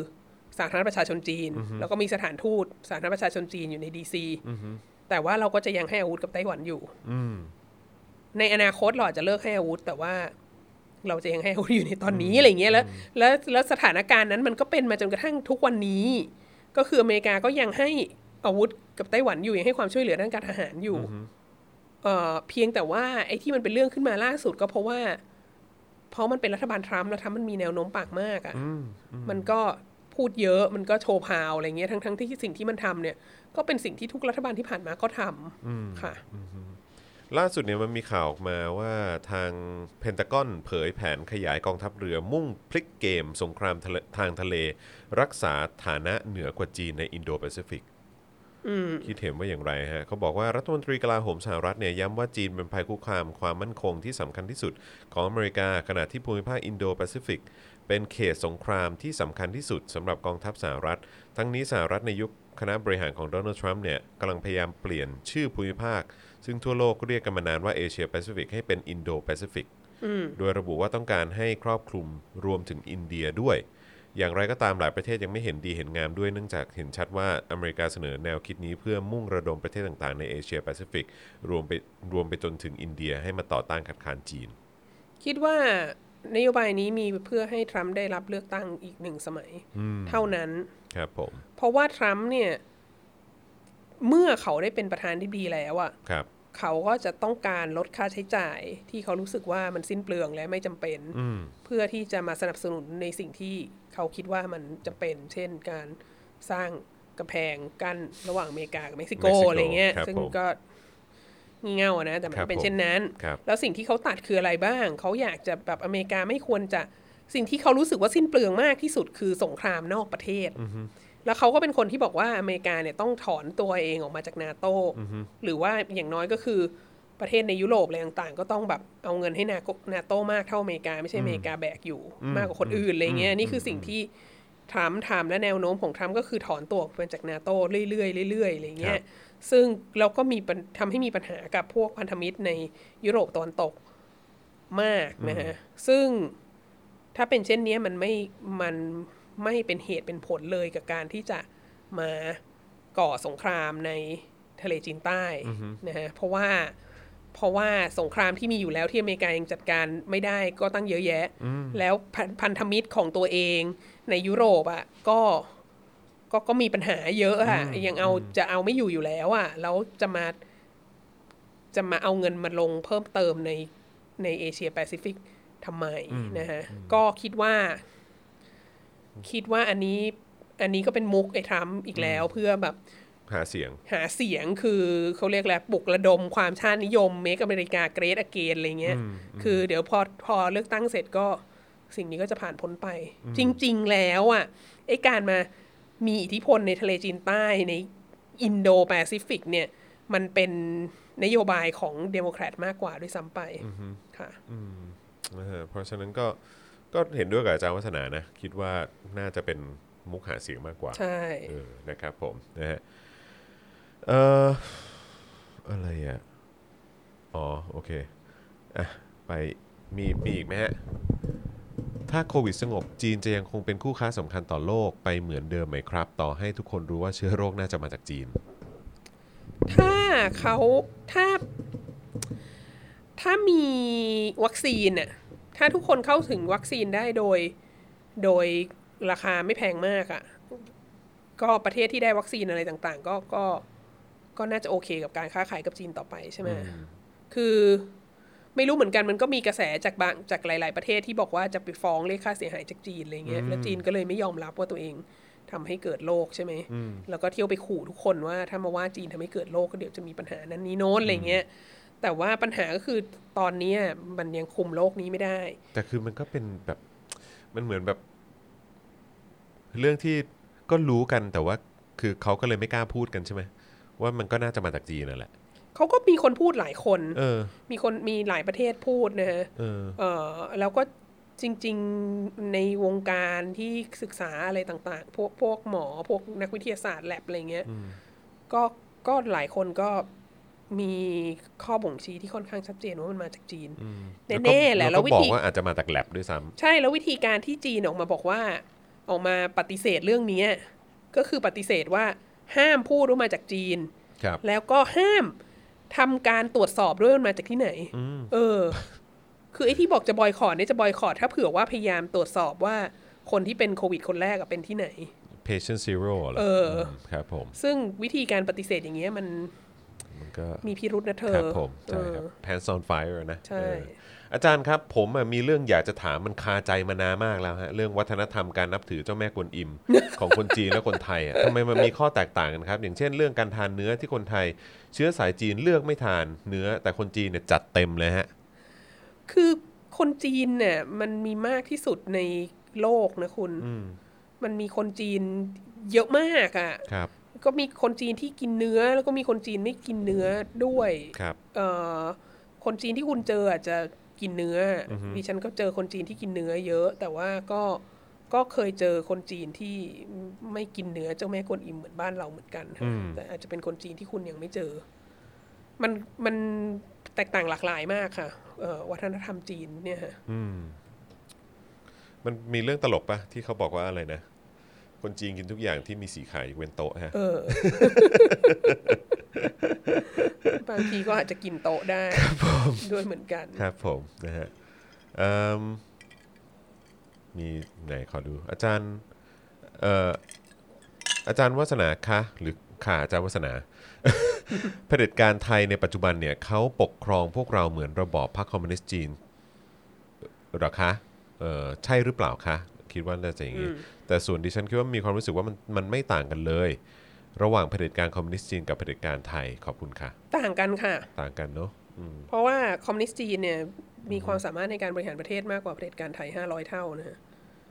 Speaker 2: สาธารณประชาชนจีน แล้วก็มีสถานทูตสาธารณประชาชนจีนอยู่ในดีซีแต่ว่าเราก็จะยังให้อาวุธกับไต้หวันอยู่
Speaker 1: อืม
Speaker 2: ในอนาคตเราอาจจะเลิกให้อาวุธ แต่ว่าเราจะยังให้อาวุธอยู่ในตอนนี้อะไรอย่างเงี้ยแล้วแล้วแล้วสถานการณ์นั้นมันก็เป็นมาจนกระทั่งทุกวันนี้ ก็คืออเมริกาก็ยังให้อาวุธกับไต้หวันอยู่ยังให้ความช่วยเหลือด้านการทหารอยู่เอ่อเพียงแต่ว่าไอ้ที่มันเป็นเรื่องขึ้นมาล่าสุดก็เพราะว่า เพราะมันเป็นรัฐบาลทรัมป์แล้วทรัมป์มันมีแนวโน้มปากมากอะ่ะมันก็พูดเยอะมันก็โชว์พาวอะไรเงี้ยทั้งทั้งที่สิ่งที่มันทำเนี่ย ก็เป็นสิ่งที่ทุกรัฐบาลที่ผ่านมาก็ทำค่ะ
Speaker 1: ล่าสุดเนี่ยมันมีข่าวออกมาว่าทางเพนตากอนเผยแผนขยายกองทัพเรือมุ่งพลิกเกมสงครามทะเลทางทะเล รักษาฐานะเหนือกว่าจีนในอินโดแปซิฟิกคิดเห็นว่าอย่างไรฮะเขาบอกว่ารัฐมนตรีกลาโหมสหรัฐเนี่ยย้ำว่าจีนเป็นภัยคุกคามความมั่นคงที่สำคัญที่สุดของอเมริกาขณะที่ภูมิภาคอินโดแปซิฟิก เป็นเขตสงครามที่สำคัญที่สุดสำหรับกองทัพสหรัฐ ทั้งนี้สหรัฐในยุคคณะบริหารของโดนัลด์ทรัมป์เนี่ยกำลังพยายามเปลี่ยนชื่อภูมิภาค ซึ่งทั่วโลกก็เรียกกันมานานว่าเอเชียแปซิฟิกให้เป็นอินโดแปซิฟิก โดยระบุว่าต้องการให้ครอบคลุมรวมถึงอินเดียด้วย อย่างไรก็ตามหลายประเทศยังไม่เห็นดีเห็นงามด้วยเนื่องจากเห็นชัดว่าอเมริกาเสนอแนวคิดนี้เพื่อมุ่งระดมประเทศต่างๆในเอเชียแปซิฟิกรวมไปรวมไปจนถึงอินเดียให้มาต่อต้านขัดขานจีน
Speaker 2: คิดว่านโยบายนี้มีเพื่อให้ทรัมป์ได้รับเลือกตั้งอีกหนึ่งสมัย เท่านั้น
Speaker 1: ครับผม
Speaker 2: เพราะว่าทรัมป์เนี่ย เมื่อเขาได้เป็นประธานที่ดีแล้วอะ่ะ
Speaker 1: ครับ
Speaker 2: เขาก็จะต้องการลดค่าใช้จ่ายที่เขารู้สึกว่ามันสิ้นเปลืองและไม่จำเป็น
Speaker 1: อืม
Speaker 2: เพื่อที่จะมาสนับสนุนในสิ่งที่เขาคิดว่ามันจะเป็น เช่นการสร้างกำแพงกั้นระหว่างอเมริกากับเม็กซิโก
Speaker 1: เม็กซิโก
Speaker 2: อะไรเงี้ย
Speaker 1: ครับ
Speaker 2: ซึ่ง
Speaker 1: ผม
Speaker 2: ก็งี่เง่าอะนะ แต่มัน
Speaker 1: ครับ
Speaker 2: เป็น
Speaker 1: ผม
Speaker 2: เช่นนั้น
Speaker 1: ครับ
Speaker 2: แล้วสิ่งที่เขาตัดคืออะไรบ้าง เขาอยากจะแบบอเมริกาไม่ควรจะ สิ่งที่เขารู้สึกว่าสิ้นเปลืองมากที่สุดคือสงครามนอกประเทศ
Speaker 1: อือฮึ
Speaker 2: แล้วเขาก็เป็นคนที่บอกว่าอเมริกาเนี่ยต้องถอนตัวเองออกมาจากนาโต
Speaker 1: อือฮึ
Speaker 2: หรือว่าอย่างน้อยก็คือประเทศในยุโรปอะไรต่างๆ ก็ต้องแบบเอาเงินให้นาโกนาโตมากเท่าอเมริกา ไม่ใช่อเมริกาแบกอยู่ มากกว่าคนอื่นอะไรเงี้ยนี่คือสิ่งที่ทรัมป์ทำและแนวโน้มของทรัมป์ก็คือถอนตัวออกมาจากนาโตเรื่อยๆเรื่อยๆอะไรเงี้ยซึ่งเราก็มีปัญทำให้มีปัญหากับพวกพันธมิตรในยุโรปตะวันตกมากนะฮะซึ่งถ้าเป็นเช่นเนี้ยมันไม่มันไม่เป็นเหตุเป็นผลเลยกับการที่จะมาก่อสงครามในทะเลจีนใต้นะฮะเพราะว่าเพราะว่าสงครามที่มีอยู่แล้วที่อเมริกายังจัดการไม่ได้ก็ตั้งเยอะแยะ แล้วพันพันธมิตรของตัวเองในยุโรปอะ่ะก็ก็ก็มีปัญหาเยอะอะยังเอาจะเอาไม่อยู่อยู่แล้วอะ่ะแล้วจะมาจะมาเอาเงินมาลงเพิ่มเติมในในเอเชียแปซิฟิกทำไมนะฮะก็คิดว่า คิดว่าอันนี้อันนี้ก็เป็นมุกไอ้ทรัมป์อีกแล้วเพื่อแบบ
Speaker 1: หาเสียง
Speaker 2: หาเสียงคือเขาเรียกแล้วปลุกระดมความชาตินิยมเมกอเมริกาเกรดอเกนอะไรเงี้ย คือเดี๋ยวพอพอเลือกตั้งเสร็จก็สิ่งนี้ก็จะผ่านพ้นไป จริง ๆ แล้วอ่ะไอการมามีอิทธิพลในทะเลจีนใต้ในอินโดแปซิฟิกเนี่ย มันเป็นนโยบายของเดโมแครตมากกว่าด้วยซ้ำไปค่ะ
Speaker 1: นะฮะเพราะฉะนั้นก็ก็เห็นด้วยกับอาจารย์วัฒนานะ คิดว่าน่าจะเป็นมุกหาเสียงมากกว่า
Speaker 2: ใช่
Speaker 1: เออนะครับผมนะฮะเอ่ออะไรอ่ะ อ๋อ โอเค อ่ะ ไปมีมีอีกไหมฮะ ถ้าโควิดสงบจีนจะยังคงเป็นคู่ค้าสำคัญต่อโลกไปเหมือนเดิมไหมครับ ต่อให้ทุกคนรู้ว่าเชื้อโรคน่าจะมาจากจีน
Speaker 2: ถ้าเขาถ้า ถ้ามีวัคซีนน่ะถ้าทุกคนเข้าถึงวัคซีนได้โดย โดยราคาไม่แพงมากอะ่ะ ก็ประเทศที่ได้วัคซีนอะไรต่างๆ ก็ก็ก็น่าจะโอเคกับการค้าขายกับจีนต่อไปใช่ไหมคือไม่รู้เหมือนกันมันก็มีกระแสจากบางจากหลาย ๆ ประเทศที่บอกว่าจะไปฟ้องเรียกค่าเสียหายจากจีนอะไรเงี้ยแล้วจีนก็เลยไม่ยอมรับว่าตัวเองทำให้เกิดโรคใช่ไหม แล้วก็เที่ยวไปขู่ทุกคนว่าถ้ามาว่าจีนทำให้เกิดโรคก็เดี๋ยวจะมีปัญหานั้นนี้โน้นอะไรเงี้ย แต่ว่าปัญหาก็คือตอนเนี้ยมันยังคุมโรคนี้ไม่ได้
Speaker 1: แต่คือมันก็เป็นแบบมันเหมือนแบบ เรื่องที่ก็รู้กันแต่ว่า คือเขาก็เลยไม่กล้าพูดกันใช่ไหมว่ามันก็น่าจะมาจากจีนนั่นแหละ
Speaker 2: เขาก็มีคนพูดหลายคน
Speaker 1: เออ
Speaker 2: มีคนมีหลายประเทศพูดนะฮะ
Speaker 1: เออ
Speaker 2: เออแล้วก็จริงๆในวงการที่ศึกษาอะไรต่างๆ พวกพวกหมอพวกนักวิทยาศาสตร์แลบอะไรเงี้ยก็ก็หลายคนก็มีข้อบ่งชี้ที่ค่อนข้างชัดเจนว่ามันมาจากจีน แน่ๆแห
Speaker 1: แล้
Speaker 2: ละ
Speaker 1: ว
Speaker 2: แล้ว
Speaker 1: ก็
Speaker 2: วิ
Speaker 1: บอก
Speaker 2: ธี
Speaker 1: ว่าอาจจะมาจากแลบด้วยซ้ำ
Speaker 2: ใช่แล้ววิธีการที่จีนออกมาบอกว่า ออกมาปฏิเสธเรื่องนี้ก็คือปฏิเสธว่าห้ามพูดว่ามาจากจีน
Speaker 1: ครับ
Speaker 2: แล้วก็ห้ามทำการตรวจสอบด้วยว่ามันมาจากที่ไหนเออ คือไอ้ที่บอกจะบอยคอรดเนี่ยจะบอยคอรดถ้าเผื่อว่าพยายามตรวจสอบว่าคนที่เป็นโควิดคนแรกอะเป็นที่ไหน
Speaker 1: patient zero เหรอ
Speaker 2: เอออื
Speaker 1: มครับผม
Speaker 2: ซึ่งวิธีการปฏิเสธอย่างเงี้ยมัน
Speaker 1: มันก็
Speaker 2: มีพิรุษนะเธ
Speaker 1: ค
Speaker 2: อ
Speaker 1: รับผม
Speaker 2: เอ
Speaker 1: ใช่
Speaker 2: อ
Speaker 1: ครับ pants on fire นะ
Speaker 2: ใช่
Speaker 1: เอออาจารย์ครับ ผมอะมีเรื่องอยากจะถามมันคาใจมานานมากแล้วฮะเรื่องวัฒนธรรมการนับถือเจ้าแม่กวน อิม ของคนจีนและคนไทยอะทำไมมันมีข้อแตกต่างกันครับ อย่างเช่นเรื่องการทานเนื้อที่คนไทย เชื้อสายจีนเลือกไม่ทานเนื้อ แต่คนจีนเนี่ยจัดเต็มเลยฮะ
Speaker 2: คือคนจีนเนี่ยมันมีมากที่สุดในโลกนะคุณ มันมีคนจีนเยอะมากอะ่ะ
Speaker 1: ครับ
Speaker 2: ก็มีคนจีนที่กินเนื้อ แล้วก็มีคนจีนไม่กินเนื้อด้วย
Speaker 1: ครับ
Speaker 2: เอ่อคนจีนที่คุณเจออาจจะกินเนื้ออดิฉันก็เจอคนจีนที่กินเนื้อเยอะ แต่ว่าก็ก็เคยเจอคนจีนที่ไม่กินเนื้อเจ้าแม่กวนอิมเหมือนบ้านเราเหมือนกันค่ะแต่อาจจะเป็นคนจีนที่คุณยังไม่เจอ มันมันแตกต่างหลากหลายมากค่ะเอ่อวัฒนธรรมจีนเนี่ยค่ะ
Speaker 1: มันมีเรื่องตลกปะที่เขาบอกว่าอะไรนะ คนจีนกินทุกอย่างที่มีสีขายยกเว้นโต๊ะฮะ
Speaker 2: เออ บางทีก็อาจจะกินโต๊ะได้ด้วยเหมือนกัน
Speaker 1: ครับผมนะฮะเอิ่มมีไหนขอดู อาจารย์เอ่ออาจารย์วัฒนาคะหรือค่ะอาจารย์วัฒนา เผด็จการไทยในปัจจุบันเนี่ยเขาปกครองพวกเราเหมือนระบอบพรรคคอมมิวนิสต์จีนเหรอคะเออใช่หรือเปล่าคะ คิดว่าน่าจะอย่างนี้ แต่ส่วนดิฉันคิดว่ามีความรู้สึกว่ามันมันไม่ต่างกันเลย ระหว่างเผด็จการคอมมิวนิสต์จีนกับเผด็จการไทยขอบคุณค่ะ
Speaker 2: ต่างกันค่ะ
Speaker 1: ต่างกันเนาะ อืม
Speaker 2: เพราะว่าคอมมิวนิสต์จีนเนี่ยมีความสามารถในการบริหารประเทศมากกว่าเผด็จการไทย 500 เท่านะฮะ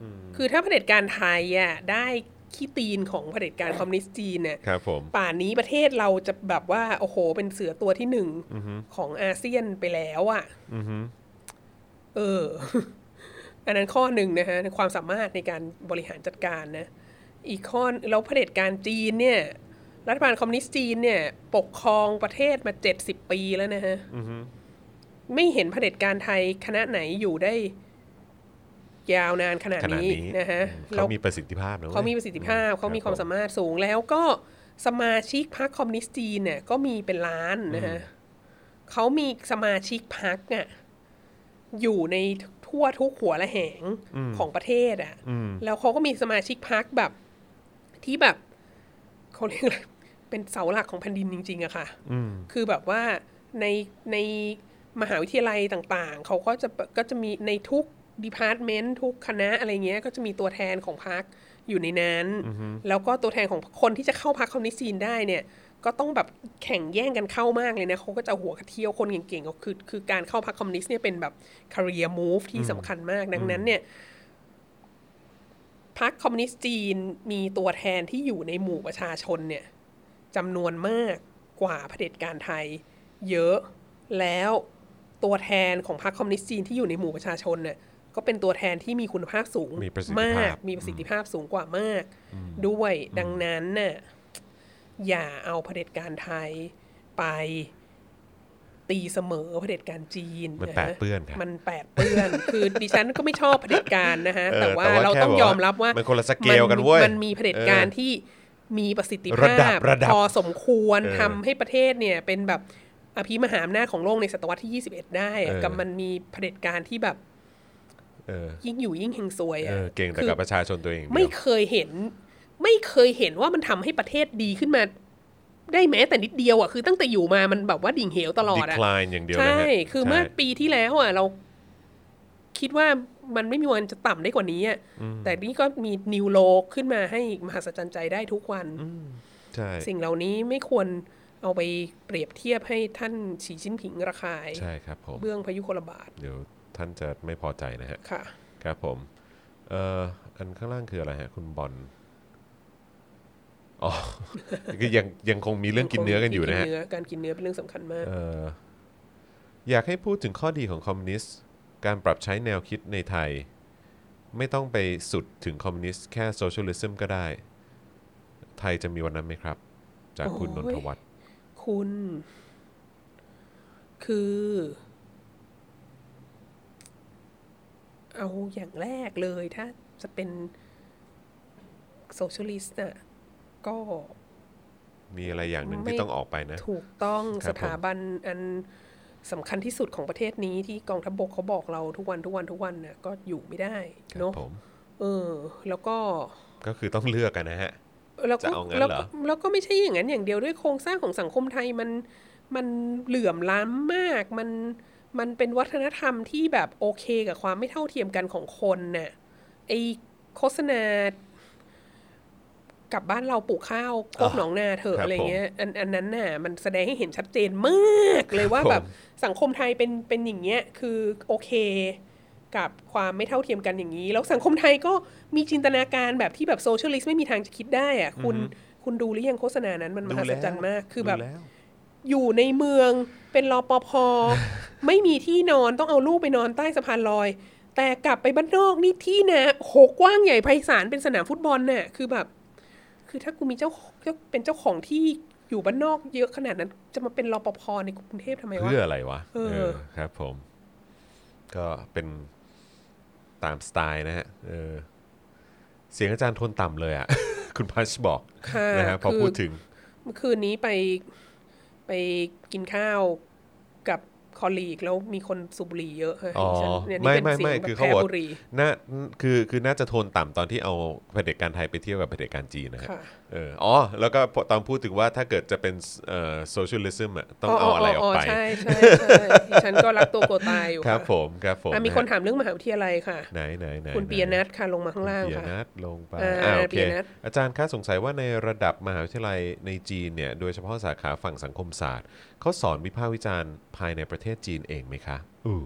Speaker 1: อืม
Speaker 2: คือถ้าเผด็จการไทยอ่ะได้ขี้ตีนของเผด็จการคอมมิวนิสต์จีนเนี่ย
Speaker 1: ครับผม
Speaker 2: ป่านนี้ประเทศเราจะแบบว่าโอ้โห เป็นเสือตัวที่หนึ่ง
Speaker 1: อือฮึ
Speaker 2: ของอาเซียนไปแล้วอ่ะ
Speaker 1: อือฮึ
Speaker 2: เออ อันนั้นข้อหนึ่งนะฮะในความสามารถในการบริหารจัดการนะ อีกข้อแล้วเผด็จการจีนเนี่ย รัฐบาลคอมมิวนิสต์จีนเนี่ย ปกครองประเทศมาเจ็ดสิบปีแล้วนะฮะ
Speaker 1: อือฮึ
Speaker 2: ไม่เห็นเผด็จการไทยคณะไหนอยู่ได้ ยาวนานขนาด
Speaker 1: ขนาด
Speaker 2: นี้
Speaker 1: นี้
Speaker 2: นะฮะ
Speaker 1: อืม
Speaker 2: แล้
Speaker 1: เขา
Speaker 2: ว
Speaker 1: มีประสิทธิภาพนะว้ย
Speaker 2: เขามีประสิทธิภาพ
Speaker 1: อื
Speaker 2: เขามีความ
Speaker 1: รับผ
Speaker 2: สามารถสูงแล้วก็สมาชิกพรรคคอมมิวนิสต์จีนเนี่ย ก็มีเป็นล้านนะฮะเขามีสมาชิกพรรคอะอยู่ในทั่วทุกหัวและแหง
Speaker 1: อืม
Speaker 2: ของประเทศอะ
Speaker 1: อืม
Speaker 2: แล้วเขาก็มีสมาชิกพรรคแบบที่แบบเขาเรียกอะไรเป็นเสาหลักของแผ่นดินจริงๆอะค่ะ
Speaker 1: อืม
Speaker 2: คือแบบว่าในในมหาวิทยาลัยต่างๆ เขาก็จะก็จะมีในทุกดีพาร์ตเมนต์ทุกคณะอะไรเงี้ย ก็จะมีตัวแทนของพรรคอยู่ในนั้น แล้วก็ตัวแทนของคนที่จะเข้าพรรคคอมมิวนิสต์จีนได้เนี่ย ก็ต้องแบบแข่งแย่งกันเข้ามากเลยนะเขาก็จะเอาหัวกระเที่ยวคนเก่งๆก็คือคือการเข้าพรรคคอมมิวนิสต์เนี่ยเป็นแบบ career move ที่สำคัญมากดังนั้นเนี่ยพรรคคอมมิวนิสต์จีนมีตัวแทนที่อยู่ในหมู่ประชาชนเนี่ย จำนวนมากกว่าเผด็จการไทย เยอะแล้วตัวแทนของพรรคคอมมิวนิสต์จีนที่อยู่ในหมู่ประชาชนเนี่ยก็เป็นตัวแทนที่มีคุณภาพสูง
Speaker 1: มีประสิทธิภาพ
Speaker 2: มาก มีประสิทธิภาพสูงกว่ามาก ด้วยดังนั้นน่ะอย่าเอาเผด็จการไทยไปตีเสมอเผด็จการจีน
Speaker 1: มัน
Speaker 2: นะ
Speaker 1: แป
Speaker 2: ฮะ
Speaker 1: ดเปื้อนครับ
Speaker 2: มันแปดเปื้อน คือดิฉันก็ไม่ชอบเผด็จการนะฮะ
Speaker 1: ออ
Speaker 2: แต่ว่าเรา
Speaker 1: แค่
Speaker 2: ต้องยอมรับว่า
Speaker 1: นคนละสเกลกันเว้ย
Speaker 2: มันมีเผด็จการที่มีประสิทธิภา
Speaker 1: ระดั
Speaker 2: พ
Speaker 1: บระดับ
Speaker 2: พอสมควร
Speaker 1: เออ
Speaker 2: ทำให้ประเทศเนี่ยเป็นแบบอภิมหาอำนาจของโลกในศตวรรษที่ 21 ได้อะ
Speaker 1: เออ
Speaker 2: กับมันมีเผด็จการที่แบบ
Speaker 1: เออ
Speaker 2: ยิ่งอยู่ยิ่งเฮงซวย
Speaker 1: เอ
Speaker 2: อ่ะ
Speaker 1: อเก่งแต่
Speaker 2: คือ
Speaker 1: กับประชาชนตัวเอง
Speaker 2: ไม่
Speaker 1: เดียว
Speaker 2: เคยเห็น ไม่เคยเห็นว่ามันทำให้ประเทศดีขึ้นมา ได้แม้แต่นิดเดียวอ่ะคือตั้งแต่อยู่มามันแบบว่าดิ่งเหวตลอ
Speaker 1: ดี
Speaker 2: ดอ่ะ
Speaker 1: คลายอย่างเดียวนะ
Speaker 2: ใช่
Speaker 1: ฮะ
Speaker 2: คือเมื่อ
Speaker 1: ใช่
Speaker 2: ปีที่แล้วอ่ะเราคิดว่ามันไม่มีวันจะต่ำได้กว่านี้อ่ะ แต่นี่ก็มีนิวโลกขึ้นมาให้มหัศจรรย์ใจได้ทุกวัน
Speaker 1: ใช่
Speaker 2: สิ่งเหล่านี้ไม่ควรเอาไปเปรียบเทียบให้ท่านฉีชิ้นผิงระคาย
Speaker 1: ใช่ครับผม
Speaker 2: เบื้องพยุคลบาท
Speaker 1: เดี๋ยวท่านจะไม่พอใจนะฮะ
Speaker 2: ค่ะ
Speaker 1: ครับผม เอ่อ อันข้างล่างคืออะไรฮะ คุณบอล อ๋อ ก็ยังยังคงมีเรื่องกินเนื้อกันอยู่นะฮะ
Speaker 2: เการกินเนื้อเป็นเรื่องสำคัญมาก
Speaker 1: เอ่ออยากให้พูดถึงข้อดีของคอมมิวนิสต์ การปรับใช้แนวคิดในไทย ไม่ต้องไปสุดถึงคอมมิวนิสต์แค่โซเชียลิซึมก็ได้ ไทยจะมีวันนั้นไหมครับ จากคุณน
Speaker 2: โอ้
Speaker 1: น
Speaker 2: ย
Speaker 1: ทวัฒน์
Speaker 2: คุณ คือ เอาอย่างแรกเลยถ้าจะเป็นโซเชียลิสต์น่ะก็
Speaker 1: มีอะไรอย่างหนึ่งที่
Speaker 2: ไม่
Speaker 1: ต้องออกไปนะ
Speaker 2: ถูกต้อง
Speaker 1: ครับผม
Speaker 2: สถาบันอันสำคัญที่สุดของประเทศนี้ที่กองทัพบกเขาบอกเราทุกวันทุกวันทุกวันเนี่ยก็อยู่ไม่ได้
Speaker 1: ครับ
Speaker 2: เนาะ
Speaker 1: ผม
Speaker 2: เออ แล้วก็
Speaker 1: ก็คือต้องเลือกกันนะฮะ
Speaker 2: แล้วก็
Speaker 1: จะเอางั้น
Speaker 2: แล้ว
Speaker 1: เหรอ
Speaker 2: ก็แล้วก็ไม่ใช่อย่างนั้นอย่างเดียวด้วยโครงสร้างของสังคมไทยมันมันเหลื่อมล้ำมาก มันมันเป็นวัฒนธรรมที่แบบโอเคกับความไม่เท่าเทียมกันของคนน่ะไอโฆษณากลับบ้านเราปลูกข้าวโคกหนองนาเถอะอะไรเงี้ยอันอันนั้นน่ะมันแสดงให้เห็นชัดเจนมาก เลยว่า
Speaker 1: ผม
Speaker 2: แบบสังคมไทยเป็นเป็นอย่างเงี้ยคือโอเค กับความไม่เท่าเทียมกันอย่างนี้ แล้วสังคมไทยก็มีจินตนาการแบบที่แบบโซเชียลิสต์ไม่มีทางจะคิดได้อ่ะคุณคุณดูหรือยังโฆษณานั้นมันมหัศจรรย์มากคือแบบ
Speaker 1: ดูล้ว
Speaker 2: อยู่ในเมืองเป็นรอป ภ ไม่มีที่นอนต้องเอาลูกไปนอนใต้สะพานลอย แต่กลับไปบ้านนอกนี่ที่นะโหกว้างใหญ่ไพศาลเป็นสนามฟุตบอลน่ะคือแบบ คือถ้ากูมีเจ้าเจ้าเป็นเจ้าของที่อยู่บ้านนอกเยอะขนาดนั้น จะมาเป็นรอปภในกรุงเทพทำไมวะ
Speaker 1: เพื่ออะไรวะ
Speaker 2: เออ
Speaker 1: ครับผม ก็เป็นตามสไตล์นะฮะเออเสียงอาจารย์โทนต่ำเลยอ่ะ คุณพัชบอก
Speaker 2: ค่ะ
Speaker 1: นะฮะพอ
Speaker 2: คื
Speaker 1: พูดถึง
Speaker 2: เมื่อคืนนี้ไปไปกินข้าวกับคอลลีกแล้วมีคนสูบบุหรี่เยอะค่ะ
Speaker 1: อ๋อ
Speaker 2: ฉันเนี่ยนี่
Speaker 1: ไม่
Speaker 2: เป็น
Speaker 1: ไม่
Speaker 2: เสีย
Speaker 1: ไม่
Speaker 2: งแบบ
Speaker 1: คือเขา
Speaker 2: แพ้
Speaker 1: บอก
Speaker 2: บุหรี่
Speaker 1: น่าคือคือน่าจะโทนต่ำตอนที่เอาเผด็จการไทยไปเที่ยวกับเผด็จการจีนนะฮะ
Speaker 2: ค่ะ
Speaker 1: เ เอออ๋อ แล้วก็พอตอนพูดถึงว่าถ้าเกิดจะเป็นเอ่อโซเชียลิซึมอ่ะต้องเอาอะไรออกไป
Speaker 2: ใช่ใช่ใช่ดิฉันก็รักตัวกลัวตายอยู่
Speaker 1: ครับ
Speaker 2: ะ
Speaker 1: ผมครับผม
Speaker 2: อ่ะมีคน
Speaker 1: นะฮะ
Speaker 2: ถามเรื่องมหาวิทยาลัยค่ะ
Speaker 1: ไหนไหนไหน
Speaker 2: คุณ
Speaker 1: ไห
Speaker 2: ปียนัทค่ะลงมาข้างล่าง
Speaker 1: คุณปีย
Speaker 2: ค่ะ
Speaker 1: นัทลงไป
Speaker 2: อ่า
Speaker 1: อ่าโอ
Speaker 2: ปี
Speaker 1: เค
Speaker 2: ยนัท
Speaker 1: อาจารย์คะสงสัยว่าในระดับมหาวิทยาลัยในจีนเนี่ย โดยเฉพาะสาขาฝั่งสังคมศาสตร์เขาสอนวิพากษ์วิจารณ์ภายในประเทศจีนเองไหมคะอู้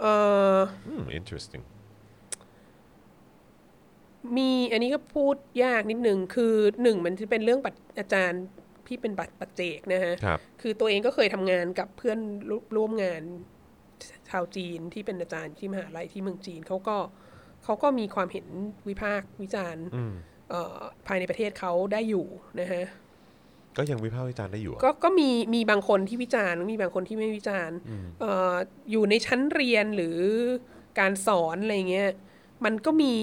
Speaker 2: เออ
Speaker 1: อืม interesting
Speaker 2: มีอันนี้ก็พูดยากนิดนึงคือหนึ่งมันจะเป็นเรื่องปัจอาจารย์พี่เป็นปัจปัจเจกนะฮะ
Speaker 1: ครับ
Speaker 2: คือตัวเองก็เคยทำงานกับเพื่อนร่วมร่วมงานชาวจีนที่เป็นอาจารย์ที่มหาลัยที่เมืองจีนเขาก็เขาก็มีความเห็นวิพากษ์วิจารณ์
Speaker 1: อืม
Speaker 2: เอ่อภายในประเทศเขาได้อยู่นะฮะ
Speaker 1: ก็ยังวิพากษ์วิจารณ์ได้อยู่อะ
Speaker 2: ก็ก็มีมีบางคนที่วิจารณ์มีบางคนที่ไม่วิจารณ์เอออยู่ในชั้นเรียนหรือการสอนอะไรเงี้ยมันก็มี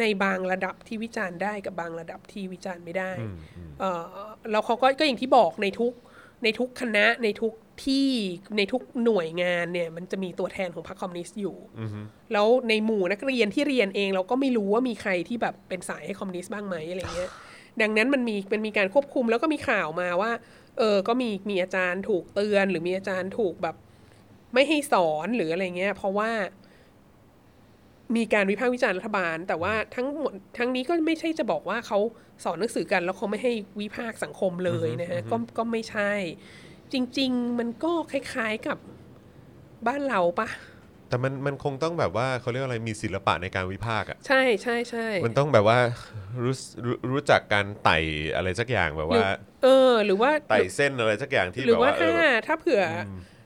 Speaker 2: ในบางระดับที่วิจารณ์ได้กับบางระดับที่วิจารณ์ไม่ได้
Speaker 1: อืมอืม
Speaker 2: เออแล้วเขาก็ก็อย่างที่บอกในทุกในทุกคณะในทุกที่ในทุกหน่วยงานเนี่ยมันจะมีตัวแทนของพรรคคอมมิวนิสต์อยู่
Speaker 1: อืม
Speaker 2: แล้วในหมู่นักเรียนที่เรียนเองเราก็ไม่รู้ว่ามีใครที่แบบเป็นสายให้คอมมิวนิสต์บ้างไหมอะไรเงี้ย ดังนั้นมันมีมันมีการควบคุมแล้วก็มีข่าวมาว่า เออก็มีมีอาจารย์ถูกเตือน หรือมีอาจารย์ถูกแบบ ไม่ให้สอนหรืออะไรเงี้ย เพราะว่า มีการวิพากษ์วิจารณ์รัฐบาล แต่ว่าทั้งหมดทั้งนี้ก็ไม่ใช่จะบอกว่าเขาสอนหนังสือกัน แล้วเขาไม่ให้วิพากษ์สังคมเลยนะฮะก็ก็ไม่ใช่ จริง ๆ มันก็คล้ายๆกับบ้านเราปะ
Speaker 1: แต่มันมันคงต้องแบบว่าเขาเรียกว่าอะไรมีศิลปะในการวิพากษ์อ่ะ
Speaker 2: ใช่ใช่ใช่
Speaker 1: มันต้องแบบว่ารู้สรู้รู้จักการไต่อะไรสักอย่างแบบว่า
Speaker 2: เออ หรือว่า
Speaker 1: ไต่เส้นอะไรสักอย่างที่
Speaker 2: หรื
Speaker 1: แบ
Speaker 2: อบ ว่า
Speaker 1: ว่าเอ
Speaker 2: ถ้า
Speaker 1: อแบบ
Speaker 2: ถ้าเผื่ออ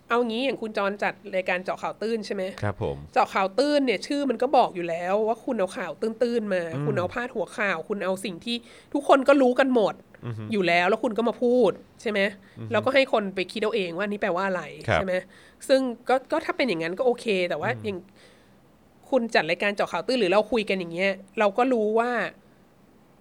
Speaker 2: เอางี้อย่างคุณจรจัดรายการเจาะข่าวตื้นใช่ไหม
Speaker 1: ครับผม
Speaker 2: เจาะข่าวตื้นเนี่ยชื่อมันก็บอกอยู่แล้วว่าคุณเอาข่าวตื้นๆมา คุณเอาพาดหัวข่าว คุณเอาสิ่งที่ทุกคนก็รู้กันหมดอยู่แล้วแล้วคุณก็มาพูดใช่ไหมแล้วก็ให้คนไปคิดเอาเองว่านี่แปลว่าอะไร
Speaker 1: ครับ
Speaker 2: ใช่ไหมซึ่งก็ก็ถ้าเป็นอย่างนั้นก็โอเค แต่ว่าอย่างคุณจัดรายการเจาะข่าวตื้นหรือเราคุยกันอย่างเงี้ย เราก็รู้ว่า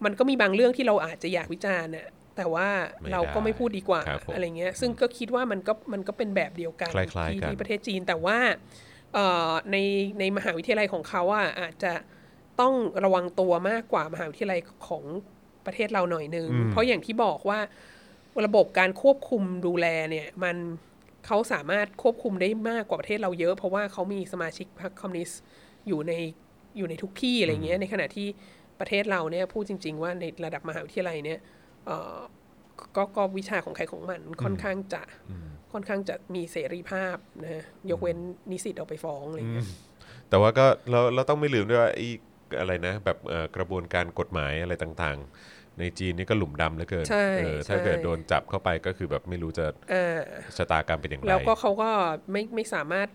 Speaker 2: มันก็มีบางเรื่องที่เราอาจจะอยากวิจารณ์น่ะแต่ว่า
Speaker 1: ไม่
Speaker 2: เราก็ไม่พูดดีกว่า
Speaker 1: ครับผม
Speaker 2: อะไรเงี้ย ซึ่งก็คิดว่ามันก็มันก็เป็นแบบเดียวกัน
Speaker 1: คล้ายๆ
Speaker 2: ที่
Speaker 1: กัน
Speaker 2: ที่ประเทศจีนแต่ว่าเอ่อในในมหาวิทยาลัยของเขาอ่ะอาจจะต้องระวังตัวมากกว่ามหาวิทยาลัยของประเทศเราหน่อยนึง เพราะอย่างที่บอกว่าระบบการควบคุมดูแลเนี่ย มันเขาสามารถควบคุมได้มากกว่าประเทศเราเยอะ เพราะว่าเขามีสมาชิกพรรคคอมมิวนิสต์อยู่ในอยู่ในทุกที่อะไรเงี้ยในขณะที่ ประเทศเราเนี่ยพูดจริง ๆ ว่าในระดับมหาวิทยาลัยเนี่ยเอ่อก็ก็วิชาของใครของมันค่อนข้างจะค่อนข้างจะมีเสรีภาพนะฮะยกเว้นนิสิตเอาไปฟ้องอะไรเงี้ย
Speaker 1: แต่ว่าก็เราเราต้องไม่ลืมด้วยว่าไอีอะไรนะ แบบเอ่อกระบวนการกฎหมายอะไรต่างๆ ในจีนนี่ก็หลุมดำเหลือเกิน
Speaker 2: ใช่
Speaker 1: เออ
Speaker 2: ใช่
Speaker 1: ถ้าเกิดโดนจับเข้าไปก็คือแบบไม่รู้จะ
Speaker 2: อ่า
Speaker 1: ชะตากรรมเป็นอย่างไร
Speaker 2: แล้วก็เขาก็ไม่ไม่สามารถ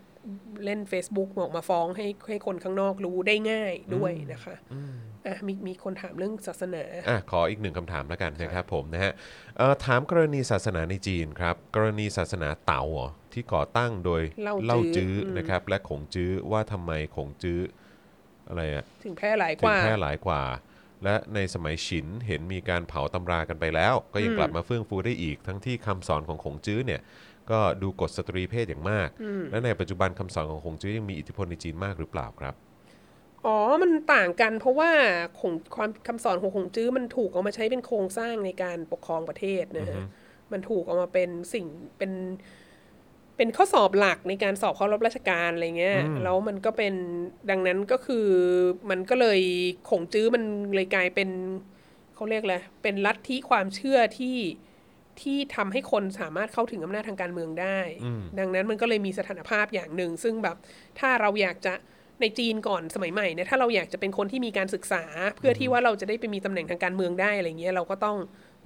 Speaker 2: เล่น Facebook ออกมาฟ้องให้ให้คนข้างนอกรู้ได้ง่ายด้วยนะคะอ่ะมีมีคนถามเรื่องศาสนา
Speaker 1: อ่ะขออีกหนึ่งคำถามแล้วกันนะครับผมนะฮะเอ่อถามกรณีศาสนาในจีนครับ กรณีศาสนาเต๋าเหรอที่ก่อตั้งโดย
Speaker 2: เล่าจื้อ
Speaker 1: จื้ออ
Speaker 2: ม
Speaker 1: นะครับ และขงจื้อว่าทำไมขงจื้ออะไรอะ
Speaker 2: ถึงแพร่หลายก
Speaker 1: ถึง
Speaker 2: ว่า
Speaker 1: แพร่หลายกว่า และในสมัยฉินเห็นมีการเผาตำรากันไปแล้ว ก็ยังกลับมาเฟื่องฟูได้อีก ทั้งที่คำสอนของขงจื้อเนี่ย ก็ดูกฎสตรีเพศอย่างมาก และในปัจจุบันคำสอนของขงจื้อยังมีอิทธิพลในจีนมากหรือเปล่าครับ
Speaker 2: อ๋อ มันต่างกันเพราะว่าของความคำสอนของขงจื้อมันถูกเอามาใช้เป็นโครงสร้างในการปกครองประเทศนะฮะ มันถูกเอามาเป็นสิ่งเป็นเป็นข้อสอบหลักในการสอบเข้ารับราชการอะไรเงี้ย แล้วมันก็เป็นดังนั้นก็คือมันก็เลยขงจื้อมันเลยกลายเป็นเขาเรียกอะไรเป็นลัทธิความเชื่อที่ที่ทำให้คนสามารถเข้าถึงอำนาจทางการเมืองได้ ดังนั้นมันก็เลยมีสถานภาพอย่างหนึ่ง ซึ่งแบบถ้าเราอยากจะในจีนก่อนสมัยใหม่เนี่ยถ้าเราอยากจะเป็นคนที่มีการศึกษา เพื่อที่ว่าเราจะได้ไปมีตำแหน่งทางการเมืองได้อะไรเงี้ยเราก็ต้อง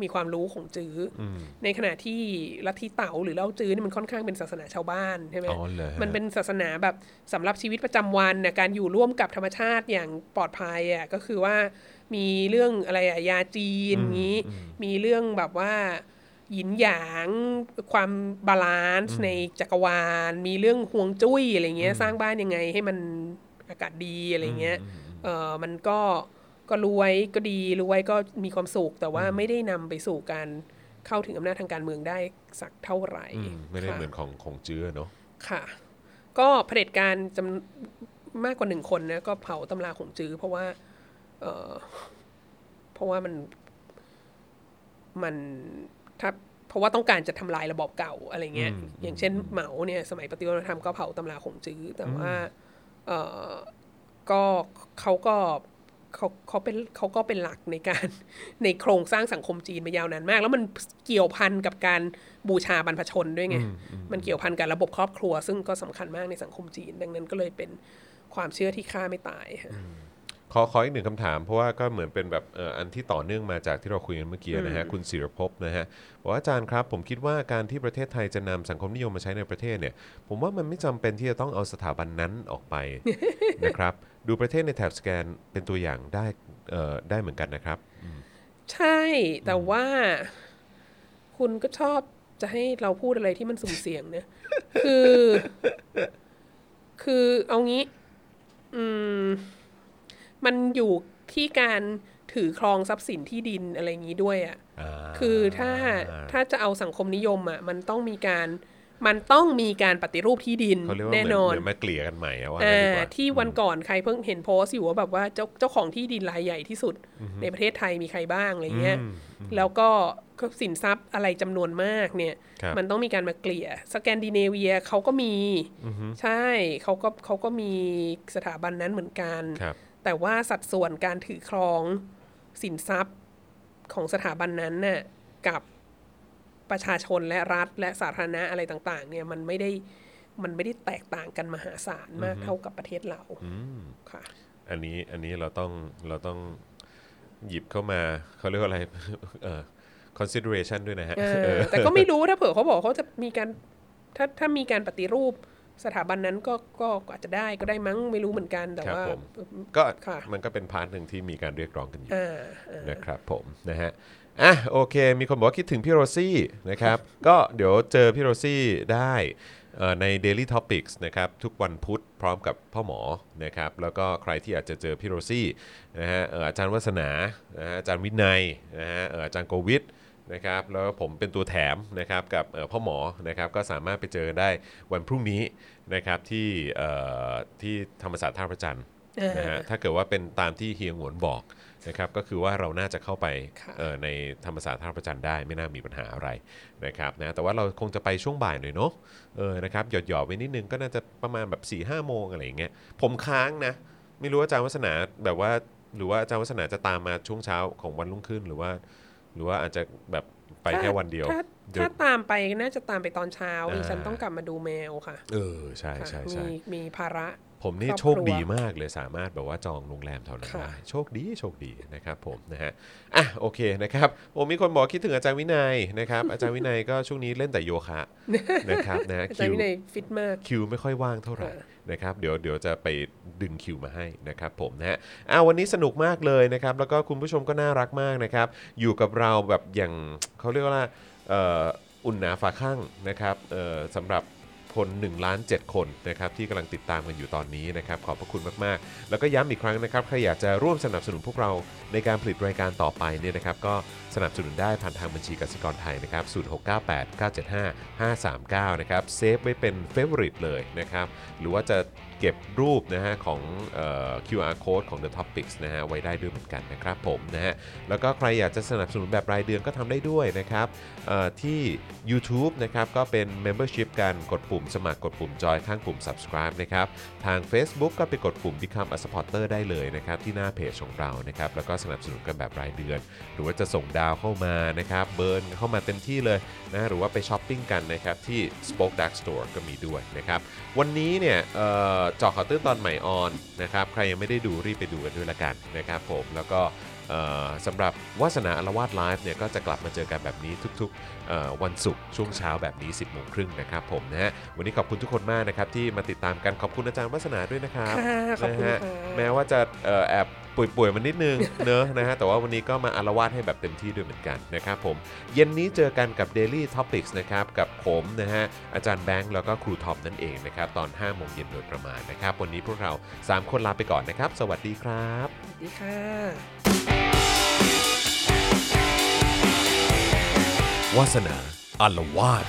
Speaker 2: มีความรู้ของจื้ออ ในขณะที่ลัทธิเต๋าหรือเล่าจื้อนี่มันค่อนข้างเป็นศาสนาชาวบ้านใช่ไหม
Speaker 1: อ๋อเหรอฮะ
Speaker 2: มันเป็นศาสนาแบบสำหรับชีวิตประจำวันนะการอยู่ร่วมกับธรรมชาติอย่างปลอดภัยอ่ะก็คือว่ามีเรื่องอะไรอ่ะยาจีนนี้ มีเรื่องแบบว่าหยินหยางความบาลานซ์ในจักรวาล มีเรื่องห่วงจุ้ยอะไรเงี้ยสร้างบ้านยังไงให้มันอากาศดีอะไรเงี้ยเออมันก็ก็รวยก็ดีรวยก็มีความสุขแต่ว่าไม่ได้นำไปสู่การ เข้าถึงอำนาจทางการเมืองได้สักเท่าไหร่
Speaker 1: อืมไม่ได้
Speaker 2: ค่ะ
Speaker 1: เหมือนของขงจื้อเนาะ
Speaker 2: ค่ะ ก็เผด็จการจำมากกว่าหนึ่งคนนะก็เผาตำราของจื้อเพราะว่า เออเพราะว่ามัน มันถ้าเพราะว่าต้องการจะทำลายระบอบเก่าอะไรเงี้ย
Speaker 1: อืม
Speaker 2: อย่างเช่นเหมาเนี่ยสมัยปฏิวัติธรรมก็เผาตำราขงจื้อแต่ว่าเออก็เขาก็เขาเขาเป็นเขาก็เป็นหลักในการ ในโครงสร้างสังคมจีนมายาวนานมาก แล้วมันเกี่ยวพันกับการบูชาบรรพชนด้วยไง
Speaker 1: อืมอืม
Speaker 2: มันเกี่ยวพันกับระบบครอบครัว ซึ่งก็สำคัญมากในสังคมจีน ดังนั้นก็เลยเป็นความเชื่อที่ฆ่าไม่ตายค่ะ
Speaker 1: ขอขออีกหนึ่งคำถาม เพราะว่าก็เหมือนเป็นแบบเอ่ออันที่ต่อเนื่องมาจากที่เราคุยกันเมื่อกี้นะฮะ คุณศิรภพนะฮะบอกว่าอาจารย์ครับ ผมคิดว่าการที่ประเทศไทยจะนำสังคมนิยมมาใช้ในประเทศเนี่ย ผมว่ามันไม่จำเป็นที่จะต้องเอาสถาบันนั้นอ อกไป นะครับ ดูประเทศในแถบสแกนเป็นตัวอย่างได้เอ่อได้เหมือนกันนะครับ
Speaker 2: ใช่ แต่ว่าคุณก็ชอบจะให้เราพูดอะไรที่มันสุ่มเสี่ยง เนี่ย คือ คือเอางี้ อืม มันอยู่ที่การถือครองทรัพย์สินที่ดินอะไรอย่างนี้ด้วยอะ่ะ คือถ้าถ้าจะเอาสังคมนิยมอะ่ะ มันต้องมีการ มันต้องมีการปฏิรูปที่ดิน
Speaker 1: เขาเรียกว่าเห
Speaker 2: แน่
Speaker 1: มือน
Speaker 2: นอน
Speaker 1: เหมือนมาเกลี่ยกันใหม่อะว่างั้นดีก
Speaker 2: อ่า
Speaker 1: ว่า
Speaker 2: ที่วันก่อนใครเพิ่งเห็นโพสต์อยู่ว่าแบบว่าเจ้าเจ้าของที่ดินรายใหญ่ที่สุด ในประเทศไทยมีใครบ้างอะไรเงี้ย
Speaker 1: อืม
Speaker 2: แล้วก็สินทรัพย์อะไรจำนวนมากเนี่ย
Speaker 1: ครับ
Speaker 2: มันต้องมีการมาเกลี่ย สแกนดิเนเวียเขาก็มี ใช่เขาก็เขาก็มีสถาบันนั้นเหมือนกัน
Speaker 1: ครับ
Speaker 2: แต่ว่าสัดส่วนการถือครองสินทรัพย์ของสถาบันนั้นน่ะกับประชาชนและรัฐและสาธารณะอะไรต่าง ๆ เนี่ยมันไม่ได้มันไม่ได้แตกต่างกันมหาศาลมากเท่ากับประเทศเรา
Speaker 1: อืม
Speaker 2: ค่ะ
Speaker 1: อันนี้อันนี้เราต้องเราต้องหยิบเข้ามาเขาเรียกว่า อะไร เอ่อ consideration ด้วยนะฮะ
Speaker 2: เอ
Speaker 1: เอ
Speaker 2: อ
Speaker 1: อ
Speaker 2: แต่ก็ไม่รู้ถ้าเผื่อเขาบอกเขาจะมีการถ้าถ้ามีการปฏิรูปสถาบันนั้นก็ก็ก็อาจจะได้ก็ได้มั้งไม่รู้เหมือนกันแต่
Speaker 1: ครับ
Speaker 2: ว่า
Speaker 1: ผม ก็
Speaker 2: ค่ะ
Speaker 1: มันก็เป็นพาร์ทหนึ่งที่มีการเรียกร้องกันอยู่
Speaker 2: อ่าอ่า
Speaker 1: นะครับผมนะฮะอ่ะโอเค มีคนบอกว่าคิดถึงพี่โรซี่นะครับ ก็เดี๋ยวเจอพี่โรซี่ได้เอ่อใน Daily Topics นะครับ ทุกวันพุธพร้อมกับพ่อหมอนะครับ แล้วก็ใครที่อยากจะเจอพี่โรซี่นะฮะเอ่ออาจารย์วัฒนานะฮะอาจารย์วินัยนะฮะเอ่ออาจารย์โกวิท นะครับแล้วผมเป็นตัวแถมนะครับกับเอ่อพ่อหมอนะครับก็สามารถไปเจอได้วันพรุ่งนี้นะครับที่เอ่อที่ธรรมศาสตร์ท่าพระจันทร์นะฮะถ้าเกิดว่าเป็นตามที่เฮียงหวนบอกนะครับก็คือว่าเราน่าจะเข้าไป
Speaker 2: ค่ะ
Speaker 1: เอ่อในธรรมศาสตร์ท่าพระจันทร์ได้ไม่น่ามีปัญหาอะไรนะครับนะแต่ว่าเราคงจะไปช่วงบ่ายหน่อยเนาะเออนะครับหยอดหยอดๆไว้นิดนึงก็น่าจะประมาณแบบ4ี่ห้าโมงอะไรอย่างเงี้ยผมค้างนะไม่รู้ว่าอาจารย์วัฒนาแบบว่าหรือว่าอาจารย์วัฒนาจะตามมาช่วงเช้าของวันรุ่งขึ้นหรือว่า หรือว่าอาจจะแบบไป
Speaker 2: ถ้า
Speaker 1: แค่วันเดียว
Speaker 2: ถ้า
Speaker 1: เดี๋ยว
Speaker 2: ถ้าตามไปน่าจะตามไปตอนเช้าดิฉัน
Speaker 1: อ่า
Speaker 2: ต้องกลับมาดูแมวค่ะ
Speaker 1: เออใช่
Speaker 2: ค่ะ
Speaker 1: ใช่
Speaker 2: มี
Speaker 1: ใช่
Speaker 2: มีภาระ
Speaker 1: ผมนี่
Speaker 2: ครอบค
Speaker 1: โช
Speaker 2: รัว
Speaker 1: คดีมากเลยสามารถแบบว่าจองโรงแรมแถวนั้น
Speaker 2: ค่ะ
Speaker 1: ได้โชคดีโชคดีนะครับผมนะฮะอ่ะโอเคนะครับผมมีคนบอกคิดถึงอาจารย์วินัยนะครับ อาจารย์วินัยก็ช่วงนี้เล่นแต่โยคะนะครับนะฮะ
Speaker 2: อาจาร
Speaker 1: คิว
Speaker 2: ย์วินัยฟิตมาก
Speaker 1: คิวไม่ค่อยว่างเท่าไหร่
Speaker 2: ค่ะ
Speaker 1: นะครับเดี๋ยวเดี๋ยวจะไปดึงคิวมาให้นะครับผมนะฮะอ่ะวันนี้สนุกมากเลยนะครับแล้วก็คุณผู้ชมก็น่ารักมากนะครับ อยู่กับเราแบบอย่างเขาเรียกว่าเอ่ออุ่นหนาฝาข้างนะครับเอ่อสำหรับคน1ล้าน7คนนะครับที่กำลังติดตามกันอยู่ตอนนี้นะครับขอบพระคุณมากๆ แล้วก็ย้ำอีกครั้งนะครับใครอยากจะร่วมสนับสนุนพวกเราในการผลิตรายการต่อไปเนี่ยนะครับก็สนับสนุนได้ผ่านทางบัญชีกสิกรไทยนะครับ0698 975 539นะครับเซฟไว้เป็นเฟ v o r i t e เลยนะครับหรือว่าจะเก็บรูปนะฮะของเอ่อ QR code ของ The Topics นะฮะไว้ได้ด้วยเหมือนกันนะครับผมนะฮะ แล้วก็ใครอยากจะสนับสนุนแบบรายเดือนก็ทำได้ด้วยนะครับเอ่อที่ YouTube นะครับก็เป็น Membership กันกดปุ่มสมัครกดปุ่มจอยข้างปุ่ม subscribe นะครับทาง Facebook ก็ไปกดปุ่ม Become a supporter ได้เลยนะครับที่หน้าเพจของเรานะครับแล้วก็สนับสนุนกันแบบรายเดือน หรือว่าจะส่งดาวเข้ามานะครับเบิร์นเข้ามาเต็มที่เลยนะหรือว่าไปช้อปปิ้งกันนะครับที่ Spoke Dark Store ก็มีด้วยนะครับวันนี้เนี่ยเอ่อเจอข่าวตื้นตอนใหม่ออนนะครับใครยังไม่ได้ดูรีบไปดูกันด้วยละกันนะครับผมแล้วก็ เอ่อสำหรับวาสนาอารวาสไลฟ์เนี่ยก็จะกลับมาเจอกันแบบนี้ทุกๆเอ่อวันศุกร์ช่วงเช้าแบบนี้ 10บโมงครึ่งนะครับผมนะฮะวันนี้ขอบคุณทุกคนมากนะครับที่มาติดตามกันขอบคุณอาจารย์วาสนาด้วยนะครับ
Speaker 2: ค่ะขอบคุณ
Speaker 1: นฮ
Speaker 2: ค่ะ
Speaker 1: แม้ว่าจะเอ่อแอบป่วยๆมันนิดนึง เนอะนะฮะแต่ว่าวันนี้ก็มาอารวาสให้แบบเต็มที่ด้วยเหมือนกันนะครับผม เย็นนี้เจอกันกับ Daily Topics นะครับกับผมนะฮะอาจารย์แบงค์แล้วก็ครูทอมนั่นเองนะครับตอน5โมงเย็นโดยประมาณนะครับวันนี้พวกเราสามคนลาไปก่อนนะครับสวัสดีครับ
Speaker 2: สวัสดีค่ะ
Speaker 1: วาสนาอารวาส